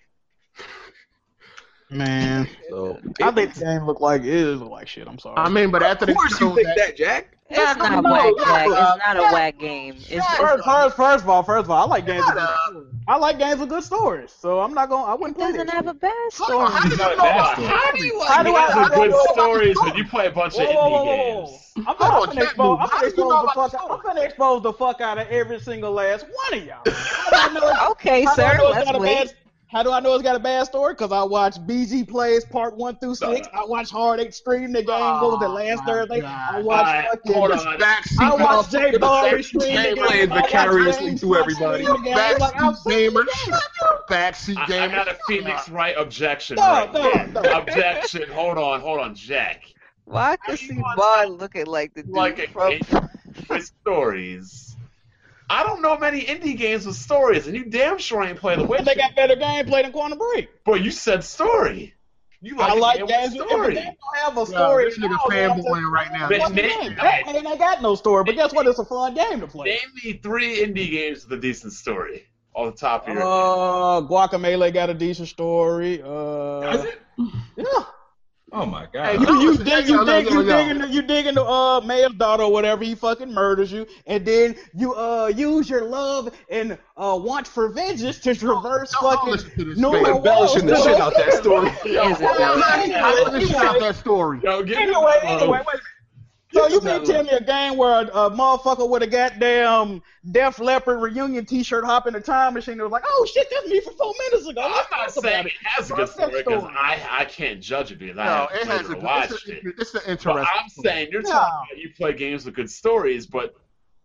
S2: Man,
S1: So
S2: I think the game looked like it looked like shit. I'm sorry.
S8: I mean, but after
S1: of
S8: they
S1: course you
S8: showed
S1: think
S8: that,
S1: that, Jack.
S5: It's not
S8: no,
S5: whack.
S8: no,
S5: Jack.
S8: uh,
S5: It's not a whack game. It's
S2: first, first, first of all, first of all, I like games. With
S8: Shut
S2: good
S8: up.
S2: stories. I like games with good stories, so I'm not gonna. I wouldn't
S5: it
S2: play
S5: doesn't
S2: this.
S5: have a bad
S8: Hold on,
S5: story.
S8: how do you
S4: Not
S8: know
S4: a bad
S8: about
S4: story.
S8: how do you
S2: How do I-
S4: These
S2: how
S4: are
S2: do I
S4: good
S2: know about the
S4: stories
S8: story?
S4: when you play a bunch
S2: Whoa,
S4: of
S2: whoa, whoa,
S4: indie
S2: whoa, whoa!
S4: games.
S2: I'm
S8: Hold
S2: not
S8: on,
S2: gonna
S8: Jack,
S2: expose.
S8: dude,
S2: I'm
S8: how do
S2: gonna
S8: you know
S2: expose the
S8: about
S2: fuck.
S8: the
S2: I'm
S8: story?
S2: gonna expose the fuck out of every single last one of y'all. How do I know
S5: [laughs]
S2: it's-
S5: Okay,
S2: how do I
S5: Oh, sir.
S2: know it's
S5: Let's
S2: got a bad?
S5: wait.
S2: How do I know it's got a bad story? Because I watched BG plays part one through six. I watched Hard Eight stream the game what was the
S8: Oh,
S2: last
S8: my
S2: Thursday. I
S8: God.
S2: watched
S4: Alright,
S2: fucking.
S4: hold on.
S8: It's backseat
S2: I watched
S8: motherfucker.
S2: Jay Barry
S4: James
S2: stream the game.
S4: playing
S2: I watched
S7: vicariously
S2: James
S7: through
S2: Fox
S7: everybody.
S2: stream the game. Like, I'm
S8: Backseat
S2: playing the
S8: gamer.
S2: game.
S8: [laughs] Shut up, backseat
S4: I, I
S8: gamer.
S4: got a Phoenix Wright objection
S2: No,
S4: right
S2: no,
S4: here.
S2: no.
S4: Objection. Hold on, hold on, Jack.
S5: Well, I could
S4: How you
S5: see
S4: want
S5: Bond looking like the dude
S4: Like a
S5: from.
S4: With stories. I don't know many indie games with stories, and you damn sure ain't play The
S2: But they
S4: Witcher.
S2: got better gameplay than Quantum Break.
S4: But you said story. You like
S2: I
S4: a
S2: like
S4: game
S2: games.
S4: with
S2: If a
S4: story.
S2: game don't have a
S8: Yeah,
S2: story,
S8: this nigga
S2: I don't know.
S8: fanboying right now.
S4: Nick,
S2: What's the
S4: Nick,
S2: game?
S4: Nick.
S2: That ain't ain't got no story. But guess what? It's a fun game to play.
S4: Name me three indie games with a decent story. On the top of your
S2: Uh, Guacamele got a decent story.
S11: Does
S2: Uh,
S11: it?
S2: yeah.
S11: Oh my
S8: Hey, you-
S11: god.
S2: You, you
S8: listen,
S2: dig,
S8: yo,
S2: you
S8: yo,
S2: dig,
S8: yo,
S2: you
S8: yo.
S2: dig, into, you dig into uh mayor's daughter or whatever. He fucking murders you, and then you uh use your love and uh want for vengeance to reverse
S8: Don't- don't
S2: fucking.
S8: listen to this
S2: New
S8: man.
S1: We're
S2: York
S1: embellishing the
S2: worlds.
S1: shit out that story.
S4: oh,
S5: He is
S8: Don't
S5: embellishing.
S8: listen to this shit out that story.
S4: Yo, give me
S2: Anyway,
S4: that
S2: anyway,
S4: low.
S2: wait. So
S4: Give
S2: you
S4: me that
S2: mean tell me
S4: low.
S2: a game where a, a motherfucker with a goddamn Def Leppard reunion T-shirt hop in a time machine and was like, "Oh shit, that's me from four minutes ago."
S4: I'm
S2: Let's
S4: not
S2: talk about
S4: saying
S2: it.
S4: it has a
S2: Fuck
S4: good
S2: that
S4: story because
S2: story.
S4: I, I can't judge it because I
S8: No,
S4: haven't
S8: it
S4: played
S8: has
S4: it
S8: a.
S4: or watched
S8: It's,
S4: it.
S8: a, it's an
S4: But
S8: interesting.
S4: I'm saying you're
S2: No.
S4: talking about you play games with good stories, but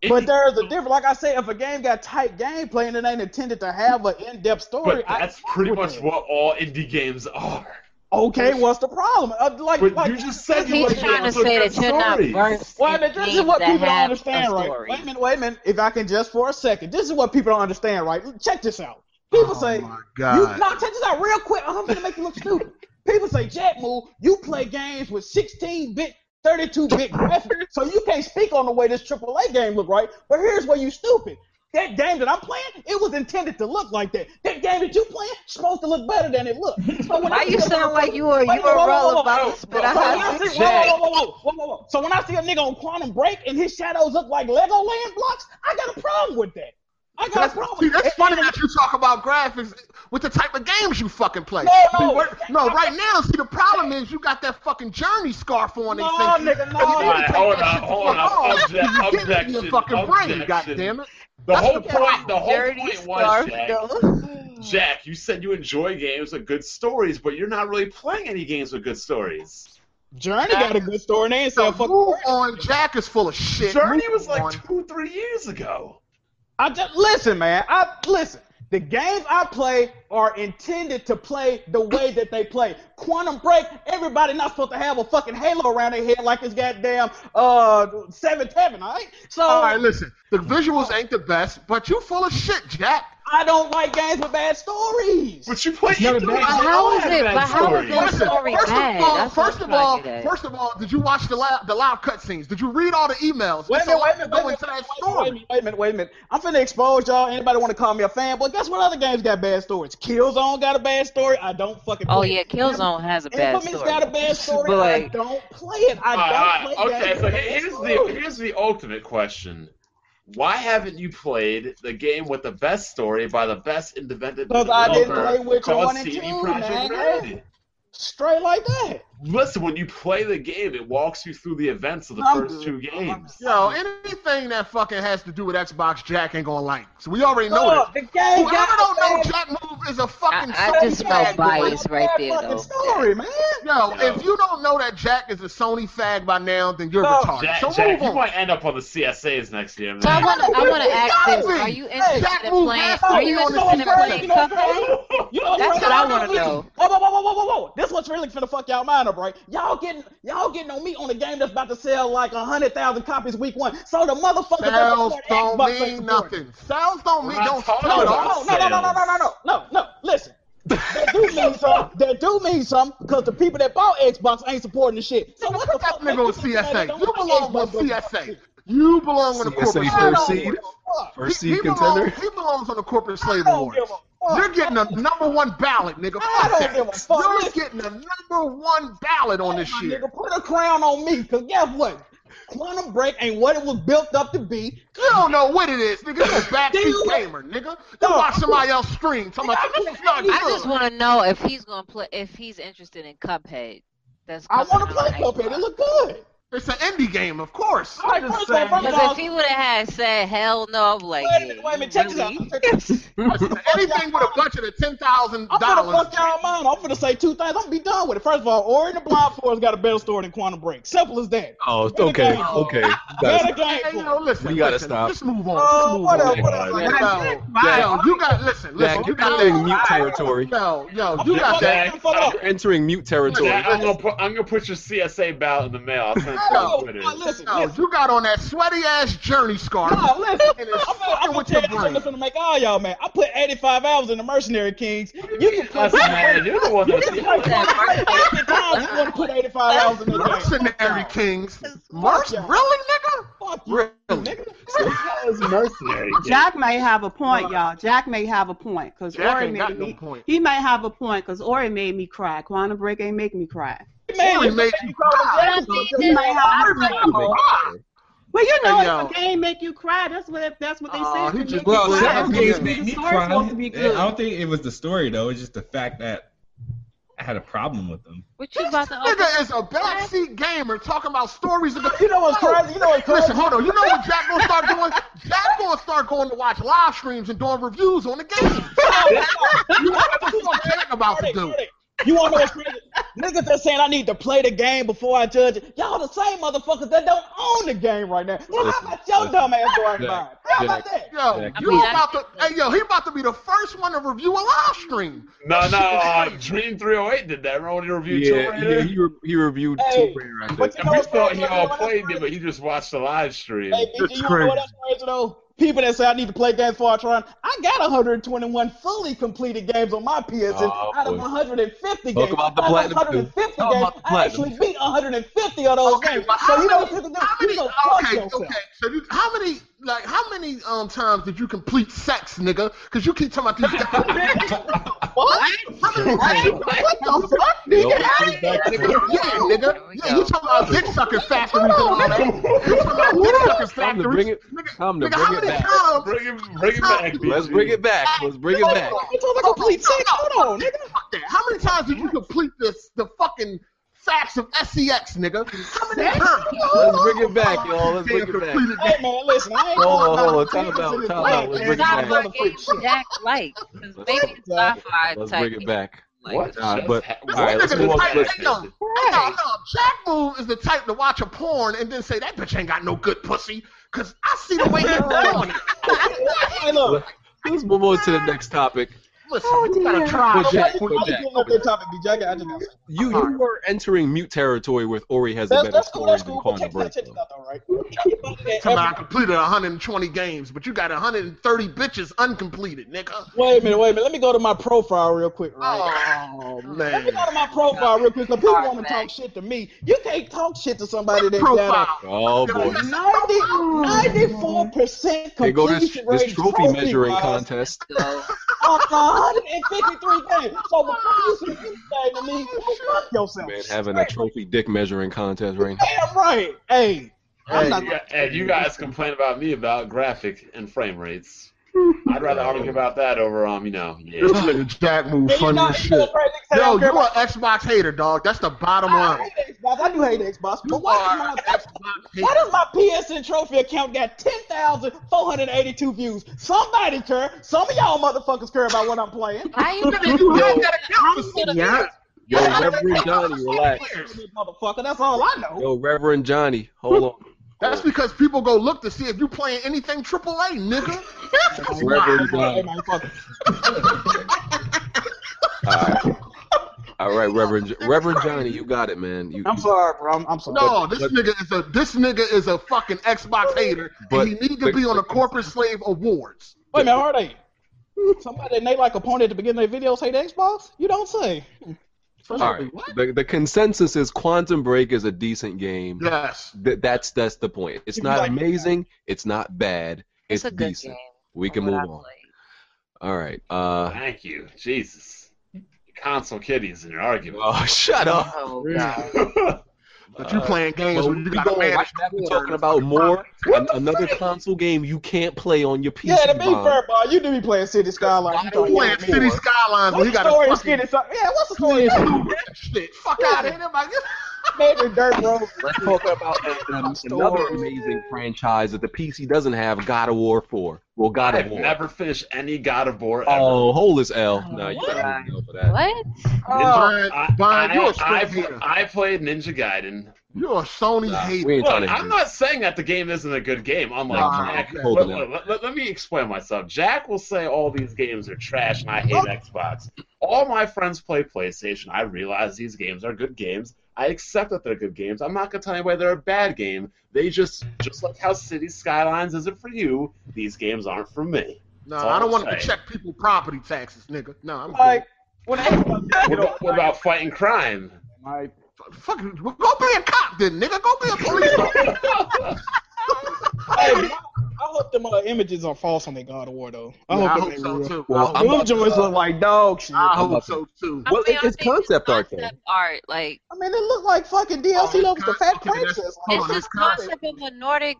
S2: But
S4: indie-
S2: there's a difference. Like I say, if a game got tight gameplay and it ain't intended to have an in-depth story,
S4: but
S2: I-
S4: that's pretty
S2: with
S4: much
S2: it.
S4: what all indie games are.
S2: okay, what's the problem? Uh, like,
S4: But
S2: like
S4: you just said you
S5: He's
S4: like
S5: trying to
S4: games
S5: say
S4: with good
S5: that you're not
S4: stories.
S5: versed.
S2: Wait a
S5: in
S2: minute, this is
S5: games
S2: what
S5: that
S2: people don't
S5: have a
S2: understand, right?
S5: story.
S2: Wait a minute, wait a minute. If I can just for a second, this is what people don't understand, right? Check this out. People
S8: oh
S2: say,
S8: my
S2: You,
S8: god.
S2: no, check this out real quick. I'm gonna make you look stupid. People say, Jack Move, you play games with 16 bit, 32 bit graphics, so you can't speak on the way this AAA game look right. But here's where you stupid. That game that I'm playing, it was intended to look like that. That game that you playing, supposed to look better than it looked. So when I
S5: Why
S2: see
S5: you
S2: a
S5: sound like
S2: motherfucker-
S5: you are you
S2: Wait, whoa,
S5: are
S2: whoa, whoa,
S5: all
S2: whoa,
S5: about
S2: whoa.
S5: to spit
S2: So when I
S5: out
S2: see-
S5: this
S2: whoa,
S5: Jack.
S2: whoa, whoa, whoa, whoa, whoa, whoa. So when I see a nigga on Quantum Break and his shadows look like Legoland blocks, I got a problem with that. I got a problem.
S8: See, that's
S2: with
S8: funny that you talk about graphics with the type of games you fucking play.
S2: No, no.
S8: See, we're- no, right now, see, the problem is you got that fucking Journey scarf on.
S2: No,
S8: and
S2: nigga, no.
S8: You need
S4: Alright,
S8: to take
S4: hold
S8: that
S4: on,
S8: shit the
S4: hold
S8: fuck
S4: on.
S8: off.
S4: Objection,
S8: You get it in
S4: objection,
S8: your fucking brain,
S4: objection.
S8: goddammit.
S4: The
S8: That's
S4: whole
S8: the problem.
S4: point, the whole
S5: Dirty
S4: point was
S5: scarf,
S4: Jack.
S5: though.
S4: Jack, you said you enjoy games with good stories, but you're not really playing any games with good stories.
S2: Journey got a good story and they ain't
S8: So
S2: saying fuck. the
S8: move
S2: brand.
S8: on, Jack is full of shit.
S4: Journey
S8: Move
S4: was
S8: on.
S4: like two, three years ago.
S2: I just listen, man. I listen. The games I play are intended to play the way that they play. Quantum Break. Everybody not supposed to have a fucking halo around their head like it's goddamn uh seventh heaven, all right? So
S8: All right, listen. The visuals ain't the best, but you full of shit, Jack.
S2: I don't like games with bad stories.
S4: But you play
S2: not
S4: into
S2: a
S4: it.
S2: bad-
S5: How is it? But
S2: [laughs]
S5: how is
S8: Listen,
S5: this story
S8: first
S5: bad?
S8: of all,
S5: That's what
S8: first
S5: I'm trying
S8: of
S5: to
S8: all,
S5: get at.
S8: first of all, did you watch the live the live cutscenes? Did you read all the emails?
S2: Wait a
S8: It's
S2: minute,
S8: all
S2: wait a minute,
S8: no
S2: wait a minute,
S8: entire
S2: wait a
S8: story.
S2: minute, wait a minute, wait a minute. I'm finna expose y'all. Anybody want to call me a fanboy? Guess what other games got bad stories? Killzone got a bad story. I don't fucking.
S5: Oh
S2: play
S5: yeah,
S2: it.
S5: Killzone has a bad
S2: Infamous
S5: story.
S2: got a bad story.
S5: But,
S2: I
S5: like-
S2: don't play it. I don't
S4: Alright,
S2: play
S4: alright.
S2: games
S4: okay, so
S2: with bad
S4: here's the
S2: stories.
S4: here's the ultimate question. Why haven't you played the game with the best story by the best independent
S2: Because I didn't
S4: developer
S2: play Witcher
S4: called
S2: 1 and 2,
S4: Projekt
S2: man.
S4: Red?
S2: Straight like that.
S4: Listen, when you play the game, it walks you through the events of the
S2: I'm
S4: first two games.
S8: Yo, anything that fucking has to do with Xbox, Jack ain't gonna like. So we already know
S2: Look,
S8: that.
S2: the game
S8: Whoever
S2: got
S8: don't
S2: a
S8: know
S2: bad
S8: Jack Move is a fucking
S5: I- I
S8: Sony
S5: just smell
S8: fag boy.
S5: bias. right there,
S2: fucking
S5: though.
S2: story, man.
S8: Yo, if you don't know that Jack is a Sony fag by now, then you're
S2: No,
S8: retarded.
S4: Jack,
S8: so
S4: Jack,
S8: move
S4: you
S8: on.
S4: might end up on the CSAs next year, man.
S5: So I
S4: [laughs]
S5: want to I want to ask
S8: gotta
S5: this:
S8: be.
S5: Are you
S8: Hey,
S5: interested
S8: Jack
S5: in
S8: Moon
S5: playing?
S8: has to
S5: Are
S8: be
S5: you
S8: on the
S5: interested in
S8: team.
S5: playing Cuphead?
S4: [laughs]
S2: You know what's really-
S5: That's what I wanna
S2: Listen,
S5: know.
S2: Whoa, whoa, whoa, whoa, whoa, whoa! This one's really finna fuck y'all mind up, right? Y'all getting y'all getting on me on a game that's about to sell like hundred thousand copies week one. So the motherfuckers that
S8: Sales
S2: support
S8: don't
S2: Xbox ain't supporting.
S8: mean nothing. Sales don't
S4: We're
S8: mean
S4: not
S8: don't
S4: talking
S8: tell it
S4: about
S8: off.
S2: No, no, no, no, no, no, no, no, no, no. Listen, that do
S8: [laughs]
S2: mean something. That do mean something because the people that bought Xbox ain't supporting the shit. So what the
S8: That
S2: fuck?
S8: nigga
S2: make
S8: was
S2: you think that they
S8: CSA.
S2: don't
S8: You
S2: like
S8: belong
S2: Xbox
S8: on
S2: versus-
S8: CSA. You belong on the
S1: CSA
S8: corporate
S1: first
S8: slave
S2: I don't
S1: seed.
S8: award.
S2: give a fuck.
S1: First
S8: He, he
S1: seed
S8: belongs,
S1: contender.
S8: he belongs on the corporate slave
S2: I don't
S8: award.
S2: give a fuck.
S8: You're getting a number one ballot, nigga.
S2: I
S8: Fuck
S2: don't
S8: that.
S2: give a fuck.
S8: You're
S2: Listen.
S8: getting a number one ballot on this
S2: My
S8: shit.
S2: Nigga, put a crown on me, cause guess what? Quantum Break ain't what it was built up to be.
S8: You don't know what it is,
S2: [laughs]
S8: nigga. You're a
S2: Dude.
S8: backseat gamer, nigga. You
S2: No.
S8: watch somebody else stream. Talking about this is not good.
S5: I just want to know if he's gonna play, if he's interested in Cuphead. That's
S2: I want
S5: coming
S2: to
S5: out
S2: play
S5: on
S2: Cuphead.
S5: Xbox.
S2: It look good.
S8: It's an indie game, of course.
S2: Like,
S7: just
S2: first of all,
S7: saying.
S2: first of all,
S5: Because if he would have had said hell no, I'm like,
S2: wait a minute, wait a minute, check this out.
S5: really?
S2: Check this out.
S8: oh, Anything with a budget of ten thousand
S2: I'm gonna
S8: dollars.
S2: fuck y'all mind. I'm gonna say two things. I'm gonna be done with it. First of all, Ori and the Blind Forest got a better story than Quantum Break. Simple as that.
S1: [laughs] Oh, okay, okay. You gotta-
S2: Better game.
S8: Hey,
S2: for
S8: yo,
S2: it.
S8: listen,
S1: We gotta
S8: listen,
S1: stop.
S8: Just move on. Just
S2: Oh,
S8: move
S2: what up,
S8: on.
S2: what up?
S1: Alright,
S2: what up?
S8: Yo, yo, you got listen, listen.
S1: Jack,
S8: you
S1: you're
S8: got
S1: entering mute territory.
S8: Yo, yo,
S4: I'm
S8: you
S4: gonna
S8: got
S4: fuck
S8: that.
S4: Jack.
S2: Fuck up.
S4: I'm-
S1: You're entering mute territory.
S4: Jack, I'm gonna put I'm gonna put your CSA ballot in the mail. I'll send it to you
S8: No,
S4: on Twitter.
S2: no, listen.
S8: Yo, you got on that sweaty ass journey scarf.
S2: No, listen.
S8: And it's
S2: I'm gonna,
S8: fucking
S2: I'm gonna
S8: with your
S2: tell you
S8: brain.
S2: something to make all y'all mad. I put 85 hours in the Mercenary Kings. You can play
S4: Listen, man, you're the one
S2: You
S4: that's
S2: can play Quantum Break 50 times. You want to put 85 hours in the game.
S8: Mercenary Kings. Merc-
S2: y'all.
S8: really, nigga?
S2: Fuck you,
S8: Really?
S2: nigga.
S4: mercenary.
S3: Jack may have a point, y'all. Jack may have a point because
S8: Jack
S3: Ori
S8: ain't got
S3: made
S8: no
S3: me.
S8: point.
S3: He might have a point because Ori made me cry. Quantum Break ain't make me cry.
S2: Man,
S8: Ori
S2: you
S8: made you cry.
S3: He might have a
S8: You
S3: point.
S8: made me cry.
S3: Well, you know,
S8: Hey, yo.
S3: if a game make you cry, that's what that's what they
S8: Aw,
S3: say.
S8: he
S3: If it
S8: just-
S3: make you
S11: Well,
S8: Why?
S3: cry,
S11: certain
S3: that's
S8: Why?
S11: games
S3: what
S11: make
S3: the
S11: me
S3: story's
S11: cry.
S3: supposed to be
S11: Yeah, I
S3: good.
S11: don't think it was the story though. It's just the fact that I had a problem with them.
S5: What you
S8: This
S5: about to open?
S8: nigga is a backseat gamer talking about stories of the
S2: You know what's crazy? You know what's
S8: Listen,
S2: crazy?
S8: hold on. You know what Jack gonna start doing? Jack gonna start going to watch live streams and doing reviews on the game. You know what the fuck Jack about to do?
S2: You want to know what's crazy? Niggas that's saying I need to play the game before I judge it. Y'all the same motherfuckers that don't own the game right now. So how
S1: Listen,
S2: about your
S1: listen.
S2: dumb ass going
S1: Jack,
S2: mine? How about that?
S8: Yo,
S1: I
S8: you
S5: mean,
S8: about to? Hey, yo, he about to be the first one to review a live stream.
S2: [laughs]
S4: No, no, uh, Dream 308 did that. Remember when he reviewed Tomb
S1: Yeah,
S4: Raider?
S1: yeah, he, re- he reviewed
S2: Hey,
S1: Tomb Raider. I
S2: but
S1: think.
S2: you
S4: And
S2: know
S4: we
S2: what's
S4: thought
S2: crazy?
S4: he
S2: You know
S4: all
S2: what's
S4: played it,
S2: crazy?
S4: but he just watched the live stream.
S2: Hey, BG,
S4: [laughs]
S8: That's
S2: you wanna know what
S8: crazy.
S2: else crazy though? People that say I need to play games before I try 'em, I got 121 fully completed games on my PSN
S1: Oh,
S2: out of
S1: boy.
S2: 150
S1: Talk
S2: games.
S1: about the
S2: Out of
S1: platinum, dude.
S2: 150
S1: Talk
S2: games.
S1: about the
S2: I
S1: platinum.
S2: actually beat 150 of those
S8: Okay,
S2: games.
S8: but
S2: So
S8: how
S2: you know what
S8: many-
S2: you can do?
S8: How
S2: You
S8: many?
S2: can go fuck
S8: Okay,
S2: yourself.
S8: okay. So you, how many? Like, how many um times did you complete sex, nigga? Because you keep talking about these. guys.
S2: What?
S8: How many- what the fuck,
S1: Yo,
S8: nigga? Yeah, nigga.
S5: There we
S8: Yeah, you
S5: go.
S8: talking about dick sucker factories and all that. You talking about dick sucker
S1: Time to
S8: factories.
S1: bring it.
S8: Nigga,
S1: Time to
S8: nigga, how
S1: bring it
S8: many
S1: back.
S8: times?
S4: Bring him, bring him back.
S1: Let's bring it back. Let's bring it back.
S2: You talking about complete sex? Hold on, nigga.
S8: Fuck that. How many times did you complete this? The fucking facts of sex, nigga. How many times?
S1: Let's bring it back, y'all. Let's bring
S8: Damn
S1: it back.
S8: completed
S2: Hey man, listen, I ain't
S1: Hold on,
S2: going
S1: hold on.
S2: down
S1: Time
S2: the
S1: out. Time
S2: streets in the
S1: out.
S2: black,
S1: Let's
S2: man.
S1: bring it
S5: Stop
S1: back.
S5: what game Jack like. 'Cause maybe it's sci-fi
S1: Let's
S5: type
S1: bring it
S5: game.
S1: back.
S5: Like,
S4: What?
S1: Nah,
S4: just
S1: but-
S4: happened?
S8: This
S1: All right, let's
S8: nigga
S1: move
S8: the
S1: on to
S8: type,
S1: the
S8: hey,
S1: next
S8: yo, hey, yo, no, Jack Move is the type to watch a porn and then say that bitch ain't got no good pussy, cause I see the way he's doing it.
S2: Hey, look,
S1: Let's move on to the next topic.
S8: Listen,
S3: Oh,
S8: we gotta
S3: dear.
S8: try.
S1: But Jack,
S2: I
S1: but
S2: was
S1: Jack,
S2: getting off that topic, BJ. I got- I just got
S1: you you were entering mute territory with Ori has a
S2: That's,
S1: better
S2: that's cool.
S1: story
S2: That's
S1: than
S2: cool. But
S1: Quantum
S2: check
S1: Break.
S2: that check it out though, right?
S8: Somebody completed 120 games, but you got 130 bitches uncompleted, nigga.
S2: Wait a minute. Wait a minute. Let me go to my profile real quick, right?
S8: Oh
S2: Let me
S8: man.
S2: go to my profile real quick because people
S5: Alright,
S2: want to
S5: man.
S2: talk shit to me. You can't talk shit to somebody that
S8: Profile.
S2: got
S1: Oh boy.
S2: a 94 percent
S1: They go this
S2: completion rate.
S1: this trophy measuring
S2: wise
S1: contest.
S5: So,
S2: After 153 games. So before you say anything to me, go fuck yourself.
S1: Man, having a trophy dick measuring contest right now.
S2: Damn right. Hey, I'm not.
S4: Yeah, and you guys complain about me about graphic and frame
S2: [laughs]
S4: rates. I'd rather argue about that over um, you know,
S8: This
S4: yeah.
S8: nigga Jack move
S2: And you
S8: funny
S2: know,
S8: as
S2: you know,
S8: shit.
S2: right, niggas say I
S8: Yo,
S2: don't care
S8: you
S2: about-
S8: are Xbox hater, dog. That's the bottom
S2: I
S8: line.
S2: hate Xbox. I do hate Xbox.
S8: You
S2: But why [laughs]
S8: are
S2: does my
S8: Xbox hater.
S2: Why does my PSN trophy account got 10,482 views? Somebody care. Some of y'all motherfuckers care about what I'm playing.
S5: how you gonna
S8: You
S5: how
S8: had
S5: you
S8: that account for
S5: gonna-
S3: Yeah.
S1: Yo, Reverend Johnny, relax.
S2: Motherfucker, that's all I know.
S1: Yo, Reverend Johnny, hold on.
S8: That's because people go look to see if you playing anything AAA, nigga.
S1: Reverend
S2: Hey,
S1: Johnny.
S2: motherfucker.
S1: All right, all right, Reverend Reverend Johnny, you got it, man. You,
S2: I'm
S1: you-
S2: sorry, bro. I'm, I'm sorry.
S8: No, this
S1: but-
S8: nigga is a this nigga is a fucking Xbox hater,
S1: But-
S8: and he need to
S1: but-
S8: be on the
S1: but-
S8: corporate slave awards.
S2: Wait a minute, how are they? Somebody and they like a pony at the beginning of their videos hate Xbox? You don't say.
S1: All right. The, the consensus is Quantum Break is a decent game.
S8: Yes.
S1: Th- that's that's the point. It's
S2: If you
S1: not
S2: like it,
S1: amazing. It's not bad. It's,
S5: It's a good
S1: decent.
S5: game.
S1: We can
S5: from
S1: move
S5: what I
S1: on.
S5: played.
S1: All right. Uh, [laughs]
S4: Thank you. Jesus. Console kitties in your argument.
S1: oh, shut up.
S5: Oh god.
S8: But you playing games
S1: Uh, Well,
S8: where you
S1: we
S8: got a
S1: going
S8: man
S1: right back to talking about more an- another console game you can't play on your PC.
S2: Yeah, to be
S1: Bob.
S2: fair, bro, you do be playing City Skyline. You
S8: You
S2: don't
S8: playing
S2: hate me.
S8: City Skylines
S2: What's
S8: where you
S2: the
S8: got
S2: story
S8: a
S2: in
S8: fucking
S2: City Sky- Yeah, what's the story in City
S8: shit. Fuck out of here, nobody.
S2: Maybe Dirt Road?
S1: Let's talk about an- an- another amazing franchise that the PC doesn't have: God of War 4. Well, God of
S4: I've
S1: War.
S4: never finished any God of War ever.
S1: Oh, hold this L.
S5: Oh,
S1: No, you
S5: what?
S1: better hold this L for that.
S5: What?
S8: Brian,
S4: I,
S8: Brian,
S4: I-
S8: you're a straight
S4: I-
S8: hater.
S4: I played Ninja Gaiden.
S8: You're a Sony
S1: Nah,
S8: hater.
S1: we ain't
S4: Look,
S1: trying to
S4: I'm not saying that the game isn't a good game. Unlike
S8: Nah,
S4: Jack,
S8: okay.
S1: Hold
S4: Look,
S1: it
S4: look, let, let- let me explain myself. Jack will say all these games are trash and I hate Xbox. All my friends play PlayStation. I realize these games are good games. I accept that they're good games. I'm not gonna tell anybody they're a bad game. They just, just like how City Skylines isn't for you, these games aren't for me.
S8: No,
S4: That's all
S8: I don't
S4: I'm
S8: want to
S4: saying.
S8: check people property taxes, nigga. No, I'm
S2: Like, when Xbox [laughs]
S4: What about, what about fighting crime? [laughs]
S8: good. F- Fuck, it. go be a cop then, nigga. Go be a police officer.
S2: Hey, I, I hope them uh, images are false on that God of War though. I
S8: Yeah, I
S2: hope
S8: hope
S2: them
S8: so
S2: so
S8: too.
S1: Well,
S8: I
S2: Them
S8: hope,
S1: I'm-
S2: joints look like dog shit.
S8: I
S2: I,
S8: hope so too.
S5: I
S1: Well,
S5: mean,
S1: it-
S5: I
S1: it's
S5: think
S1: concept art, though.
S5: Concept art, like
S2: mean, it look like fucking DLC levels to Fat
S8: Okay, that's-
S2: Princess.
S8: Hold
S5: it's
S8: on,
S5: just
S8: that's
S5: concept of a Nordic.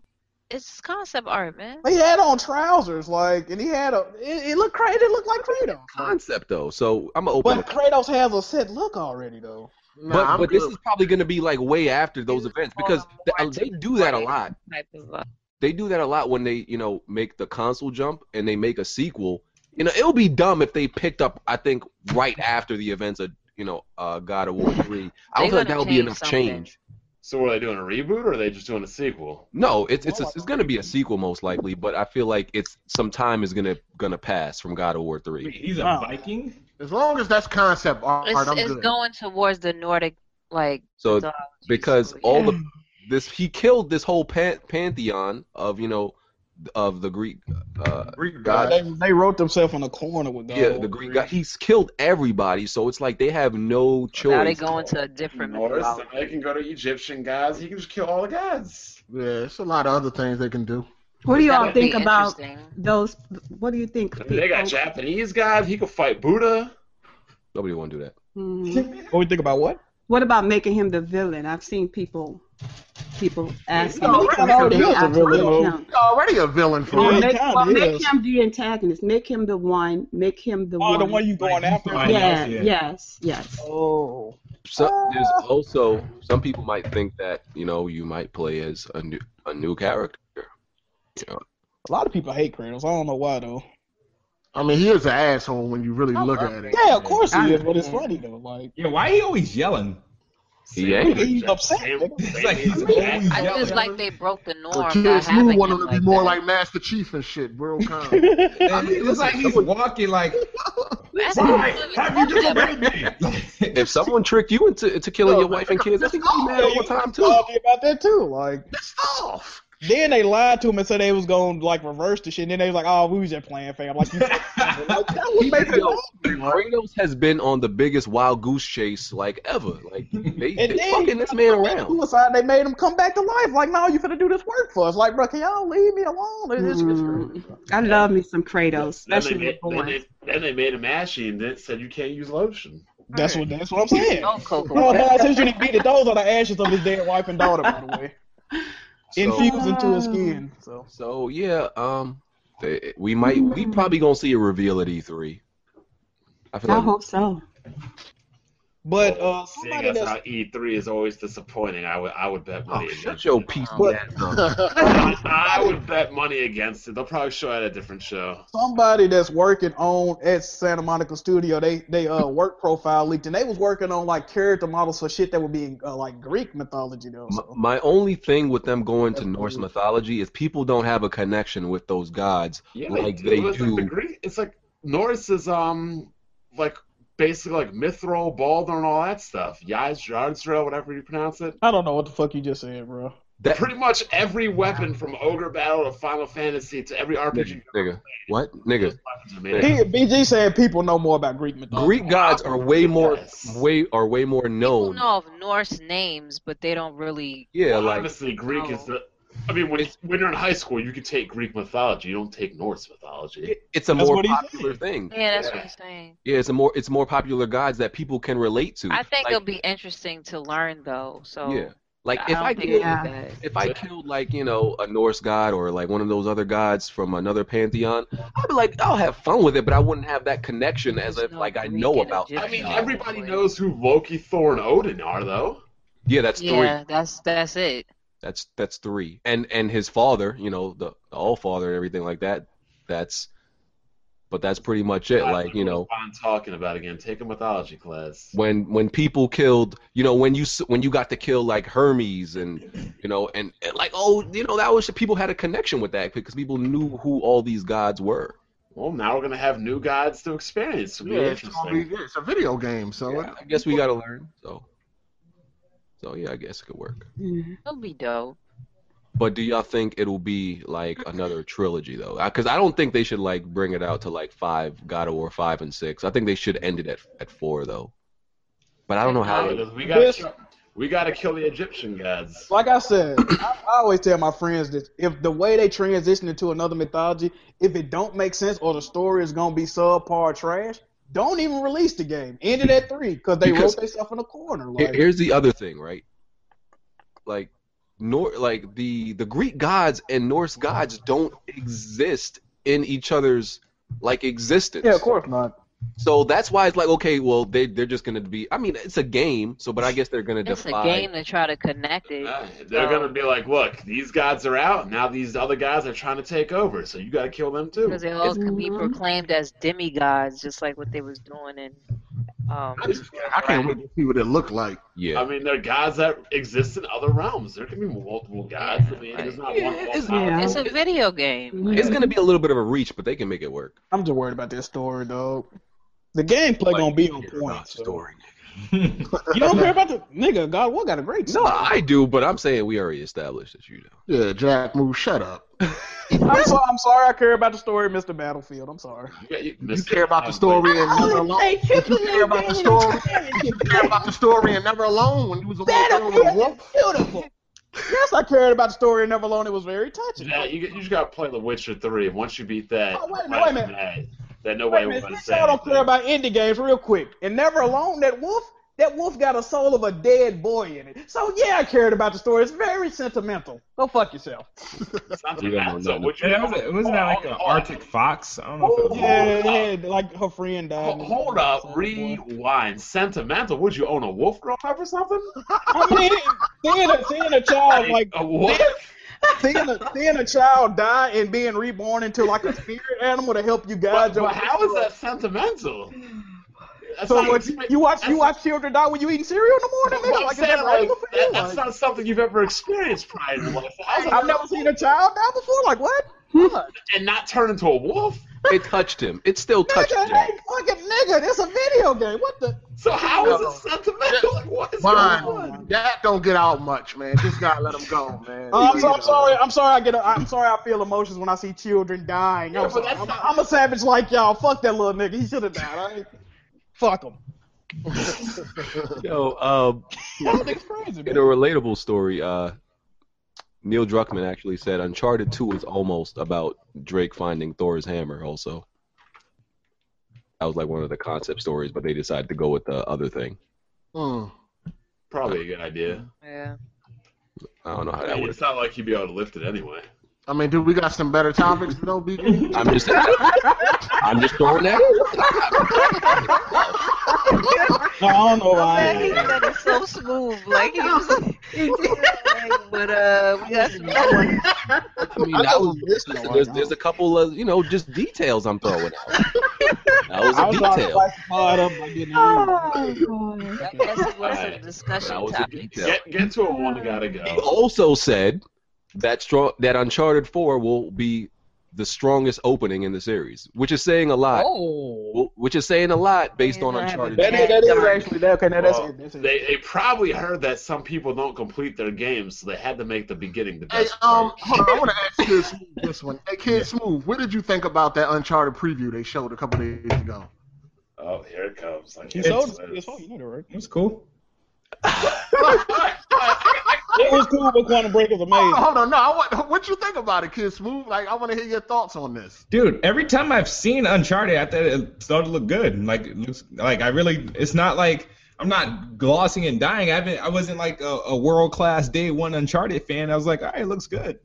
S5: It's just concept art, man.
S2: He had on trousers, like, and he had a. It, it looked crazy. It looked like Kratos.
S1: concept though. So I'm gonna open.
S2: But
S1: up.
S2: Kratos has a set look already, though.
S8: Nah,
S1: But,
S8: I'm
S1: but this
S8: good.
S1: is probably gonna be like way after those
S5: It's
S1: events
S5: on a
S1: because th-
S5: more
S1: they do that a lot.
S5: Type of uh,
S1: They do that a lot when they you know make the console jump and they make a sequel. You know it'll be dumb if they picked up I think right after the events of you know uh, God of War three. I
S5: They
S1: don't think
S5: gonna
S1: that would be
S5: change
S1: enough
S5: something.
S1: change.
S4: So were they doing a reboot or are they just doing a sequel?
S1: No, it's it's
S2: Well,
S1: it's gonna be a sequel most likely, but I feel like it's some time is gonna gonna pass from God of War
S11: Wait,
S1: three.
S11: he's a
S2: Wow.
S11: Viking?
S8: as long as that's concept art,
S5: It's,
S8: I'm
S5: it's
S8: good.
S5: going towards the Nordic, like
S1: So
S5: mythology,
S1: because
S5: so,
S1: all
S5: yeah.
S1: [sighs] the this he killed this whole pan- pantheon of you know of the Greek uh,
S11: Greek
S1: God.
S2: They, they wrote themselves in a corner with God.
S1: yeah
S2: of
S1: the
S2: War.
S1: Greek guy. He's killed everybody, so it's like they have no choice.
S5: now they go into a different
S4: Norse,
S5: mythology.
S4: they can go to Egyptian gods. He can just kill all the gods.
S8: Yeah, it's a lot of other things they can do.
S3: What do
S5: That
S3: y'all
S5: would be
S3: think about
S5: interesting.
S3: those? What do you think?
S4: I mean, they got
S3: people?
S4: Japanese gods. He could fight Buddha.
S1: Nobody want to do that.
S3: Mm.
S2: What we think about what?
S3: What about making him the villain? I've seen people people ask
S8: Yeah,
S3: me.
S8: he's already
S3: They
S2: is a
S3: ask me
S2: villain.
S3: him.
S8: He's already a villain for
S2: Yeah,
S3: Or
S2: he
S8: real.
S3: make,
S2: kinda
S3: or make
S2: is.
S3: him the antagonist. Make him the one. Make him the one.
S2: Oh, the one you going after?
S11: Like,
S3: Yeah,
S11: Yeah.
S3: Yes. Yes.
S2: Oh.
S1: So, there's also some people might think that you know you might play as a new a new character. You know,
S2: A lot of people hate Kratos. I don't know why, though.
S8: I mean, he is an asshole when you really look at it.
S2: [laughs] Yeah, of course he is, but it's funny, though. Like,
S3: [laughs]
S11: Yeah, why he always yelling?
S1: He ain't.
S2: He's upset.
S5: I just like they broke the norm by
S8: Kids Move
S5: having
S8: wanted
S5: him
S8: to be
S5: like
S8: more
S5: that.
S8: like Master Chief and shit, [laughs] bro. Khan.
S11: And it looks like he's
S3: [laughs]
S11: walking like,
S5: That's
S11: why have you disobeyed me? [laughs]
S1: If someone tricked you into to killing your wife and kids, I think you'd be mad all the time too.
S2: Told me about that too. Like
S8: off.
S2: then they lied to him and said they was gonna like reverse the shit. And then they was like, "Oh, we was just playing,
S1: [laughs]
S2: fam." Like, you, like that was basically
S1: Yo, Kratos has been on the biggest wild goose chase like ever. Like they,
S2: And
S1: they
S2: then-
S1: fucking this man around.
S2: suicide. They made him come back to life. Like, no, you finna do this work for us. Like, bro, can y'all leave me alone? It's, it's,
S1: Mm-hmm.
S3: Mm. I love me some Kratos,
S4: Then they,
S3: especially
S4: made,
S3: with
S4: then,
S3: boys.
S4: they, then they made him ashy and then said you can't use lotion.
S2: that's what that's what I'm saying.
S5: No cocoa.
S2: Well, Nas usually beat those are the ashes of his dead wife and daughter, by the way,
S1: [laughs] So, Mm.
S2: infused into his skin. So
S1: so yeah, um, they, we might we probably gonna see a reveal at E3. I feel
S3: I
S1: like
S3: hope so.
S2: But uh,
S4: Seeing
S2: somebody
S4: as
S2: that's
S4: how E3 is always disappointing, I would I would bet money
S1: oh,
S4: against
S1: shut your piece of
S2: But-
S1: ass up.
S4: I, I would bet money against it. They'll probably show it at a different show.
S2: somebody that's working on at Santa Monica Studio, they they uh work profile leaked, and they was working on like character models for shit that would be in uh, like Greek mythology though.
S1: My,
S2: So.
S1: my only thing with them going to Norse mythology is people don't have a connection with those gods.
S4: Yeah,
S1: Like,
S4: do.
S1: they
S4: it's
S1: do.
S4: Like the Greek, it's like Norris is um like basically like Mithril, Baldur, and all that stuff. Yaz, Yardsdale, whatever you pronounce it.
S2: I don't know what the fuck you just said, bro.
S1: That
S4: Pretty much every weapon from Ogre Battle to Final Fantasy to every RPG.
S1: nigga, [laughs] nigga, what nigga?
S4: Those weapons are
S2: He,
S4: made.
S2: BG saying people know more about Greek mythology.
S1: Greek gods are way more
S4: Yes.
S1: way are way more
S5: People
S1: known.
S5: know of Norse names, but they don't really.
S1: Yeah,
S4: Well,
S1: like
S4: obviously Greek is the. I mean, when, when you're in high school, you can take Greek mythology. You don't take Norse mythology.
S1: it- it's a
S2: That's
S1: more
S2: what he
S1: popular thing.
S5: Yeah, that's what I'm saying.
S1: Yeah, it's a more it's more popular gods that people can relate to.
S5: I think
S1: like,
S5: it'll be interesting to learn though. So
S1: yeah. Like
S5: I
S1: if
S5: don't
S1: I
S5: think
S1: killed
S5: it'll be bad.
S1: if I killed like you know a Norse god or like one of those other gods from another pantheon, I'd be like I'll have fun with it, but I wouldn't have that connection as
S5: There's
S1: if
S5: no
S1: like I
S5: Greek
S1: know
S5: and
S1: about.
S4: I
S1: That
S5: Egyptian.
S4: mean,
S1: god.
S4: everybody knows who Loki, Thor, and Odin are, though.
S1: Yeah, that's three.
S5: Yeah, that's that's it.
S1: That's that's three. And and his father, you know, the, the All Father and everything like that. That's, but that's pretty much it. Like you know,
S4: I'm talking about again. Take a mythology class.
S1: when when people killed you know when you s- when you got to kill like hermes and you know and, and like oh you know that was people had a connection with that because people knew who all these gods were
S4: Well, now we're gonna have new gods to experience. It'll be
S8: Yeah, it's, gonna
S4: interesting.
S8: be, yeah, it's a video game, so it-
S1: i guess we got to learn so so yeah i guess it could work
S3: Mhm.
S5: It'll be dope.
S1: but do y'all think it'll be like another trilogy though because i don't think they should like bring it out to like five god of war five and six i think they should end it at, at four though but i don't know how they,
S4: Because we gotta
S2: This-
S4: kill, we gotta kill the Egyptian gods.
S2: Like I said, I, I always tell my friends that if the way they transition into another mythology, if it don't make sense or the story is gonna be subpar trash, don't even release the game. End it at three because they
S1: Because-
S2: wrote themselves in a corner.
S1: Here-
S2: Like,
S1: Here's the other thing, right? Like, nor like the the Greek gods and Norse gods don't exist in each other's like existence.
S2: yeah, of course not.
S1: So that's why it's like, okay, well, they they're just gonna be. I mean, it's a game, so but I guess they're gonna
S5: It's a
S1: defy.
S5: game to try to connect it.
S4: Uh, They're gonna be like, look, these gods are out now. These other guys are trying to take over, so you gotta kill them too.
S5: Because they all can be
S3: Mhm.
S5: proclaimed as demigods, just like what they was doing in. Um,
S8: I, just, I can't wait to see what it looked like.
S1: Yeah.
S4: I mean, they're gods that exist in other realms. There can be multiple gods. I mean, there's not
S1: Yeah,
S4: one.
S1: it's-
S4: all-powerful-
S5: it's a video game.
S1: it's gonna be a little bit of a reach, but they can make it work.
S2: I'm just worried about this story, dog. The gameplay
S1: Like,
S2: gonna be on
S1: it's
S2: point.
S1: not
S2: so-
S1: story.
S2: You don't care about the nigga. God, what got a great
S1: No,
S2: story?
S1: I do, but I'm saying we already established that you know.
S8: Yeah, Jack, move, shut up.
S2: I'm, so, I'm sorry. I care about the story, Mr. Battlefield. I'm sorry.
S4: You, you-
S8: You
S4: Mr.
S8: care about the
S4: Humphrey.
S8: story and never
S3: Oh,
S8: alone.
S3: they killed
S8: You care about the story. You care about the story and never alone when you was alone with a wolf.
S2: Beautiful. yes, I cared about the story, and Never Alone. It was very touching.
S4: Yeah, you, you just gotta play The Witcher Three. and Once you beat that,
S2: Oh, wait a minute, wait
S4: nobody
S2: a
S4: can add- that
S2: Wait
S4: nobody
S2: a
S4: will
S2: minute,
S4: want to
S2: since
S4: say.
S2: y'all don't care
S4: anything.
S2: about indie games real quick. And Never Alone, that wolf, that wolf got a soul of a dead boy in it. So yeah, I cared about the story. It's very sentimental. Go fuck yourself.
S4: Something
S1: We don't know
S4: happens, so
S1: nothing.
S4: would you-
S11: Yeah, was it, wasn't that like an Arctic fox? I don't know if it was.
S2: Yeah, yeah, like her friend died.
S4: Ho- Hold up, rewind. Sentimental? Would you own a wolf growing up or something?
S2: Oh I mean, seeing a, seeing a child like
S4: a wolf? [laughs]
S2: seeing a, seeing a child die and being reborn into like a spirit animal to help you guide
S4: But,
S2: your
S4: but how is that sentimental? That's
S2: So
S4: not
S2: what,
S4: expe-
S2: you watch you
S4: that's-
S2: watch children die when you eating cereal in the morning?
S4: But
S2: nigga?
S4: I'm
S2: Like, is
S4: saying,
S2: that
S4: not like that, that's not something you've ever experienced prior to life. How's that-
S2: I've never seen a child die before. Like what? What?
S4: and not turn into a wolf.
S1: It touched him. It
S2: [laughs]
S1: still touched
S2: nigga,
S1: him.
S2: hey, fucking nigga, this a video game. What the?
S4: So how is
S8: No.
S4: it sentimental? Like, what is
S8: Fine.
S4: going on?
S8: That don't get out much, man. Just gotta let them go, man.
S2: Oh, I'm, so, I'm sorry. I'm sorry. I get. A, I'm sorry. I feel emotions when I see children dying.
S4: Yeah,
S2: I'm,
S4: but
S2: sorry.
S4: that's
S2: I'm,
S4: not-
S2: I'm a savage like y'all. Fuck that little nigga. He should have died. I ain't- Fuck him.
S8: [laughs]
S1: Yo, um,
S2: That nigga's crazy.
S1: in
S2: man.
S1: a relatable story, uh, Neil Druckmann actually said Uncharted 2 is almost about Drake finding Thor's hammer, also. That was like one of the concept stories, but they decided to go with the other thing.
S8: Mm.
S4: Probably a good idea.
S5: Yeah.
S1: I don't know how
S4: I
S1: that
S4: mean,
S1: would.
S4: it's not like you'd be able to lift it anyway.
S8: I mean, dude, we got some better topics, though,
S2: [laughs]
S8: BG.
S1: I'm just, [laughs] I'm just throwing that.
S2: No, I don't know
S5: Man, he
S2: why.
S5: said it so smooth. Like he was like, but uh, we got some
S1: I mean, that was, listen, there's, there's a couple of you know just details I'm throwing out. That was
S2: I
S1: a
S2: was trying to
S1: detail.
S2: spice the pod up. I didn't.
S5: I guess it was some
S4: Alright.
S1: That
S5: discussion
S1: was a
S5: topics.
S1: detail.
S4: Get get to a one that gotta
S1: He
S4: go.
S1: also said that strong that Uncharted 4 will be the strongest opening in the series, which is saying a lot.
S2: Oh.
S1: Wh- Which is saying a lot based
S5: Yeah,
S1: on
S5: I haven't
S1: Uncharted.
S5: been
S2: That is, that is actually that. Okay, now that's
S4: Well,
S2: it. That's it.
S4: They they probably heard that some people don't complete their games, so they had to make the beginning the
S8: Hey,
S4: best.
S8: um,
S4: part.
S8: hold on. I want to ask Kid Smooth this one. Hey, Kid Smooth, what did you think about that Uncharted preview they showed a couple days ago?
S4: Oh, here it comes. Like,
S2: He
S4: it's-
S2: sold us this phone, you know that, right?
S11: It was cool.
S2: It was cool, but Quantum Break is
S8: Hold on,
S2: amazing.
S8: hold on. No, I want, what you think about it, Kid Smooth? Like, I want to hear your thoughts on this.
S11: Dude, every time I've seen Uncharted, I thought it started to look good. Like, it looks like I really, it's not like I'm not glossing and dying. I haven't, I wasn't like a, a world class day one Uncharted fan. I was like, all right, it looks good.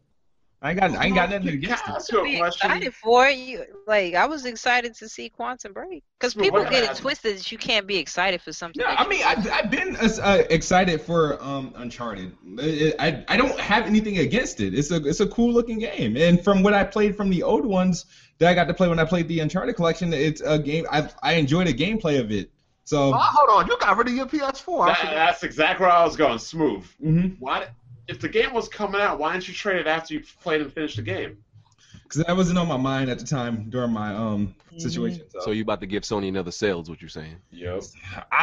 S11: I ain't got, I ain't got nothing against
S4: Can I
S11: it.
S4: ask you
S5: Be
S4: a question?
S5: excited for it. you. Like I was excited to see Quantum Break because
S4: Well,
S5: people
S4: what
S5: get it
S4: happened?
S5: twisted that you can't be excited for something.
S11: No,
S5: that
S11: I
S5: you-
S11: mean, I, I've been uh, excited for um, Uncharted. I, I, I don't have anything against it. It's a it's a cool looking game, and from what I played from the old ones that I got to play when I played the Uncharted collection, it's a game I I enjoy the gameplay of it.
S2: Um,
S11: So
S8: Oh, hold on. You got rid of your PS4. I
S4: That-
S8: forgot.
S4: that's exactly where I was going. Smooth.
S11: mhm.
S4: Why? If the game was coming out, why didn't you trade it after you played and finished the game?
S11: because that wasn't on my mind at the time during my um
S5: Mm-hmm.
S11: situation. So,
S1: So you about to give Sony another sales? What you're saying?
S4: Yep.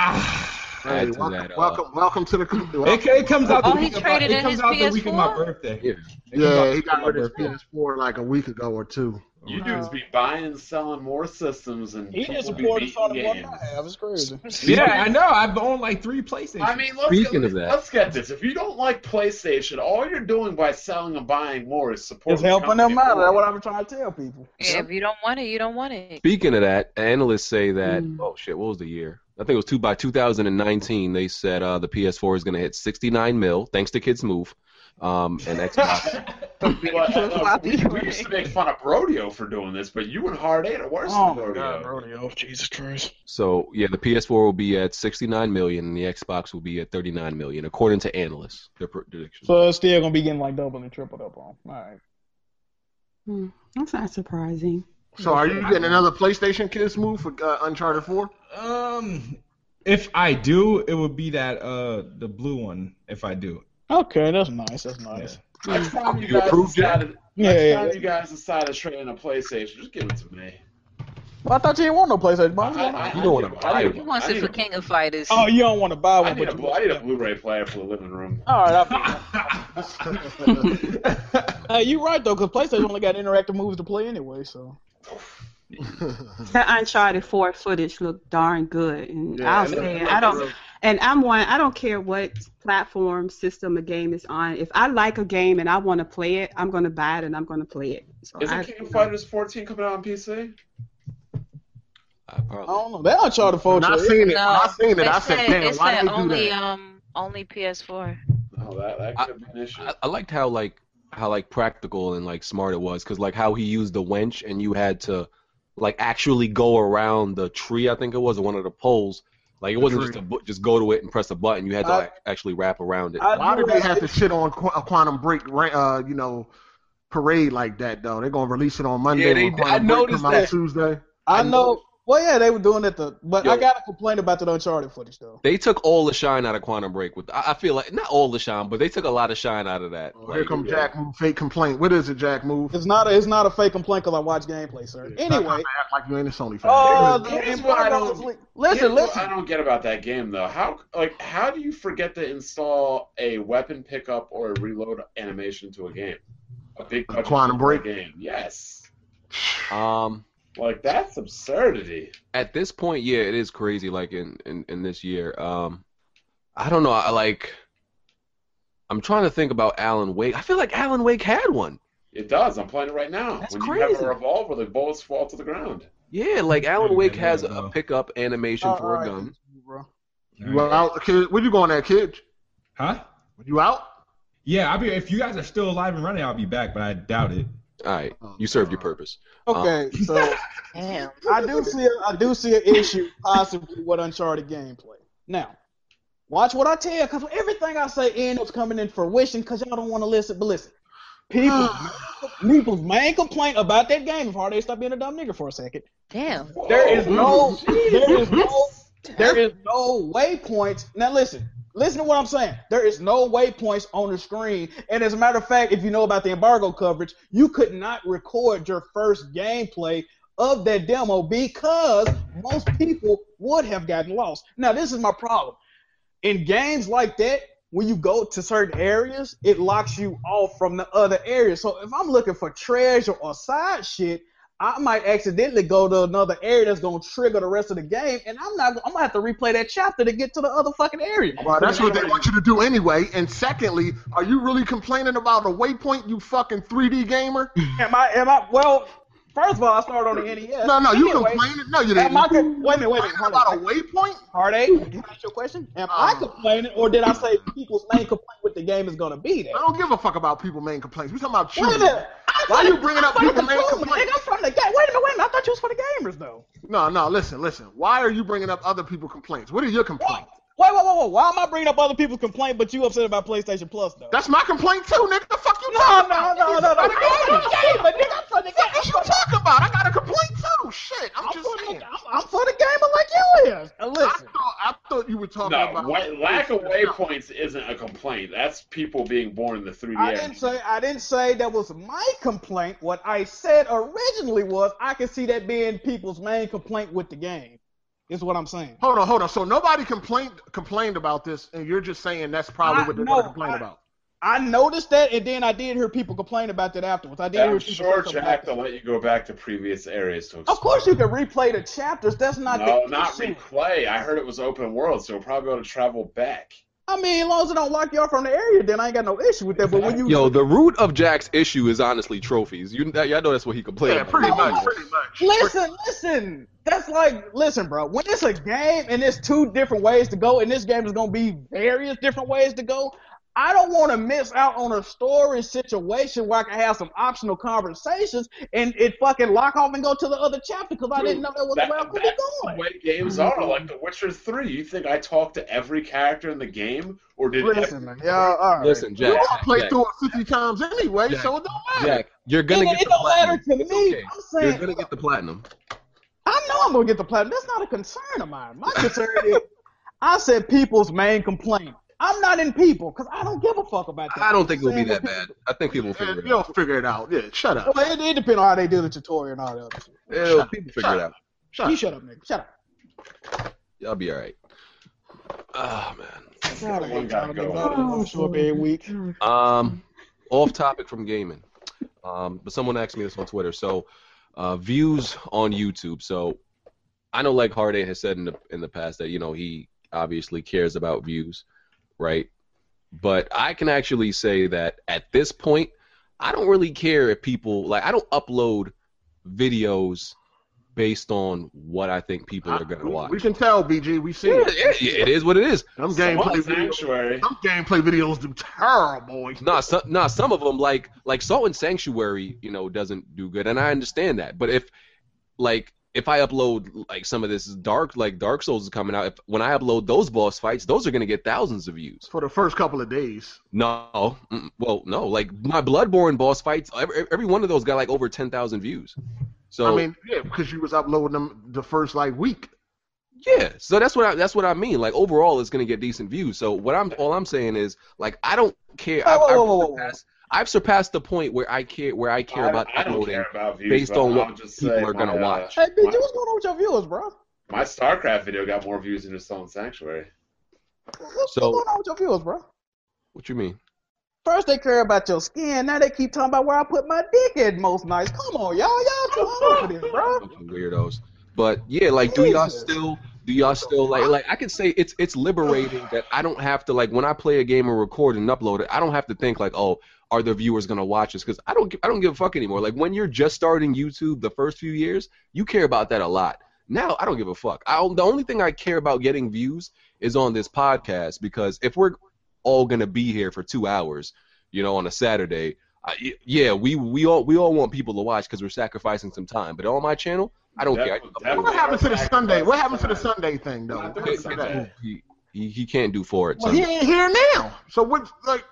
S11: ah,
S8: Hey,
S1: Add to
S8: welcome,
S1: that, uh,
S8: welcome, welcome to the community.
S11: it, ca- it comes out.
S5: Oh,
S11: the
S5: he
S11: week of my,
S5: traded
S11: it
S5: in
S11: comes
S5: his
S11: out the week of my
S5: PS4?
S11: birthday.
S1: Yeah.
S11: It comes out
S8: Yeah,
S11: the
S8: he
S11: week
S8: got
S11: of
S8: rid
S11: my
S8: of
S11: birthday.
S8: his PS4 like a week ago or two.
S4: You dudes be buying and selling more systems and
S2: He
S4: people
S2: just
S4: be
S2: poured
S4: beating
S2: us on the one
S4: games.
S2: I have. It's crazy.
S11: Yeah, I know. I've owned like three PlayStations.
S4: I mean, let's
S1: Speaking
S4: get,
S1: of that-
S4: let's get this. If you don't like PlayStation, all you're doing by selling and buying more is supporting.
S2: It's helping
S4: the
S2: them out.
S4: company
S2: That's
S4: more.
S2: what I'm trying to tell people.
S5: [laughs] Yeah, if you don't want it, you don't want it.
S1: Speaking of that, analysts say that
S3: Mm.
S1: oh shit, what was the year? I think it was two by 2019. They said uh, the PS4 is going to hit 69 mil thanks to Kids Move, um, and Xbox.
S4: Well, uh, we, we used to make fun of Brodeo for doing this, but you and Hard Eight are worse
S2: Oh
S4: than
S2: my
S4: Brodeo.
S2: god, rodeo! Jesus Christ!
S1: so yeah, the PS4 will be at 69 million, and the Xbox will be at 39 million, according to analysts. Their predictions.
S2: So it's still gonna be getting like double and tripled up on. All right.
S3: Hmm, That's not
S8: [laughs]
S3: surprising.
S8: So, are you getting another PlayStation Kid Smooth for uh,
S1: [laughs]
S8: Uncharted 4?
S11: Um, if I do, it would be that uh the blue one. If I do,
S2: Okay, that's nice. That's nice.
S4: Next time you,
S1: You
S4: guys
S1: approved it?
S4: decided,
S2: Yeah.
S4: next
S2: yeah,
S4: time
S2: yeah.
S4: you guys decide to trade in a PlayStation, just give it to me.
S2: Well, I thought you didn't want no PlayStation. But
S4: I, I,
S1: You don't
S4: I
S1: wanna
S4: need a-
S1: buy
S4: I need
S1: it.
S4: a-
S5: He wants
S4: I
S5: it
S4: need
S5: for
S4: a-
S5: King of Fighters.
S2: oh, you don't want to buy
S4: I
S2: one,
S4: need,
S2: but
S4: a,
S2: you.
S4: Blu- I need a Blu-ray player for the living room.
S2: [laughs] All right, I feel
S4: [laughs]
S2: Hey, you're right though, because PlayStation only got interactive movies to play anyway. So
S3: That Uncharted 4 footage looked darn good, and
S8: Yeah,
S3: I'll
S8: it
S3: say
S8: looked-
S3: I don't. And I'm one. I don't care what platform system a game is on. If I like a game and I want to play it, I'm gonna buy it and I'm gonna play it. So I,
S4: Isn't King of Fighters 14 coming out on PC?
S1: I
S2: I
S1: probably,
S2: don't know. That Uncharted Four.
S8: When I seen it, when I
S5: No,
S8: seen it, I
S5: It
S8: said,
S5: said,
S8: damn,
S5: it
S8: why
S5: said
S8: did they do
S5: only
S8: that?
S5: um only PS4.
S4: Oh, that, that could be an issue.
S1: I, I liked how like how like practical and like smart it was, cause like how he used the wench and you had to like actually go around the tree. I think it was or one of the poles. Like it wasn't
S8: tree.
S1: just a bu- just go to it and press a button. You had to
S2: I-
S1: like, actually wrap around it.
S2: I
S8: Why
S2: knew
S8: did they
S2: that-
S8: have to shit on Qu- a Quantum Break, ra- uh, you know, parade like that though? They're gonna release it on Monday.
S1: Yeah, they-
S8: when Quantum
S1: I
S8: Break
S1: noticed
S8: come out
S1: that. Oh,
S8: Tuesday.
S2: I know. Well, yeah, they were doing it. The but I
S1: Yo.
S2: gotta complain about that Uncharted footage though.
S1: They took all the shine out of Quantum Break. With I, I feel like not all the shine, but they took a lot of shine out of that.
S8: Oh, here comes Jack Move, fake complaint. What is it, Jack Move?
S2: It's not a it's not a fake complaint because I watch gameplay, sir.
S8: [laughs]
S2: Anyway,
S8: act like you ain't a Sony fan.
S2: oh, the-
S4: Here's
S2: and
S4: what I
S2: Marvel's
S4: don't-
S2: li-
S4: Here's
S2: listen,
S4: what
S2: listen.
S4: I don't get about that game though. How like how do you forget to install a weapon pickup or a reload animation to a game? A big budget
S8: Quantum Break?
S4: game. Yes.
S1: Um,
S4: Like that's absurdity.
S1: at this point, yeah, it is crazy. Like in in, in this year, um, I don't know. I like. I'm trying to think about Alan Wake. I feel like Alan Wake had one.
S4: It does. I'm playing it right now.
S1: That's
S4: when you have
S1: crazy.
S4: a revolver, the bullets fall to the ground.
S1: Yeah, like Alan
S11: Yeah,
S1: Wake
S11: yeah,
S1: has
S11: yeah.
S1: a pickup animation
S2: Uh,
S1: for a
S2: alright,
S1: gun.
S2: bro.
S8: You out, kid? Where you going at, kid?
S11: Huh?
S8: You out?
S11: Yeah, I'll be if you guys are still alive and running, I'll be back, but I doubt it.
S1: All right, you served your purpose.
S2: Okay, so
S5: Damn.
S2: [laughs] I do see a, I do see an issue possibly with Uncharted gameplay. Now, watch what I tell you, because everything I say ends up coming in fruition because y'all don't want to listen. But listen, people, people's main complaint about that game, if Harday stop being a dumb nigga for a second,
S5: Damn.
S2: there is no, there is no, [laughs] there is no waypoints. Now listen, listen to what I'm saying. There is no waypoints on the screen, and as a matter of fact, if you know about the embargo coverage, you could not record your first gameplay of that demo because most people would have gotten lost. Now this is my problem. In games like that, when you go to certain areas, it locks you off from the other areas. So if I'm looking for treasure or side shit, I might accidentally go to another area that's gonna trigger the rest of the game, and I'm not. I'm gonna have to replay that chapter to get to the other fucking area.
S8: Well, that's what they want you to do anyway. And secondly, are you really complaining about a waypoint, you fucking 3D gamer?
S2: Am I? Am I? Well, first of all, I started on the NES.
S8: No, no, you
S2: Anyway,
S8: complaining? No, you
S2: Am
S8: didn't.
S2: I? Wait a minute. Wait a minute.
S8: complaining
S2: Hold
S8: about a
S2: on.
S8: waypoint?
S2: Heartache. Can I ask you a question? Am I
S8: Um,
S2: complaining, or did I say people's main complaint with the game is gonna be that?
S8: I don't give a fuck about people making complaints. We talking about you.
S2: Wait a minute. I'm
S8: Why
S2: from-
S8: you bringing
S2: I'm
S8: up
S2: from the
S8: people making
S2: consumer,
S8: complaints?
S2: nigga. I'm from the game. Wait a minute. Wait a minute. I thought you was for the gamers though.
S8: No, no, listen, listen. Why are you bringing up other people's complaints? What are your complaints?
S2: Wait, wait, wait, wait. Why am I bringing up other people's complaint, but you upset about PlayStation Plus though?
S8: That's my complaint too, nigga. The fuck you
S2: no,
S8: talking
S2: no,
S8: about?
S2: no, no, no. I'm
S8: I'm for the game.
S2: but nigga, I'm for the
S8: What
S2: game.
S8: the fuck is you talking about? I got a complaint too. Shit, I'm,
S2: I'm
S8: just
S2: for,
S8: saying.
S2: the, I'm, I'm for the gamer like you is. Now,
S8: I
S2: Uh, listen,
S8: thought, I thought you were talking
S4: No,
S8: about
S4: wa- lack of waypoints isn't a complaint. That's people being born in the 3D.
S2: I didn't say I didn't say that was my complaint. What I said originally was I could see that being people's main complaint with the game. Is what I'm saying.
S8: Hold on, hold on. So nobody complained complained about this, and you're just saying that's probably
S2: I-
S8: what they're
S2: no,
S8: gonna complain
S2: I-
S8: about.
S2: I noticed that, and then I did hear people complain about that afterwards. I did
S4: I'm
S2: hear people say
S4: sure
S2: something about
S4: Jack
S2: that.
S4: will let you go back to previous areas to
S2: Of course, you can replay the chapters. That's not
S4: no,
S2: the
S4: not
S2: issue.
S4: replay. I heard it was open world, so we'll probably able to travel back.
S2: I mean, as long as it don't lock you off from the area, then I ain't got no issue with that. But when you
S1: Yo, the root of Jack's issue is honestly trophies. You y'all know that's what he complained
S8: Yeah,
S1: about.
S8: pretty
S2: no,
S8: much,
S2: no.
S8: pretty much.
S2: Listen, listen. That's like, listen, bro. When it's a game and it's two different ways to go, and this game is gonna be various different ways to go. I don't want to miss out on a story situation where I can have some optional conversations and it fucking lock off and go to the other chapter because I didn't know that was
S4: That-
S2: where I could be
S4: that's the
S2: going.
S4: way games
S2: Mm-hmm.
S4: are. Like The Witcher 3. You think I talked to every character in the game? Or did
S2: Listen, man. Yeah, all right.
S1: Listen, Jack.
S8: I played
S1: Jack,
S8: through it fifty times anyway,
S1: Jack.
S8: so it don't matter.
S1: Jack, you're gonna
S2: It-
S1: get
S2: it
S1: the
S2: don't matter
S1: platinum.
S2: to me.
S1: It's okay.
S2: I'm
S1: You're
S2: saying
S1: gonna get the platinum.
S2: I know I'm gonna get the platinum. That's not a concern of mine. My concern is, I said people's main complaint. I'm not in people because I don't give a fuck about that.
S1: I don't think it'll be that bad. I think people will
S8: And
S1: figure it
S8: You'll
S1: out.
S8: figure it out. Yeah, shut up.
S2: Well, it, it depends on how they do the tutorial and all that other shit.
S1: It'll- people figure it out.
S8: Shut
S2: You
S8: up.
S2: shut up, nigga. Shut up.
S1: Y'all be all right. Oh man.
S2: God, I
S4: One
S2: hate y'all
S4: gotta go.
S2: niggas. I don't wanna show up every week.
S1: Um, off topic from gaming. Um, but someone asked me this on Twitter. So, uh, views on YouTube. So, I know like Hardane has said in the in the past that you know he obviously cares about views, right? But I can actually say that at this point, I don't really care if people like I don't upload videos based on what I think people are gonna
S8: We-
S1: watch.
S8: We can tell, BG. We see
S1: Yeah,
S8: it.
S1: yeah, yeah, it is what it is.
S8: Them gameplay
S4: Someone
S8: videos.
S4: Sanctuary.
S8: Them gameplay videos do terrible.
S1: Nah, some, nah, some of them like like Salt and Sanctuary, you know, doesn't do good, and I understand that. But if like if I upload like some of this dark like Dark Souls is coming out, if when I upload those boss fights, those are gonna get thousands of views.
S8: for the first couple of days.
S1: No, mm, well, no, like my Bloodborne boss fights, every, every one of those got like over ten thousand views. So
S8: I mean, yeah, because you was uploading them the first like week.
S1: Yeah, so that's what I, that's what I mean. Like overall, it's gonna get decent views. So what I'm all I'm saying is like I don't care. I've,
S2: Whoa,
S1: I've
S2: whoa, whoa, whoa, whoa.
S1: surpassed, I've surpassed the point where I care where I care
S4: I,
S1: about
S4: I don't
S1: uploading.
S4: care about views
S1: based
S4: but
S1: on what
S4: I'll just
S1: people
S4: say
S1: are gonna
S4: my, uh,
S1: watch.
S2: Hey, BG, what's going on with your viewers, bro?
S4: my StarCraft video got more views than its own Sanctuary.
S2: What's,
S1: So-
S2: what's going on with your viewers, bro?
S1: What you mean?
S2: First they care about your skin, now they keep talking about where I put my dick at most nights. Come on, y'all, y'all too hard for this, bro.
S1: Fucking weirdos. But yeah, like do y'all
S2: Jesus.
S1: still do y'all still like like I can say it's it's liberating that I don't have to like when I play a game and record and upload it, I don't have to think like, oh, are the viewers gonna watch this? Because I don't gi- I don't give a fuck anymore. Like when you're just starting YouTube the first few years, you care about that a lot. Now I don't give a fuck. I don't- the only thing I care about getting views is on this podcast because if we're all gonna be here for two hours, you know, on a Saturday, I, y- yeah, we we all we all want people to watch because we're sacrificing some time. But on my channel, I don't care.
S4: Definitely-
S1: I,
S4: definitely.
S8: What happened to the Sunday? What happened to the Sunday thing though?
S4: I
S8: What
S4: think
S8: happened
S4: it's
S8: to that?
S4: Sunday.
S1: he, he he can't do for it. so-
S8: Well, he ain't here now. So what?
S1: [laughs]
S8: Like,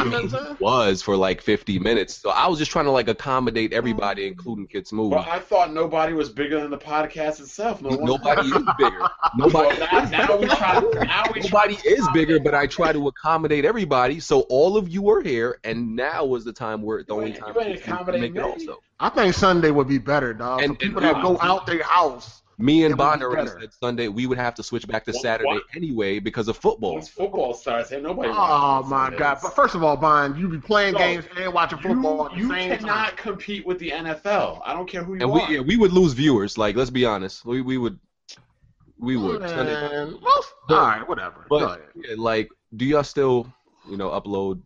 S8: I'm not saying.
S1: was for like 50 minutes. So I was just trying to like accommodate everybody, including Kids Move.
S4: Well, I thought nobody was bigger than the podcast itself. No one-
S1: Nobody is bigger.
S4: Well,
S1: Nobody.
S4: now, now we try. Now we try.
S1: Nobody is bigger, but I try to accommodate everybody. So all of you are here, and now was the time where the
S4: You
S1: only
S4: ain't-
S1: time
S4: you ain't
S1: Kids Move can
S4: accommodating
S1: make it
S4: me.
S1: also.
S8: I think Sunday would be better, dog.
S1: And-
S8: for people
S1: and-
S8: that go out their house.
S1: Me and
S8: It would be
S1: Bond already
S8: better.
S1: said Sunday we would have to switch back to
S4: What-
S1: Saturday
S4: what?
S1: anyway because of football.
S4: Once football starts, ain't nobody.
S8: Oh
S4: watches on
S8: my
S4: Sundays.
S8: god! But first of all, Bond, you be playing
S4: No,
S8: games and watching football at the
S4: You, you
S8: same
S4: cannot
S8: time.
S4: compete with the NFL. I don't care who you
S1: And we
S4: are.
S1: yeah, we would lose viewers. Like let's be honest, we we would we would. Sunday.
S8: Man, most- all right, whatever.
S1: But-
S8: Go ahead.
S1: Yeah, like, do y'all still you know upload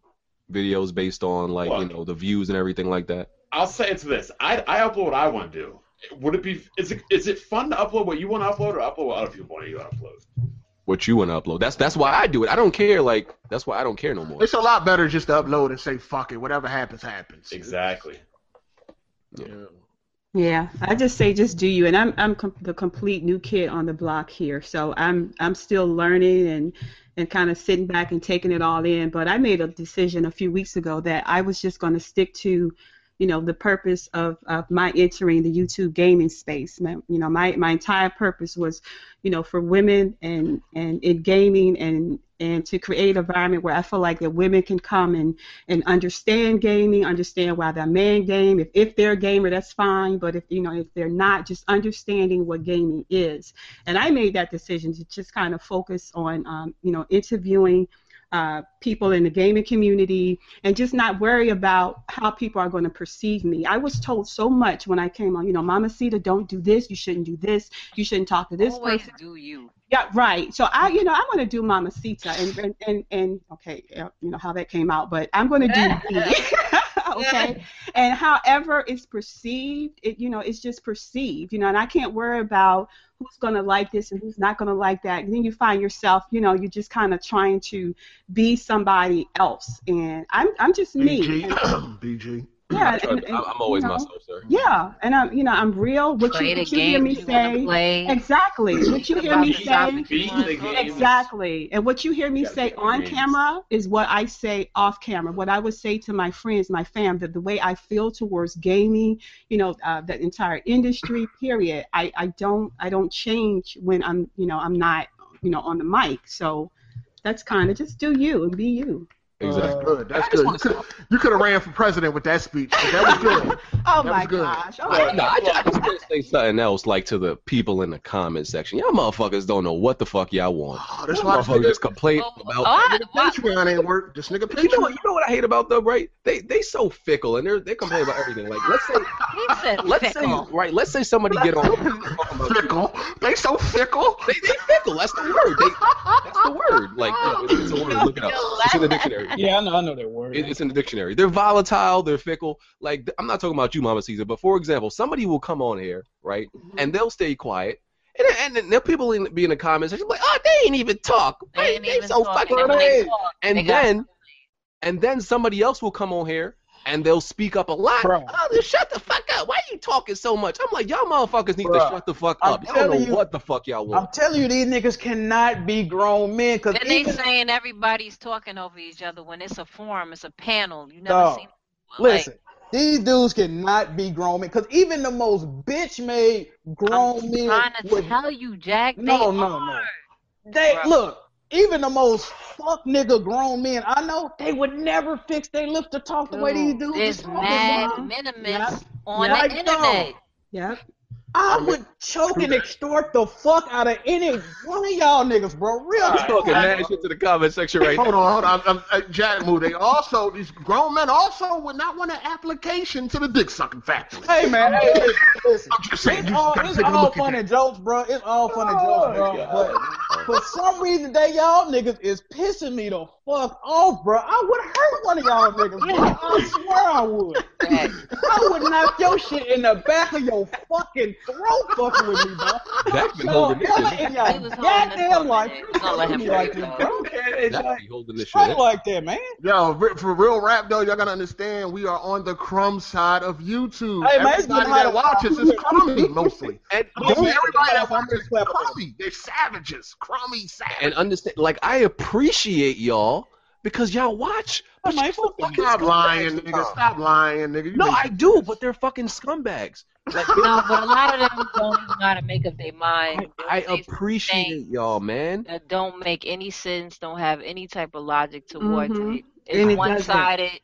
S1: videos based on like you
S4: What?
S1: know the views and everything like that?
S4: I'll say it's this. I, I upload what I want to do. Would it be is it, is it fun to upload what you want to upload or upload what other people want you to upload?
S1: What you want to upload? That's that's why I do it. I don't care. Like that's why I don't care no more.
S8: it's a lot better just to upload and say fuck it. Whatever happens, happens.
S4: Exactly.
S8: Yeah.
S3: Yeah, I just say just do you, and I'm I'm com- the complete new kid on the block here, so I'm I'm still learning and and kind of sitting back and taking it all in. But I made a decision a few weeks ago that I was just going to stick to, you know, the purpose of, of my entering the YouTube gaming space. My, you know, my my entire purpose was, you know, for women and and in gaming and and to create an environment where I feel like that women can come and and understand gaming, understand why they're man game. If, if they're a gamer, that's fine. But if you know if they're not, just understanding what gaming is. And I made that decision to just kind of focus on um, you know interviewing. Uh, people in the gaming community and just not worry about how people are going to perceive me. I was told so much when I came on, you know, Mama Sita, don't do this, you shouldn't do this, you shouldn't talk to this
S5: Always
S3: person.
S5: do you.
S3: Yeah, right. So I, you know, I'm gonna do Mamacita, and and and, and okay, yeah, you know how that came out, but I'm gonna
S5: [laughs]
S3: do me. [laughs] okay. And however it's perceived, it you know, it's just perceived, you know, and I can't worry about who's gonna like this and who's not gonna like that. And then you find yourself, you know, you're just kind of trying to be somebody else, and I'm I'm just me.
S8: BG, [clears throat]
S3: And-
S8: BG.
S3: yeah,
S1: I try
S3: and-
S1: to-
S3: and,
S1: I'm I'm always
S3: you know,
S1: myself, sir.
S3: Yeah, and I'm you know I'm real. What
S5: Play
S3: you,
S5: the
S3: what you hear
S5: game
S3: me
S5: you want to
S3: say.
S5: play.
S3: Exactly. What you
S5: Think
S3: hear me
S5: about the topic
S3: say.
S5: you
S4: Beat
S5: wanna
S4: the
S5: go.
S4: game.
S3: Exactly. And what you hear me
S4: Yeah,
S3: say
S4: yeah,
S3: on
S4: yeah.
S3: camera is what I say off camera. What I would say to my friends, my fam, that the way I feel towards gaming, you know, uh, that entire industry, period. I, I don't I don't change when I'm you know I'm not you know on the mic. So that's kind of just do you and be you.
S1: Exactly.
S2: Uh,
S8: Good. That's
S1: I just
S8: good. You
S1: wanna say-
S8: could you could have ran for president with that speech. but that was
S1: [laughs]
S8: good.
S3: Oh
S8: That was
S3: my
S8: good.
S3: gosh. Oh,
S4: Well,
S3: Okay.
S1: No, I just, I just want to say something else, like to the people in the comment section. Y'all motherfuckers don't know what the fuck y'all want.
S8: Oh,
S1: This
S8: that's why this
S1: motherfucker
S8: nigga,
S1: just complain
S5: Oh,
S1: about.
S5: oh, I-
S8: nigga
S5: why-
S8: Patreon ain't work. This nigga
S1: you know, what-
S8: Patreon.
S1: you know what I hate about them, right? They they so fickle and they're they complain about everything. Like let's say
S5: He
S1: [laughs]
S5: said
S1: let's
S5: fickle.
S1: say right, let's say somebody get on talking about you.
S8: Fickle. They so fickle.
S1: They, they fickle. That's the word. They, that's the word. Like no, it's, it's a word. Look it up. It's in the dictionary.
S2: Yeah, I know, I know that word.
S1: It- it's in the dictionary. They're volatile. They're fickle. Like th- I'm not talking about you, Mama Caesar, but for example, somebody will come on here, right,
S5: Mm-hmm.
S1: and they'll stay quiet, and then- and then there people in, be in the comments section like, oh, they ain't even talk.
S5: They
S1: They,
S5: ain't
S1: they
S5: even
S1: so
S5: talk.
S1: fucking
S5: And when they
S1: lame.
S5: talk, they
S1: And
S5: got-
S1: then and then somebody else will come on here. And they'll speak up a lot.
S2: Bruh.
S1: Oh, just shut the fuck up. Why you talking so much? I'm like, y'all motherfuckers need
S2: Bruh.
S1: to shut the fuck
S2: I'm
S1: up. Y'all don't know
S2: telling you-
S1: what the fuck y'all want.
S2: I'm telling you, these niggas cannot be grown men because
S5: Then they
S2: even
S5: saying everybody's talking over each other when it's a forum, it's a panel. You never
S2: Dog,
S5: seen. like,
S2: listen, These dudes cannot be grown men because even the most bitch made grown men
S5: Trying to
S2: would
S5: tell you, Jack.
S2: No,
S5: they
S2: no,
S5: are.
S2: no. They
S5: Bruh.
S2: look, even the most fuck nigga grown men I know, they would never fix their lips to talk the way these dudes is
S5: There's
S2: talking.
S5: mad
S2: bruh.
S5: minimus
S2: Yep.
S5: on
S2: Yep.
S5: the internet.
S3: Yep.
S2: I would choke and extort the fuck out of any one of y'all niggas, bro. Real
S4: All right.
S2: talk.
S4: Talking
S1: mad shit to the comment section right
S8: Hold on, hold on. I'm, I'm, uh, Jack move. They also these grown men also would not want an application to the dick sucking factory.
S2: Hey man, hey, listen, listen.
S8: I'm just saying.
S2: It's
S8: You
S2: all,
S8: gotta
S2: it's
S8: take a
S2: all
S8: look at
S2: fun
S8: that.
S2: and jokes, bro. It's all fun and
S4: Oh,
S2: jokes, bro.
S4: God.
S2: But for some reason, they y'all niggas is pissing me the fuck off, bro. I would hurt one of y'all niggas, bro. I swear I would.
S5: Jack.
S2: I would knock your shit in the back of your fucking throat, fucking with me, bro.
S1: That's been
S2: Yo,
S1: holding this
S2: ever
S1: shit.
S2: in
S5: He
S2: your
S5: was holding this
S2: goddamn
S5: phone
S2: life,
S5: in.
S2: you
S5: We're gonna let him
S2: me like
S5: breathe,
S2: that,
S5: though.
S2: bro.
S4: Okay,
S1: That
S4: Jack.
S1: be holding this shit.
S2: Straight like that, man.
S8: Yo, re- for real rap though, y'all gotta understand we are on the crumb side of YouTube.
S2: Hey, man, it's been
S8: everybody
S2: hot.
S8: that watches is crummy mostly.
S1: And,
S8: Most
S2: Dude,
S8: everybody that
S2: I'm
S8: watches is
S2: just clapping.
S8: crummy. They're savages, crummy savages.
S1: and understand, like, I appreciate y'all because y'all watch.
S2: I might
S1: y'all
S2: fuck with
S1: fucking
S8: Stop
S1: scumbags
S8: lying,
S1: sometimes.
S8: nigga. Stop lying, nigga. You
S1: No,
S8: make-
S1: I do, but they're fucking scumbags.
S5: [laughs]
S1: Like,
S5: [laughs] No, but a lot of them don't even know how to make up their
S1: I,
S5: mind.
S1: I
S5: They say
S1: appreciate y'all, man.
S5: that don't make any sense, don't have any type of logic
S2: Mm-hmm.
S5: towards
S3: Mhm.
S5: it. It's
S3: And it doesn't.
S5: one sided.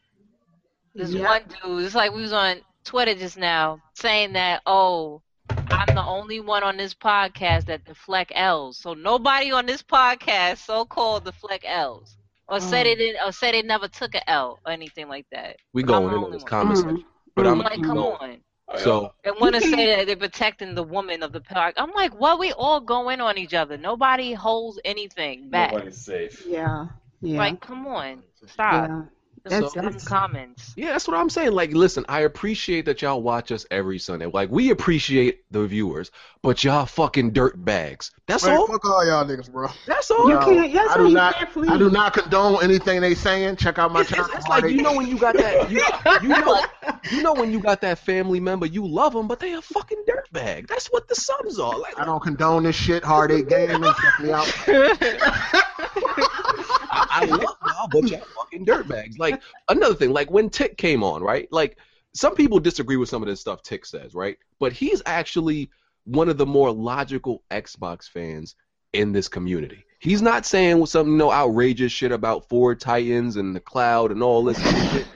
S5: There's
S3: Yeah.
S5: one dude. It's like we was on Twitter just now saying that, oh, I'm the only one on this podcast that deflect L's. So nobody on this podcast so called deflect L's. Or said
S2: Mm.
S5: it didn't- or said it never took a L or anything like that.
S1: We
S5: But I'm
S1: going
S5: the
S1: in on
S5: only
S1: this
S5: one.
S1: comment
S2: Mm-hmm.
S3: Mm,
S1: section, but
S5: I'm
S1: I'm
S5: like, come on.
S1: So
S5: They want to say that they're protecting the woman of the park. I'm like, what? We all go in on each other. Nobody holds anything back.
S4: Nobody's safe.
S3: Yeah. Yeah.
S5: Like, come on, stop.
S3: yeah.
S5: This is
S3: That's-
S5: dumb
S3: that's-
S5: comments.
S1: yeah, that's what I'm saying. Like, listen, I appreciate that y'all watch us every Sunday. Like, we appreciate the viewers, but y'all fucking dirt bags. That's
S8: Man,
S1: all.
S8: fuck all y'all niggas, bro.
S1: That's
S3: You
S1: all.
S8: No,
S3: can't. That's
S8: I
S3: why
S8: do
S3: you
S8: not-
S3: can't flee.
S8: I do not condone anything they saying. Check out my
S1: It's,
S8: channel.
S1: it's- it's like you know when you got that you, you
S8: [laughs]
S1: know you know when you got that family member you love them but they a fucking dirtbag. That's what the sums are. Like
S8: I don't condone this shit. Heartache game and check me out.
S1: I, I love y'all, but y'all fucking dirtbags. Like another thing, like when Tick came on, right? Like some people disagree with some of this stuff Tick says, right? But he's actually one of the more logical Xbox fans in this community. He's not saying some you know outrageous shit about Ford Titans and the cloud and all this other shit.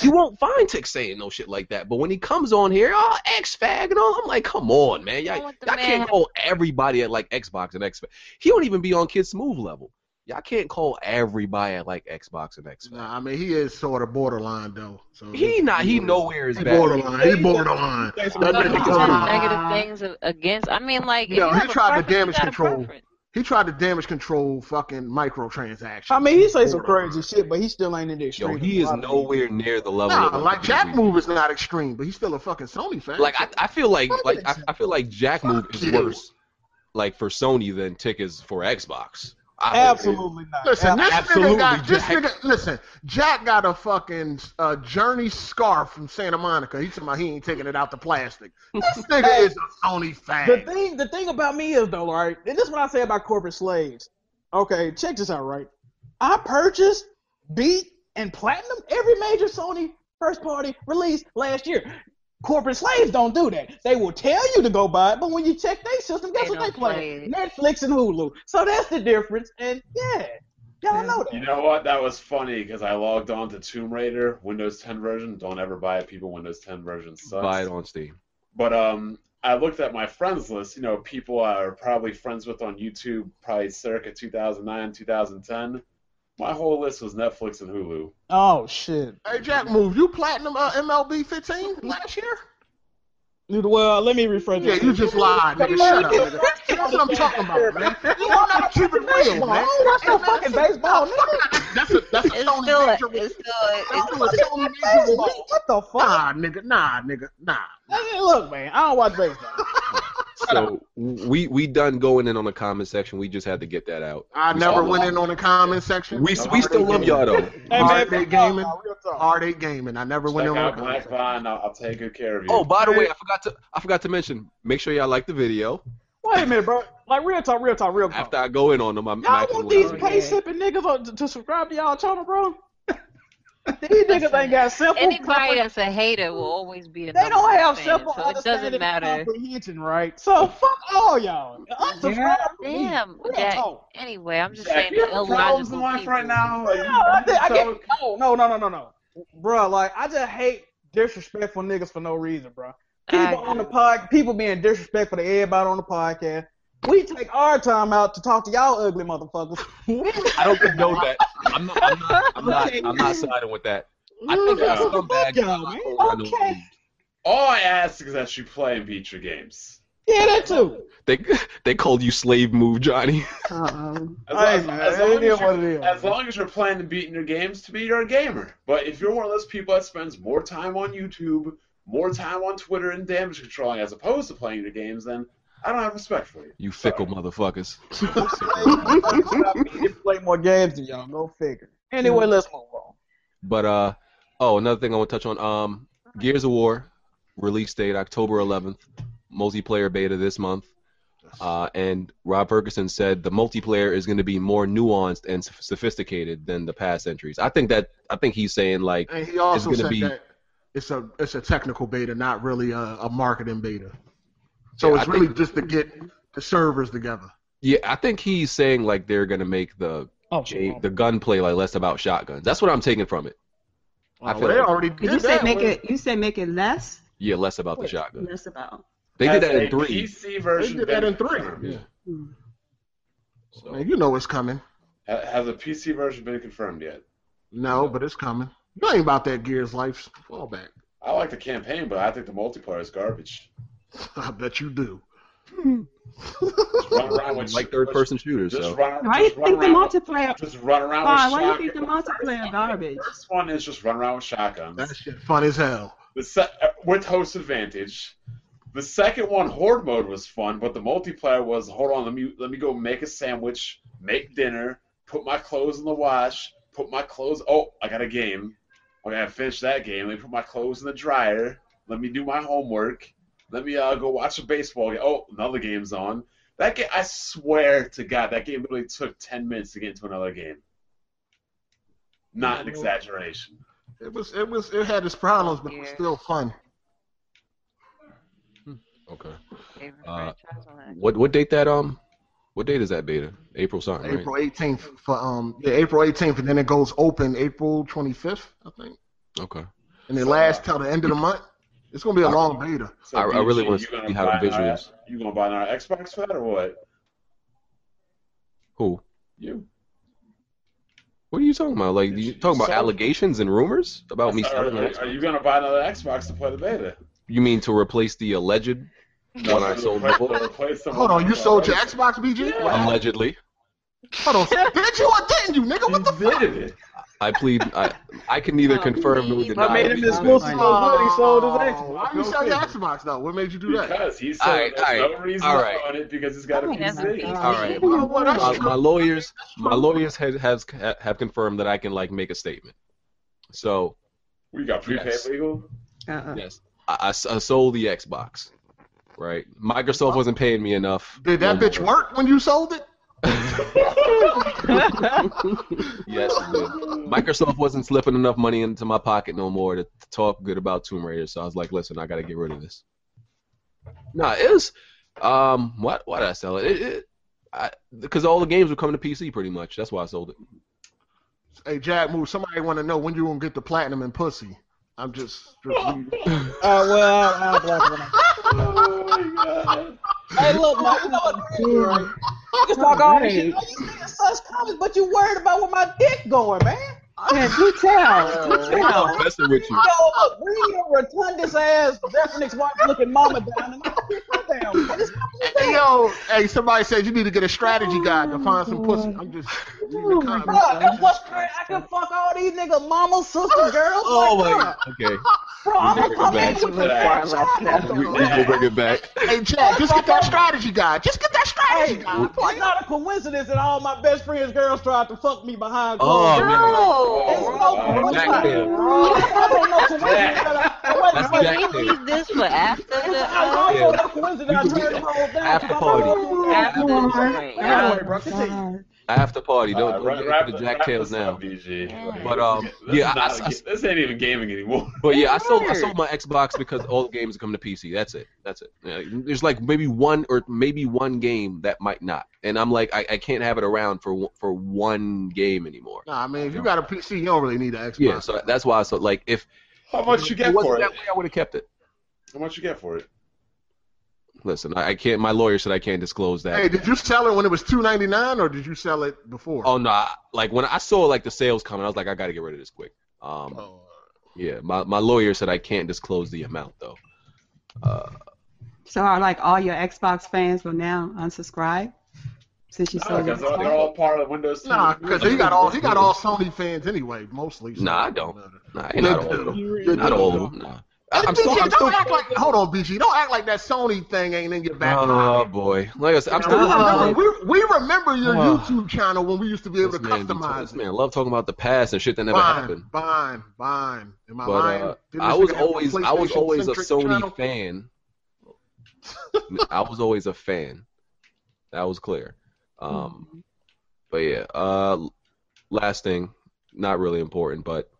S1: You won't find Tick saying no shit like that. But when he comes on here, oh X fag and all, I'm like, come on, man. Y'all,
S5: I want the
S1: y'all can't
S5: man-
S1: call everybody at like Xbox and X fag. He don't even be on Kid Smooth level. Y'all can't call everybody at like Xbox and X fag.
S8: Nah, I mean he is sort of borderline though. So
S1: He not he nowhere is
S8: He
S1: bad.
S8: borderline. He borderline. That
S5: Don't
S8: nigga
S5: protect
S8: borderline.
S5: negative things a- against. I mean, like, if
S8: Yo,
S5: you
S8: he
S5: have a
S8: tried to
S5: preference, you
S8: damage
S5: got a
S8: control.
S5: preference.
S8: He tried to damage control fucking microtransactions.
S2: I mean, he say some
S8: Borderline.
S2: crazy shit, but he still ain't in the
S1: Yo,
S2: extreme.
S1: he is
S2: A lot of people.
S1: nowhere near the level.
S8: Nah,
S1: of-
S8: like Jack Move is not extreme, but he's still a fucking Sony fan.
S1: Like I, I feel like like I, I feel like Jack Move is
S8: you.
S1: worse, like for Sony than Tick is for Xbox. I-
S2: Absolutely not.
S8: Listen, this
S1: Absolutely,
S8: nigga got this
S1: Jack.
S8: nigga. Listen, Jack got a fucking uh, journey scarf from Santa Monica. He's talking about he ain't taking it out the plastic.
S2: [laughs]
S8: This nigga is a Sony
S2: The
S8: fan.
S2: thing, the thing about me is though, right? And this is what I say about corporate slaves. Okay, check this out, right? I purchased, beat, and platinum every major Sony first party release last year. Corporate slaves don't do that. They will tell you to go buy it, but when you check their system, guess
S5: They
S2: what they
S5: don't play
S2: play?
S5: it.
S2: Netflix and Hulu. So that's the difference. And yeah, y'all know
S4: You
S2: that.
S4: know what? That was funny because I logged on to Tomb Raider Windows 10 version. Don't ever buy it, people. Windows 10 version sucks.
S1: Buy it on Steam.
S4: But um, I looked at my friends list. You know, people I are probably friends with on YouTube, probably circa 2009, 2010. My whole list was Netflix and Hulu.
S2: Oh shit.
S8: Hey, Jack Move, you platinum uh, MLB 15 last year?
S2: Well, let me rephrase.
S8: Yeah,
S2: this.
S8: you just lied, nigga. Shut up, nigga. That's what I'm talking about, man.
S2: [laughs]
S8: You know how to keep it real,
S2: I
S8: man.
S2: don't watch no
S8: Hey, man,
S2: fucking
S8: that's a-
S2: baseball, nigga.
S8: That's a that's a
S5: It's
S8: Sony
S5: still, a,
S8: major.
S5: it's still,
S8: That's
S5: a,
S8: still a Sony major release.
S2: What the fuck?
S8: Nah, nigga. Nah, nigga. Nah.
S2: Hey, look, man, I don't watch baseball.
S1: So we we done going in on the comment section. We just had to get that out.
S8: I
S1: We
S8: never
S1: still-
S8: went in on the comment section.
S1: We we still love y'all though.
S2: [laughs] Hey, man,
S8: Hard
S2: real
S8: day
S2: talk,
S8: gaming.
S2: now, real talk.
S8: Hard eight gaming. I never went
S4: Check
S8: in on
S4: out
S8: the comment
S4: Black
S8: section.
S4: Vine. I'll, I'll take good care of you.
S1: Oh, by the way, I forgot to I forgot to mention. Make sure y'all like the video.
S2: Wait a minute, bro. Like real talk, real talk, real talk.
S1: After I go in on them, I'm. I'm
S2: y'all
S1: actually-
S2: want these
S5: Oh,
S2: pay
S5: yeah.
S2: [laughs] sipping niggas on, to, to subscribe to y'all channel, bro? These niggas ain't got simple.
S5: Anybody that's a hater will always be a
S2: They
S5: number
S2: don't
S5: one
S2: have
S5: fan,
S2: simple
S5: so it doesn't
S2: understanding and
S5: matter.
S2: comprehension, right? So fuck all y'all. Unsubscribe from me.
S5: Damn.
S2: Real
S5: Jack,
S2: talk.
S5: anyway, I'm just
S4: Jack,
S5: saying
S4: you have
S5: the
S4: problems in
S5: illogical
S4: life
S5: people.
S4: right now? Are you-
S2: No, I, think, I
S4: so-
S2: get, no, no, no, no, no, no, bro. Like I just hate disrespectful niggas for no reason, bro.
S5: I
S2: People on the pod, people being disrespectful to everybody on the podcast. We take our time out to talk to y'all ugly [laughs] motherfuckers.
S1: I don't condone that. I'm not. I'm not. I'm not, I'm not siding with that. I think
S4: Yeah.
S1: that's scumbag.
S2: Y'all, man. Okay.
S4: All I ask is that you play and beat your games.
S2: Yeah, that too.
S1: They they called you slave move, Johnny.
S3: Uh-oh.
S4: As,
S2: Hey,
S4: as-
S2: man,
S4: as
S2: it
S4: long
S2: is
S4: as,
S2: what it
S4: you're,
S2: is.
S4: as long as you're playing and beating your games, to me, you're a gamer. But if you're one of those people that spends more time on YouTube, more time on Twitter and damage controlling as opposed to playing your games, then I don't have respect for you.
S1: You fickle motherfuckers.
S2: You play more games than y'all. Go figure. Anyway, let's move on.
S1: But uh, oh, another thing I want to touch on. Um, Gears of War release date October 11th. Multiplayer beta this month. Uh, and Rob Ferguson said the multiplayer is going to be more nuanced and soph- sophisticated than the past entries. I think that I think he's saying like
S8: And he also
S1: It's gonna
S8: said
S1: be-
S8: that it's a it's a technical beta, not really a, a marketing beta. So
S1: Yeah,
S8: it's
S1: I
S8: really
S1: think-
S8: just to get the servers together.
S1: yeah, I think he's saying like they're going to make the
S2: Oh,
S1: J- the gunplay like less about shotguns. That's what I'm taking from it. I
S8: Uh,
S1: feel
S8: they
S1: like-
S8: already
S3: Did
S8: did
S3: you say
S8: that
S3: make
S8: with-
S3: it? You said make it less?
S1: Yeah, less about the shotgun.
S3: Less about.
S1: They
S4: As
S1: did that
S4: a
S1: in three.
S4: PC version
S8: They did that in three.
S4: confirmed.
S1: Yeah.
S3: Hmm.
S1: So,
S8: Man, you know it's coming.
S4: Ha- Has a PC version been confirmed yet?
S8: No, but it's coming. You ain't about that Gears Life fallback.
S4: I like the campaign, but I think the multiplayer is garbage.
S8: [laughs] I bet you do.
S4: Just
S8: [laughs]
S4: run around with
S1: like third person shooters.
S4: Just
S1: So.
S4: run,
S3: Why do you
S4: just run
S3: think the
S4: around-
S3: multiplayer?
S4: Just run around
S3: Why?
S4: with
S3: Why do you think the
S4: shotguns.
S3: multiplayer garbage?
S4: First one is just run around with shotguns.
S8: That shit fun as hell.
S4: The se- uh, with host advantage. The second one, horde mode, was fun, but the multiplayer was hold on, let me let me go make a sandwich, make dinner, put my clothes in the wash, put my clothes. Oh, I got a game. I gotta finish that game. Let me put my clothes in the dryer. Let me do my homework. Let me uh, go watch a baseball game. Oh, another game's on. That game, I swear to God, that game literally took ten minutes to get into another game. Not an exaggeration.
S8: It was it was it had its problems, but it was
S5: Yeah.
S8: still fun.
S1: Okay.
S5: favorite
S1: Uh,
S5: franchise on that.
S1: What what date that um? What date is that beta? April something. right?
S8: April eighteenth for um yeah, April eighteenth and then it goes open April twenty fifth, I think.
S1: Okay.
S8: And it lasts till the end of the month. It's gonna be a long beta.
S4: So
S1: I- I really wanna
S4: you gonna
S1: see how the
S4: buy another-
S1: visuals-
S4: You gonna buy another Xbox for that or what?
S1: Who?
S4: You.
S1: What are you talking about? Like you talking about
S4: So-
S1: allegations and rumors about me
S4: are,
S1: selling an
S4: are- are
S1: Xbox?
S4: you gonna buy another Xbox to play the beta?
S1: You mean to replace the alleged one I
S4: to
S1: sold
S2: [laughs]
S4: replace-
S1: before?
S4: to replace the
S8: Hold
S4: one
S8: on, you
S4: that
S8: sold your
S4: already-
S8: Xbox BG?
S4: Yeah.
S8: Wow.
S1: Allegedly,
S8: Hold on. Did you or didn't you, nigga? What the
S4: You did it.
S1: I plead. I I can neither
S5: Oh,
S1: confirm nor
S5: please.
S1: deny.
S2: I made
S1: the
S2: him
S1: reason.
S2: exclusive on what he sold his
S8: Oh,
S2: Xbox.
S8: Why you sell your Xbox though? What made you do that?
S4: Because he said
S1: Alright,
S4: there's no
S1: alright,
S4: reason
S1: alright.
S4: on it because he's got a
S3: Oh, that's
S4: PC.
S3: not
S1: All right.
S8: Well, well, that's
S1: my,
S8: true.
S1: my lawyers my lawyers has, has have confirmed that I can like make a statement. So
S4: We got prepaid
S1: Yes. [laughs]
S4: legal.
S3: Uh-uh.
S1: yes, I, I s- I sold the Xbox. Right, Microsoft wasn't paying me enough.
S8: Did that
S1: No
S8: bitch work when you sold it?
S1: more. Yes, it did. Microsoft wasn't slipping enough money into my pocket no more to, to talk good about Tomb Raider. So I was like, listen, I got to get rid of this. Nah, it was. Um, what? Why did I sell it? It. it I, because all the games were coming to PC pretty much. That's why I sold it.
S8: Hey Jack, move. Somebody want to know when you gonna get the platinum and pussy? I'm just.
S3: Oh,
S2: Uh, well, I, I block it out.
S4: Oh my god.
S2: Hey, look, man, you know [laughs] what?
S3: Yeah.
S2: Niggas talk all this shit. Oh, you niggas such comments, but you worried about where my dick going, man.
S3: Yeah, do tell. Do
S1: I'm
S3: tell.
S1: messing with
S2: Yo,
S1: you.
S2: look, bring your rotundous ass, Zephyrnic's wife looking mama down, and I'll pick her down. man. It's
S1: [laughs]
S2: not like that.
S8: hey yo, hey somebody said you need to get a strategy guide to find some
S3: Oh,
S8: pussy.
S3: God.
S8: I'm just.
S3: Oh,
S8: leaving
S3: my
S8: comments.
S2: Bruh, that's what's crazy. I can fuck all these nigga mamas,
S1: [laughs]
S2: sister girls.
S1: Oh
S2: like,
S1: my. Okay.
S2: bruh, Bro, I'm gonna come in
S1: Back.
S2: with the
S4: Back.
S2: shotgun.
S1: We, we will bring it back.
S8: Hey Jack, just get that strategy guide. Just get that
S2: Hey,
S8: strategy guide.
S2: it's not a coincidence that all my best friends' girls tried to fuck me behind
S1: Oh,
S2: closed
S1: man.
S2: doors. It's
S4: Oh,
S2: no
S4: wow.
S1: Jack
S2: coincidence.
S1: Hill.
S2: I don't know coincidence that I- wait a
S1: That's
S2: minute, wait a
S1: Jack
S2: minute.
S5: Can we leave this for after the
S2: I
S5: um,
S2: also know coincidence that I turned the whole down.
S1: After party.
S5: after the
S3: Oh,
S5: drink?
S2: Anyway,
S5: Um,
S2: bro, continue.
S3: God.
S1: After party,
S4: Uh,
S1: don't,
S4: wrap-
S1: don't
S4: wrap
S1: get into the
S4: wrap
S1: Jacktails
S4: this
S1: now.
S4: up, BG. Like,
S1: But um,
S4: this
S1: yeah,
S4: is
S1: I,
S4: not a
S1: I-
S4: ga- this ain't even gaming anymore. [laughs]
S1: But yeah, I sold I sold my Xbox because all the games come to PC. That's it. That's it. Yeah, there's like maybe one or maybe one game that might not, and I'm like I, I can't have it around for one- for one game anymore.
S8: Nah, I mean, if you got a PC, you don't really need an Xbox.
S1: Yeah, so that's why I sold. Like if
S4: How much you get
S1: it wasn't
S4: for it?
S1: that way, I would have kept it.
S4: How much you get for it?
S1: Listen, I, I can't. My lawyer said I can't disclose that.
S8: Hey, did you sell it when it was two ninety nine, or did you sell it before?
S1: Oh no! I- Like when I saw like the sales coming, I was like, I got to get rid of this quick. Um,
S8: Oh.
S1: yeah, my my lawyer said I can't disclose the amount though. Uh,
S3: So are like all your Xbox fans will now unsubscribe since you
S4: No,
S3: sold.
S4: because
S3: it.
S4: they're they're all part of Windows. 10.
S8: Nah, because he got all he got all Sony fans anyway, mostly. so-
S1: Nah, I don't. nah, ain't not all of them.
S8: They
S1: Not
S8: do.
S1: all of them. Nah. I- I'm
S8: BG,
S1: still, I'm
S8: don't
S1: still.
S8: act like, hold on, BG. Don't act like that Sony thing ain't in your back pocket.
S1: Oh boy! Like I said, I'm
S8: You
S1: still.
S8: know,
S1: I'm
S8: we,
S1: still-
S8: remember, we, we remember your
S1: Oh.
S8: YouTube channel when we used to be able
S1: this
S8: to
S1: man, be talking-
S8: customize
S1: this
S8: it.
S1: man love talking about the past and shit that never happened.
S8: Fine, fine, fine. Am I
S1: But
S8: lying?
S1: uh,
S8: Didn't
S1: I
S8: this
S1: was
S8: nigga have a
S1: always I was always a
S8: PlayStation-centric
S1: Sony
S8: channel? [laughs]
S1: fan. I was always a fan. That was clear. Um,
S8: Hmm.
S1: But yeah, uh, last thing, not really important, but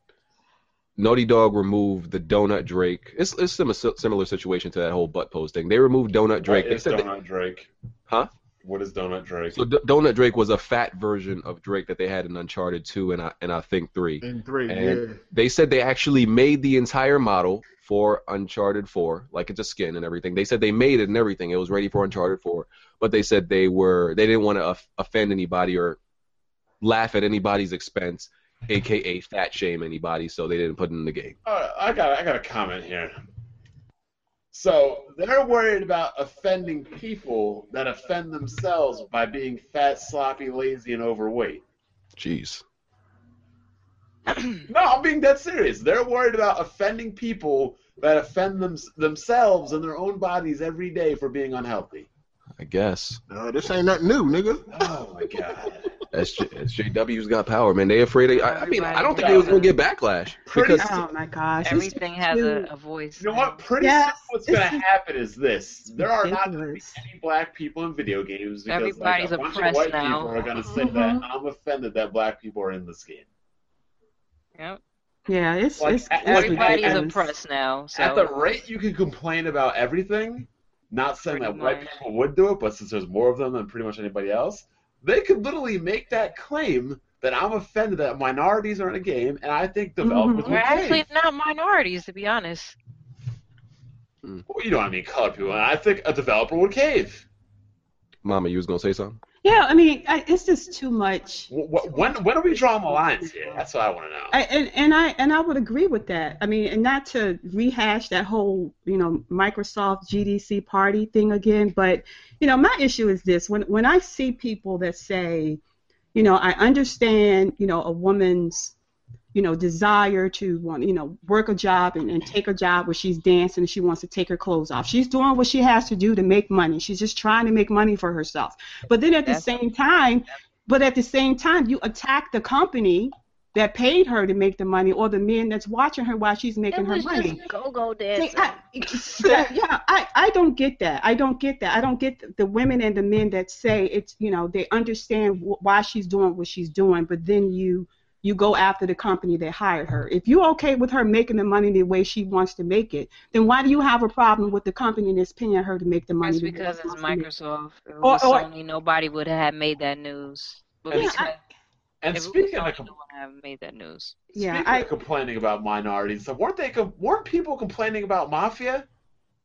S1: Naughty Dog removed the Donut Drake. It's it's sim- similar situation to that whole butt post thing. They removed Donut Drake.
S4: What
S1: They
S4: is
S1: said, that,
S4: Donut Drake?
S1: huh?
S4: What is Donut Drake?
S1: So D- Donut Drake was a fat version of Drake that they had in Uncharted 2 and I and I think 3
S8: In three,
S1: And-
S8: yeah.
S1: they said they actually made the entire model for Uncharted 4, like it's a skin and everything. They said they made it and everything. It was ready for Uncharted 4, but they said they were they didn't want to of- offend anybody or laugh at anybody's expense, aka fat shame anybody, so they didn't put it in the game.
S4: All right, Uh, I got I got a comment here. So they're worried about offending people that offend themselves by being fat, sloppy, lazy, and overweight.
S1: Jeez.
S4: No, I'm being dead serious. They're worried about offending people that offend them, themselves and their own bodies every day for being unhealthy.
S1: I guess
S8: Uh, this ain't nothing new, nigga.
S4: Oh my god.
S1: SJ, SJW's got power, man. They afraid. Of, I, I mean, I don't think they was gonna get backlash
S4: Pretty
S1: because
S3: Oh my gosh! it's
S5: Everything has a,
S3: cute.
S5: a voice.
S4: You know what? Pretty
S3: Yes,
S4: soon what's
S3: it's
S4: gonna
S3: just-
S4: happen is this: there are not gonna be
S3: ridiculous.
S4: any black people in video games because
S5: Everybody's
S4: like, a bunch of
S5: oppressed
S4: white
S5: now.
S4: people are gonna say that I'm offended that black people are in this game.
S5: Yep.
S3: Yeah, it's
S4: Like,
S3: it's
S4: at-
S3: it's
S5: Everybody's
S4: Everybody's
S3: ridiculous.
S5: oppressed now. So
S4: At the rate you can complain about everything, not saying
S5: Pretty
S4: that white
S5: much.
S4: people would do it, but since there's more of them than pretty much anybody else, they could literally make that claim that I'm offended that minorities are in a game, and I think developers
S3: Mhm.
S5: we're
S4: would
S5: actually
S4: change.
S5: not minorities, to be honest.
S4: Well, you know what I mean, colored people, and I think a developer would cave.
S1: Mama, you was gonna say something.
S3: Yeah, I mean, I, it's just too much.
S4: Wh- wh- When when are we drawing the lines here? That's what I want to know.
S3: I, and, and I and I would agree with that. I mean, and not to rehash that whole you know Microsoft GDC party thing again, but you know my issue is this: when when I see people that say, you know, I understand you know a woman's you know desire to want you know work a job and, and take a job where she's dancing and she wants to take her clothes off. She's doing what she has to do to make money. She's just trying to make money for herself. But then at the
S5: That's-
S3: same time, but at the same time, you attack the company that paid her to make the money or the men that's watching her while she's making her money.
S5: go-go
S3: See, I,
S5: [laughs]
S3: yeah, yeah, I, I don't get that. I don't get that. I don't get the, the women and the men that say it's you know they understand wh- why she's doing what she's doing, but then you you go after the company that hired her. If you're okay with her making the money the way she wants to make it, then why do you have a problem with the company that's paying her to make the money?
S5: That's
S3: the way
S5: because
S3: she wants
S5: it's
S3: to make it?
S5: Microsoft. If it
S3: Or-
S5: was
S3: or-
S5: Sony, nobody would have made that news. But
S4: Yeah,
S5: because
S3: I-
S4: And
S5: if it was
S4: speaking
S5: Sony,
S4: of
S5: no one have made that news.
S3: Yeah,
S4: speaking
S3: I,
S4: of complaining about minorities, so weren't they com- weren't people complaining about mafia?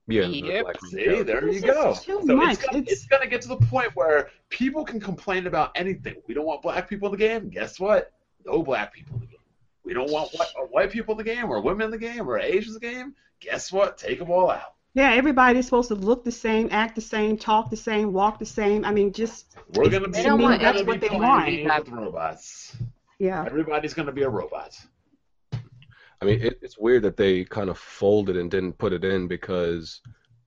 S1: Yeah.
S5: Yep.
S1: like-
S4: See, there you
S3: It's
S4: go.
S3: just
S4: So
S3: too
S4: it's
S3: much.
S4: gonna,
S3: It's-
S4: it's gonna get to the point where people can complain about anything. We don't want black people in the game. Guess what? No black people in the game. We don't want white, or white people in the game, or women in the game, or Asians in the game. Guess what? Take them all out.
S3: Yeah, everybody's supposed to look the same, act the same, talk the same, walk the same. I mean, just
S4: We're gonna be,
S5: They don't
S4: we're
S5: want-
S4: gonna
S5: that's
S4: be
S3: what they
S4: playing
S3: want.
S4: games with robots.
S3: yeah.
S4: Everybody's gonna be a robot.
S1: I mean, it, it's weird that they kind of folded and didn't put it in because,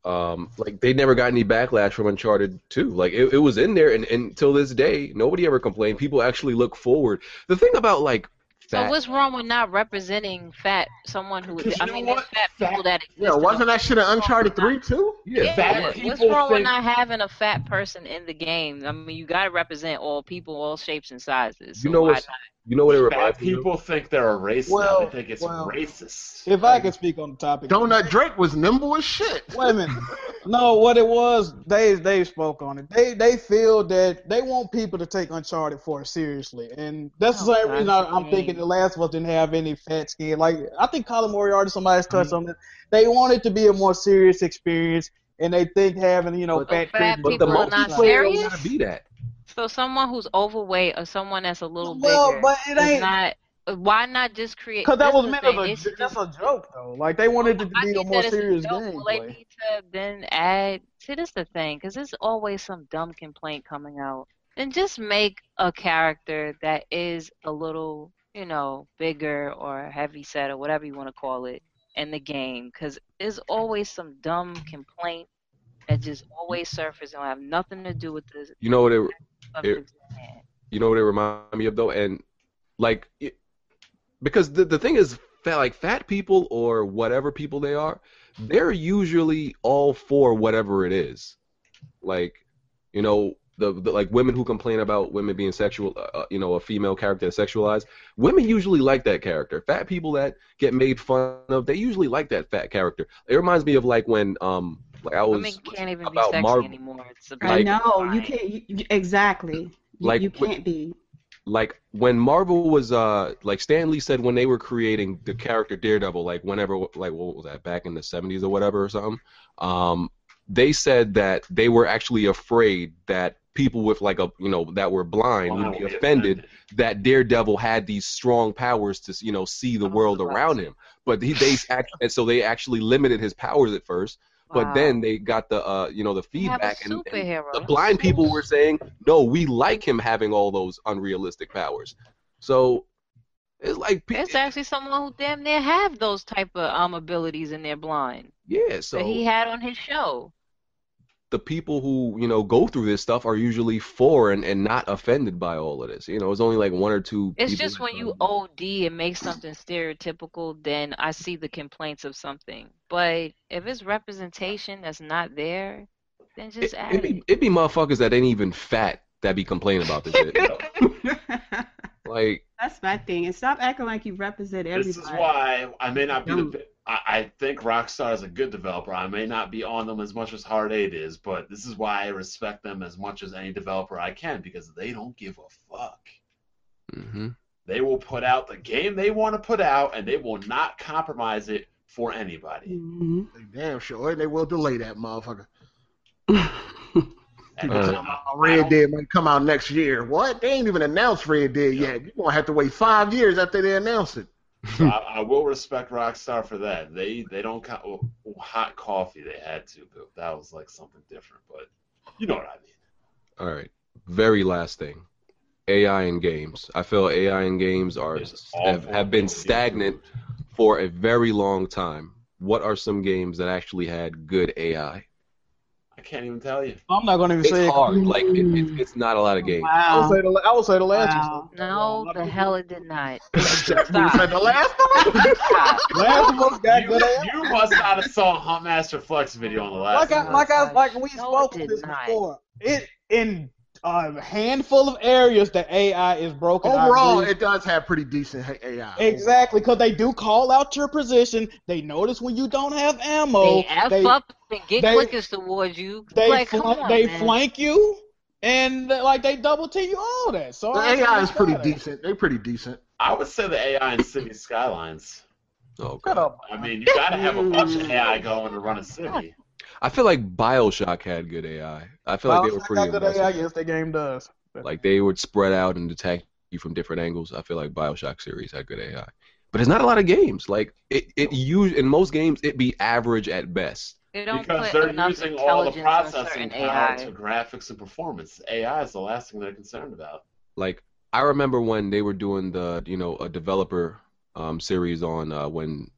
S1: um, like they never got any backlash from Uncharted 2. Like it, it was in there, and, and till this day, nobody ever complained. People actually look forward. The thing about like
S5: So what's wrong with not representing fat someone who? I mean, there's fat people that exist.
S8: Yeah,
S5: in the
S8: wasn't that shit in Uncharted Three too?
S5: Yeah, what's wrong with not having a fat person in the game? I mean, you gotta represent all people, all shapes and sizes.
S1: You know what's you know what it
S4: Fat
S1: reminds me of?
S4: people think they're a racist.
S2: Well,
S4: now. They think it's
S2: well.
S4: racist.
S2: If I could speak on the topic, [laughs]
S8: Donut Drake was nimble as shit.
S2: Wait a minute. No, what it was, they they spoke on it. They they feel that they want people to take Uncharted Four seriously, and that's the
S5: Oh,
S2: same reason I,
S5: that's
S2: I'm thinking
S5: mean.
S2: the last one didn't have any fat skin. Like I think Colin Moriarty, somebody's touched on it. They want it to be a more serious experience, and they think having you know
S5: But
S2: fat,
S5: fat
S2: people.
S1: But the
S5: people are not
S1: multiplayer
S5: serious?
S1: don't gotta be that.
S5: So someone who's overweight or someone that's a little
S2: Well,
S5: bigger
S2: but it
S5: is
S2: ain't-
S5: not. Why not just create?
S2: Because that
S5: that's
S2: was
S5: the
S2: meant
S5: thing,
S2: as a
S5: it's
S2: j- that's
S5: just- Oh,
S2: a joke though. Like they wanted it to
S5: I
S2: be a
S5: think
S2: more
S5: that it's
S2: serious
S5: dope. Well, they
S2: gameplay.
S5: need to then add. See, this the thing, because there's always some dumb complaint coming out. Then just make a character that is a little, you know, bigger or heavy set or whatever you want to call it in the game, because there's always some dumb complaint that just always surfaces and have nothing to do with the
S1: You know what it
S5: subject at hand.
S1: you know what it reminded me of though and like it, because the, the thing is fat, like fat people or whatever people they are they're usually all for whatever it is like you know the, the like women who complain about women being sexual uh, uh, you know a female character that's sexualized women usually like that character fat people that get made fun of they usually like that fat character it reminds me of like when um like i was
S5: Women can't even be
S1: about
S5: sexy
S1: Marvel.
S5: anymore. It's about
S3: I
S1: Like-
S3: know you can't. You, you- exactly. You,
S1: Like,
S3: you
S1: what-
S3: can't be.
S1: like when Marvel was uh like Stan Lee said when they were creating the character Daredevil like whenever like what was that back in the 70s or whatever or something um they said that they were actually afraid that people with like a you know that were blind would be offended that Daredevil had these strong powers to you know see the
S5: I'm
S1: world
S5: surprised.
S1: around him but he they act, and so they actually limited his powers at first but
S5: Wow.
S1: then they got the uh you know the
S5: You have a
S1: feedback and, and
S5: superhero.
S1: the blind people were saying, no, we like him having all those unrealistic powers. So it's like, pe-
S5: There's actually someone who damn near have those type of um abilities and they're blind
S1: yeah. So
S5: that he had on his show.
S1: the people who you know go through this stuff are usually for and, and not offended by all of this. You know, it's only like one or two.
S5: It's
S1: people
S5: just
S1: that
S5: when
S1: are-
S5: you OD and make something stereotypical, then I see the complaints of something. But if it's representation that's not there, then
S1: It,
S5: just add
S1: it,
S5: it.
S1: [laughs] be, it be motherfuckers that ain't even fat that be complaining about this shit.
S5: [laughs]
S1: like,
S3: That's my thing. And stop acting like you represent everybody.
S4: This is why I may not be.
S3: Dumb.
S4: The, I, I think Rockstar is a good developer. I may not be on them as much as Hard Eight is, but this is why I respect them as much as any developer I can because they don't give a fuck.
S1: hmm
S4: They will put out the game they want to put out, and they will not compromise it for anybody.
S3: Mhm.
S8: Damn sure, and they will delay that motherfucker. Hmm.
S4: And
S1: Uh,
S4: I'm- I
S8: Red
S4: don't-
S8: Dead might come out next year. What? They ain't even announced Red Dead yet. You're gonna have to wait five years after they announce it.
S4: So
S1: Hmm.
S4: I, I will respect Rockstar for that. They they don't co- oh, oh, hot coffee. They had to, but that was like something different. But you know what I mean.
S1: all right. Very last thing. AI in games. I feel AI in games are
S4: It's
S1: have,
S4: awful.
S1: have been stagnant for a very long time. What are some games that actually had good AI?
S4: I can't even
S2: [laughs]
S4: tell you.
S2: I'm not gonna even
S1: It's
S2: say Mm. it.
S1: hard. Like it, it, it's not a lot of games.
S2: I would
S3: Wow.
S2: say the I would say the last one.
S3: Wow.
S5: No,
S2: Well,
S5: the hell it did
S1: [laughs]
S5: not.
S8: Is that
S5: Stop.
S8: the last one?
S5: Stop.
S2: Last one's got
S4: You,
S2: good AI.
S4: you must not have saw Huntmaster Flex video on the last
S2: like I,
S4: one.
S2: like I, like we
S5: No,
S2: spoke
S5: it
S2: on
S5: did
S2: this
S5: not.
S2: before. It in a handful of areas that AI is broken. I
S8: Overall,
S2: agree.
S8: it does have pretty decent ha- AI.
S2: exactly because they do call out your position. They notice when you don't have ammo.
S5: They f
S2: They
S5: up and get
S2: they-
S5: clickers towards you.
S2: they,
S5: like,
S2: flank,
S5: come on,
S2: they
S5: man.
S2: flank you, and like they double team you. All that. So
S8: The
S2: I say
S8: AI
S2: we
S8: is pretty
S2: got it.
S8: decent. They're pretty decent.
S4: I would say the AI in City Skylines.
S1: Oh
S2: Shut
S1: god.
S2: up.
S4: I mean, you gotta have a bunch of AI going to run a city.
S1: I feel like Bioshock had good AI. I feel like they were
S2: Bioshock
S1: pretty
S2: got good AI.
S1: impressive.
S2: Yes, the game does.
S1: Like they would spread out and attack you from different angles. I feel like Bioshock series had good AI. But there's not a lot of games. Like it, it use in most games it be average at best.
S5: They don't
S4: Because
S5: put
S4: they're
S5: enough
S4: using all the
S5: intelligence on
S4: processing
S5: certain
S4: power
S5: AI.
S4: to graphics and performance. AI is the last thing they're concerned about.
S1: Like I remember when they were doing the you know a developer um, series on uh, when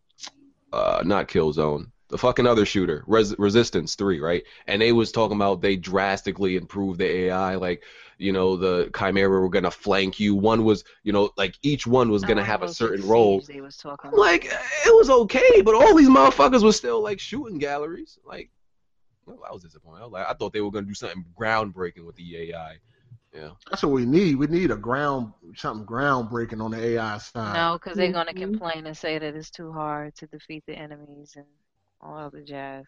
S1: uh, not Killzone the fucking other shooter, Res- Resistance Three, right? And they was talking about they drastically improved the AI, like you know the Chimera were gonna flank you. One was, you know, like each one was gonna have a certain role.
S5: They was talking.
S1: Like eh, it was okay, but all these motherfuckers was still like shooting galleries. Like well, I was disappointed. I, was like, I thought they were gonna do something groundbreaking with the AI. Yeah.
S8: That's what we need. We need a ground something groundbreaking on the AI side.
S5: No, because they're gonna
S3: Mm-hmm.
S5: complain and say that it's too hard to defeat the enemies and all the jazz.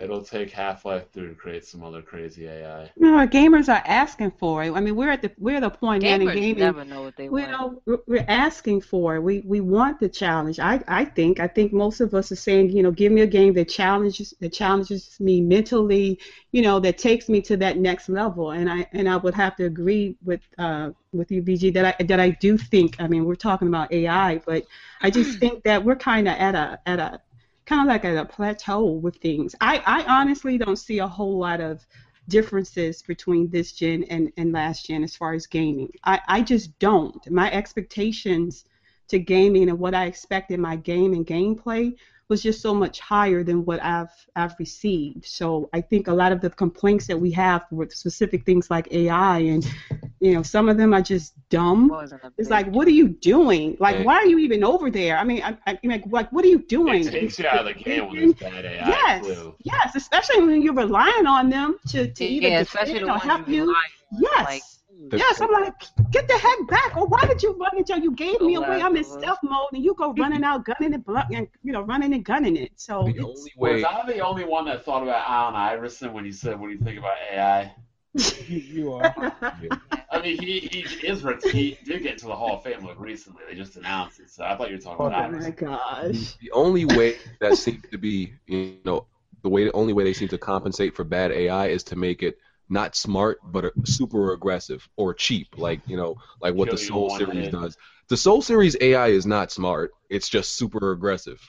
S4: It'll take Half Life 3 to create some other crazy AI.
S3: No, our gamers are asking for it. I mean, we're at the we're at the point now in
S5: Gamers
S3: gaming.
S5: never know what they
S3: we
S5: want.
S3: know we're- we're asking for it. We we want the challenge. I I think I think most of us are saying, you know, give me a game that challenges that challenges me mentally, you know, that takes me to that next level. And I and I would have to agree with uh with you, BG, that I that I do think. I mean, we're talking about AI, but I
S5: [clears throat]
S3: just think that we're kind of at a at a kind of like at a plateau with things. I I honestly don't see a whole lot of differences between this gen and, and last gen as far as gaming. I, I just don't. My expectations to gaming and what I expect in my game and gameplay was just so much higher than what I've I've received. So I think a lot of the complaints that we have with specific things like AI and you know, some of them are just dumb.
S5: Wasn't a
S3: It's
S5: big-
S3: like, what are you doing? Like,
S1: Right.
S3: why are you even over there? I mean, I, I mean, like, like, what are you doing?
S4: It takes you
S3: [laughs]
S4: out of the game with this bad AI
S3: yes,
S4: flu.
S3: yes, especially when you're relying on them to, to either
S5: yeah, especially
S3: defend
S5: the
S3: or
S5: ones
S3: help
S5: you
S3: you.
S5: rely on,
S3: Yes,
S5: like, [laughs]
S1: The-
S3: yes. I'm like, get the heck back! Or why did you run until you gave me
S5: So
S3: away? I'm in
S5: loud.
S3: stealth mode, and you go running out, gunning and blunt, and you know, running and gunning it. So
S1: The
S3: it's-
S1: only
S4: Was
S1: way
S4: I the only one that thought about Alan Iverson when you said, what do you think about AI?
S2: You, you are.
S4: I mean, he, he is ret- he did get into the Hall of Fame like, recently. They just announced it, so I thought you were talking
S3: oh
S4: about
S3: my
S4: Iverson.
S3: gosh.
S1: the only way that seems to be you know the way the only way they seem to compensate for bad AI is to make it not smart but super aggressive or cheap like you know like what the
S4: Kill you
S1: Soul
S4: one
S1: series
S4: hit.
S1: does. The Soul series AI is not smart. It's just super aggressive.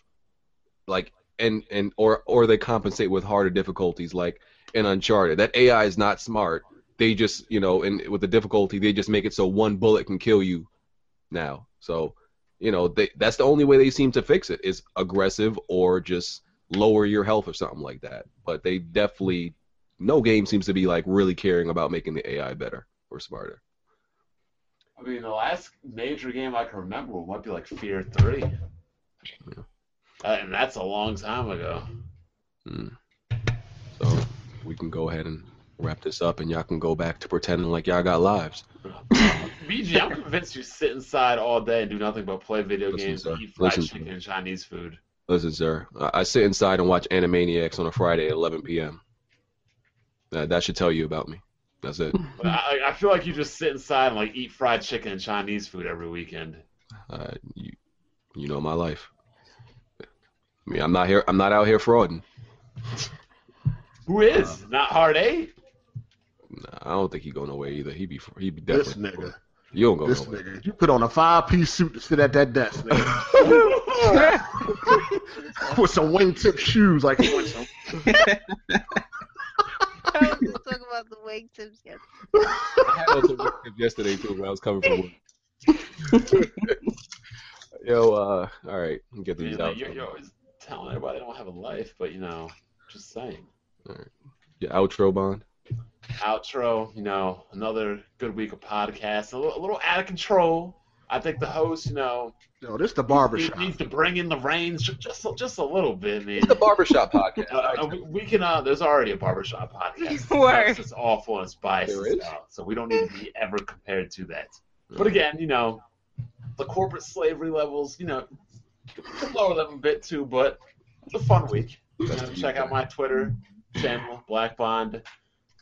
S1: Like and and or or they compensate with harder difficulties like in Uncharted. That AI is not smart. They just, you know, and with the difficulty, they just make it so one bullet can kill you now. So, you know, they, that's the only way they seem to fix it is aggressive or just lower your health or something like that. But they definitely, no game seems to be like really caring about making the AI better or smarter.
S4: I mean, the last major game I can remember might be like Fear 3. Uh, and that's a long time ago.
S1: Mm. So we can go ahead and wrap this up, and y'all can go back to pretending like y'all got lives.
S4: BG, [laughs] I'm convinced you sit inside all day and do nothing but play video
S1: Listen,
S4: games,
S1: sir.
S4: and eat fried
S1: Listen,
S4: chicken,
S1: sir.
S4: and Chinese food.
S1: Listen, sir, I, I sit inside and watch Animaniacs on a Friday at 11 p.m. That, that should tell you about me. That's it.
S4: But I, I feel like you just sit inside and like eat fried chicken and Chinese food every weekend.
S1: Uh, you, you know my life. I mean, I'm not here. I'm not out here frauding.
S4: Who
S1: Um,
S4: is? Not Hard A?
S1: Nah, I don't think he go nowhere either. He be fr- he be
S8: This
S1: definitely.
S8: nigga.
S1: You don't go
S8: This
S1: nowhere.
S8: nigga. You put on a five piece suit to sit at that desk,
S2: [laughs]
S1: [laughs]
S8: nigga. With some wingtip shoes like [laughs] he went to-
S5: I was just talking about the wing tips yesterday.
S1: I had on some work tips yesterday too when I was coming from work. [laughs] Yo, uh, all right, let me get
S4: I mean,
S1: these
S4: like,
S1: out.
S4: you're, you're always telling everybody they don't have a life, but you know, just saying.
S1: Your outro bond.
S4: Outro, you know, another good week of podcasts, a little, a little out of control. I think the host, you know,
S8: Yo, this the
S4: he
S8: barbershop.
S4: needs to bring in the reins ju- just a- just a little bit, man.
S1: The [laughs] barbershop podcast.
S4: Uh, uh, we- we can. Uh, there's already a
S3: [laughs]
S4: barbershop podcast.
S3: Word.
S4: It's just awful and it's biased
S1: There
S4: as
S1: is? Mm.
S4: well, so we don't need to be ever compared to that. But again, you know, the corporate slavery levels, you know, lower them a bit too. But it's a fun week. You know, check out my Twitter channel, Black Bond.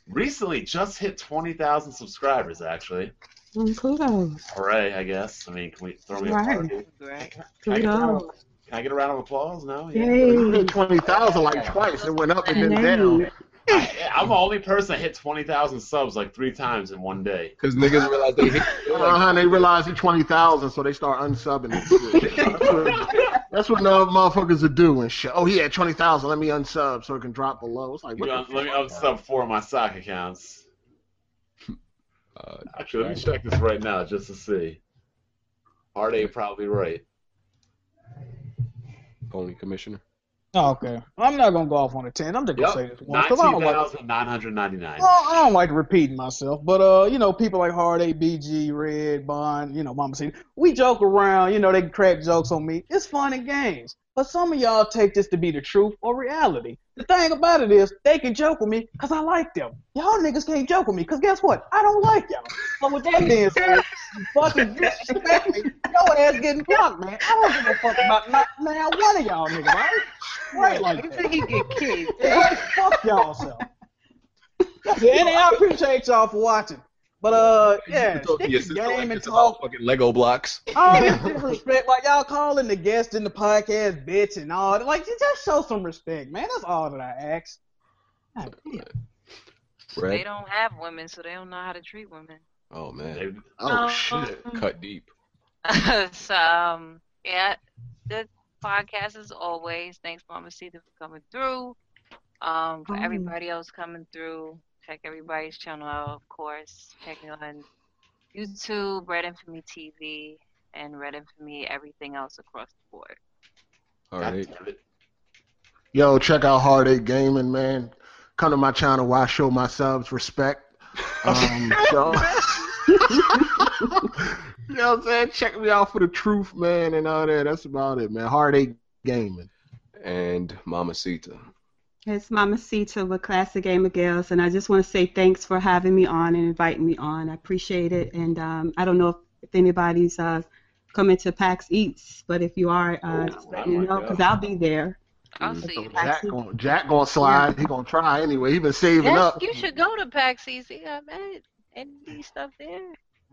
S4: Recently, just hit twenty thousand subscribers. Actually,
S3: Mm, Kudos.
S4: hooray! I guess. I mean, can we throw me a
S3: Right.
S4: party?
S5: [laughs] Right.
S4: Can I, get a round of,
S3: Kudos.
S4: can I get a round of applause? No. Yeah.
S8: You
S3: Yay.
S8: hit 20,000 like twice. It went up and then
S3: Hey.
S8: down.
S4: I, I'm the only person that hit 20,000 subs like three times in one day.
S1: Because niggas realize they hate. they're
S8: Uh
S1: like,
S8: huh. They realize he twenty thousand, so they start unsubbing. and shit. That's what- That's what no motherfuckers are doing. Shit. Oh, he had twenty thousand. Let me unsub so it can drop below. It's like
S4: You
S8: what
S4: know,
S8: the
S4: let me
S8: fuck?
S4: unsub four of my sock accounts.
S1: Uh,
S4: Actually, let me check this right now just to see. Are they probably right?
S1: Pony commissioner.
S2: Oh, okay. I'm not gonna go off on a ten. I'm just gonna say
S4: Yep.
S2: this once 'cause I don't like.
S4: $19,999.
S2: Well, I don't like repeating myself, but uh, you know, people like Hard A, BG, Red, Bond, you know, Mama Cena, we joke around, you know, they crack jokes on me. It's fun and games. But some of y'all take this to be the truth or reality. The thing about it is, they can joke with me because I like them. Y'all niggas can't joke with me because guess what? I don't like y'all. So with that being said, you fucking disrespect me. Your ass getting blocked, man. I don't give a fuck about not now one of y'all niggas, right? Right like that.
S5: You get kicked.
S2: Right, fuck y'all self. That's it. And I appreciate y'all for watching. But uh, yeah,
S1: Talk to
S2: stick
S1: your
S2: to
S1: sister like
S2: game and
S1: it's about
S2: talk.
S1: Fucking Lego blocks.
S2: All this
S1: [laughs]
S2: disrespect, like y'all calling the guests in the podcast bitch and all that. Like, just show some respect, man. That's all that I ask. God damn.
S5: They
S1: Right?
S5: don't have women, so they don't know how to treat women.
S1: Oh man,
S4: They-
S8: Oh
S5: Um,
S8: shit.
S1: cut deep.
S5: [laughs] so um, yeah, the podcast as always. Thanks, Mama Cedar, for coming through. Um, for
S3: Oh.
S5: everybody else coming through, check everybody's channel out, of course. Check me on YouTube, Red Infamy TV, and Red Infamy. Everything else across the board.
S1: All
S4: God
S1: right.
S4: damn it.
S8: Yo, check out Hard Eight Gaming, man. Come to my channel where I show my subs respect. Um, so, [laughs] you know what I'm saying? Check me out for the truth, man, and all that. That's about it, man. Hard Eight Gaming.
S1: And Mamacita.
S3: It's Mama Cita with Classic Game of Gales, and I just want to say thanks for having me on and inviting me on. I appreciate it, and um, I don't know if, if anybody's uh, coming to PAX Eats, but if you are, uh, just let me
S4: Oh, I might
S3: know
S4: go.
S3: because I'll be there.
S5: I'll
S1: Mm,
S5: see you.
S8: Jack going Jack gonna slide. He gonna try anyway. He been saving
S5: Yes,
S8: up.
S5: you should go to PAX East. They got mad ND stuff [laughs] there.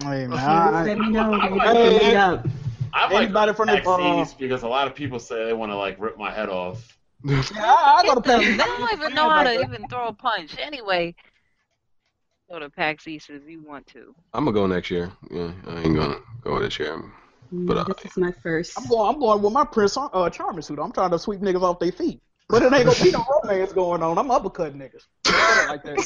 S2: Hey,
S1: Oh,
S2: man,
S3: Just
S2: I-
S3: let me know.
S4: I
S3: We'll
S4: might-
S3: set it
S2: Hey,
S3: up.
S4: I
S2: Anybody
S4: like
S2: from
S4: from
S2: the-
S4: the
S2: uh,
S4: because a lot of people say they want to like rip my head off.
S2: I, I go to
S5: They
S2: Paris.
S5: don't even know how to even throw a punch. Anyway, go to PAX East if you want to.
S1: I'm gonna go next year. Yeah, I ain't gonna go this year. But, uh,
S3: Mm, this is my first.
S2: I'm going. I'm going with my Prince uh, Charming suit. I'm trying to sweep niggas off their feet. But it ain't gonna be no romance going on. I'm uppercutting niggas. Like that.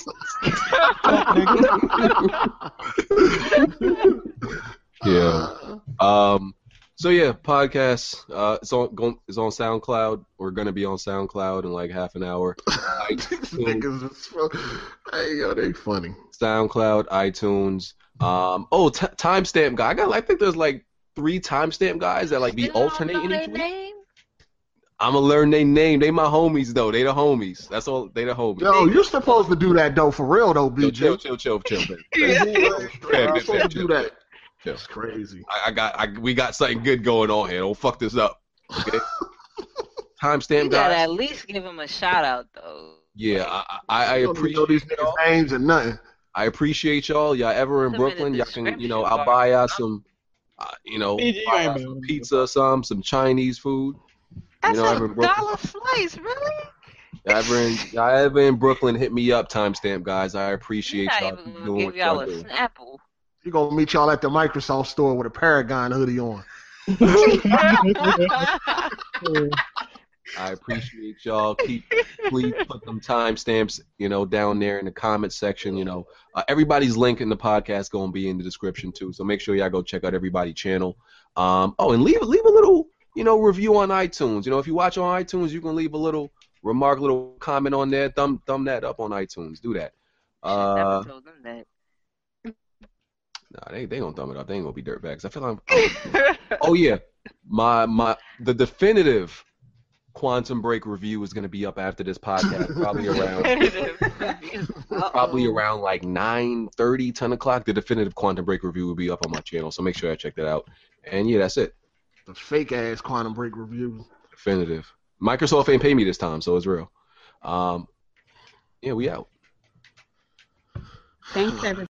S8: [laughs]
S2: Fuck, nigga.
S1: Yeah. Um. So yeah, podcast. Uh, it's on. Go, it's on SoundCloud. We're gonna be on SoundCloud in like half an hour.
S8: [laughs] These niggas is fu- Hey yo, they funny.
S1: SoundCloud, iTunes. Um. Oh, t- timestamp guy. I got. I think there's like three timestamp guys that like be
S5: Still don't
S1: alternating
S5: know
S1: each
S5: their
S1: week.
S5: name?
S1: I'ma learn their name. They my homies though. They the homies. That's all. They the homies.
S8: Yo, you're supposed to do that though for real though,
S1: Yo, chill,
S8: BJ.
S1: chill, chill, chill.
S5: [laughs]
S1: baby.
S8: I'm supposed to do that.
S1: Yeah.
S8: It's crazy.
S1: I, I got. I, we got something good going on here. Don't fuck this up.
S5: [laughs]
S1: Okay. Timestamp
S5: You gotta
S1: guys.
S5: at least give him a shout out though.
S1: Yeah, I, I, I
S8: You don't know
S1: appreciate
S8: these
S1: y'all.
S8: niggas' names and nothing.
S1: I appreciate y'all. Y'all ever in
S5: Put 'em in the
S1: Brooklyn? Y'all can, you know,
S5: description
S1: I'll
S5: bar.
S1: buy y'all some, uh, you know,
S2: You ain't
S1: buy y'all
S2: been-
S1: some pizza or some, some Chinese food.
S5: That's
S1: you know, ever
S5: a
S1: in Brooklyn?
S5: dollar slice, really?
S1: Y'all ever in, y'all ever in Brooklyn? Hit me up, timestamp guys. I appreciate
S5: I'm not
S1: y'all.
S5: even
S1: Keep
S5: gonna
S1: doing
S5: give
S1: what y'all
S5: y'all a
S1: doing.
S5: Snapple. [laughs]
S8: You gonna meet y'all at the Microsoft store with a Paragon hoodie on.
S1: I appreciate y'all. Keep please put them timestamps, you know, down there in the comment section. You know, uh, everybody's link in the podcast gonna be in the description too. So make sure y'all go check out everybody's channel. Um, oh, and leave leave a little, you know, review on iTunes. You know, if you watch on iTunes, you can leave a little remark, little comment on there. Thumb thumb that up on iTunes. Do that. Uh,
S5: Never told them that.
S1: nah, they they gonna thumb it up. They ain't gonna be dirtbags. I feel like I'm oh yeah, my my the definitive Quantum Break review is going to be up after this podcast, probably around [laughs] probably around like 9, 10 o'clock. The definitive Quantum Break review will be up on my channel, so make sure I check that out. And yeah, that's it.
S8: The fake ass Quantum Break review.
S1: Definitive. Microsoft ain't pay me this time, so it's real. Um, yeah, we out.
S3: Thanks, everybody.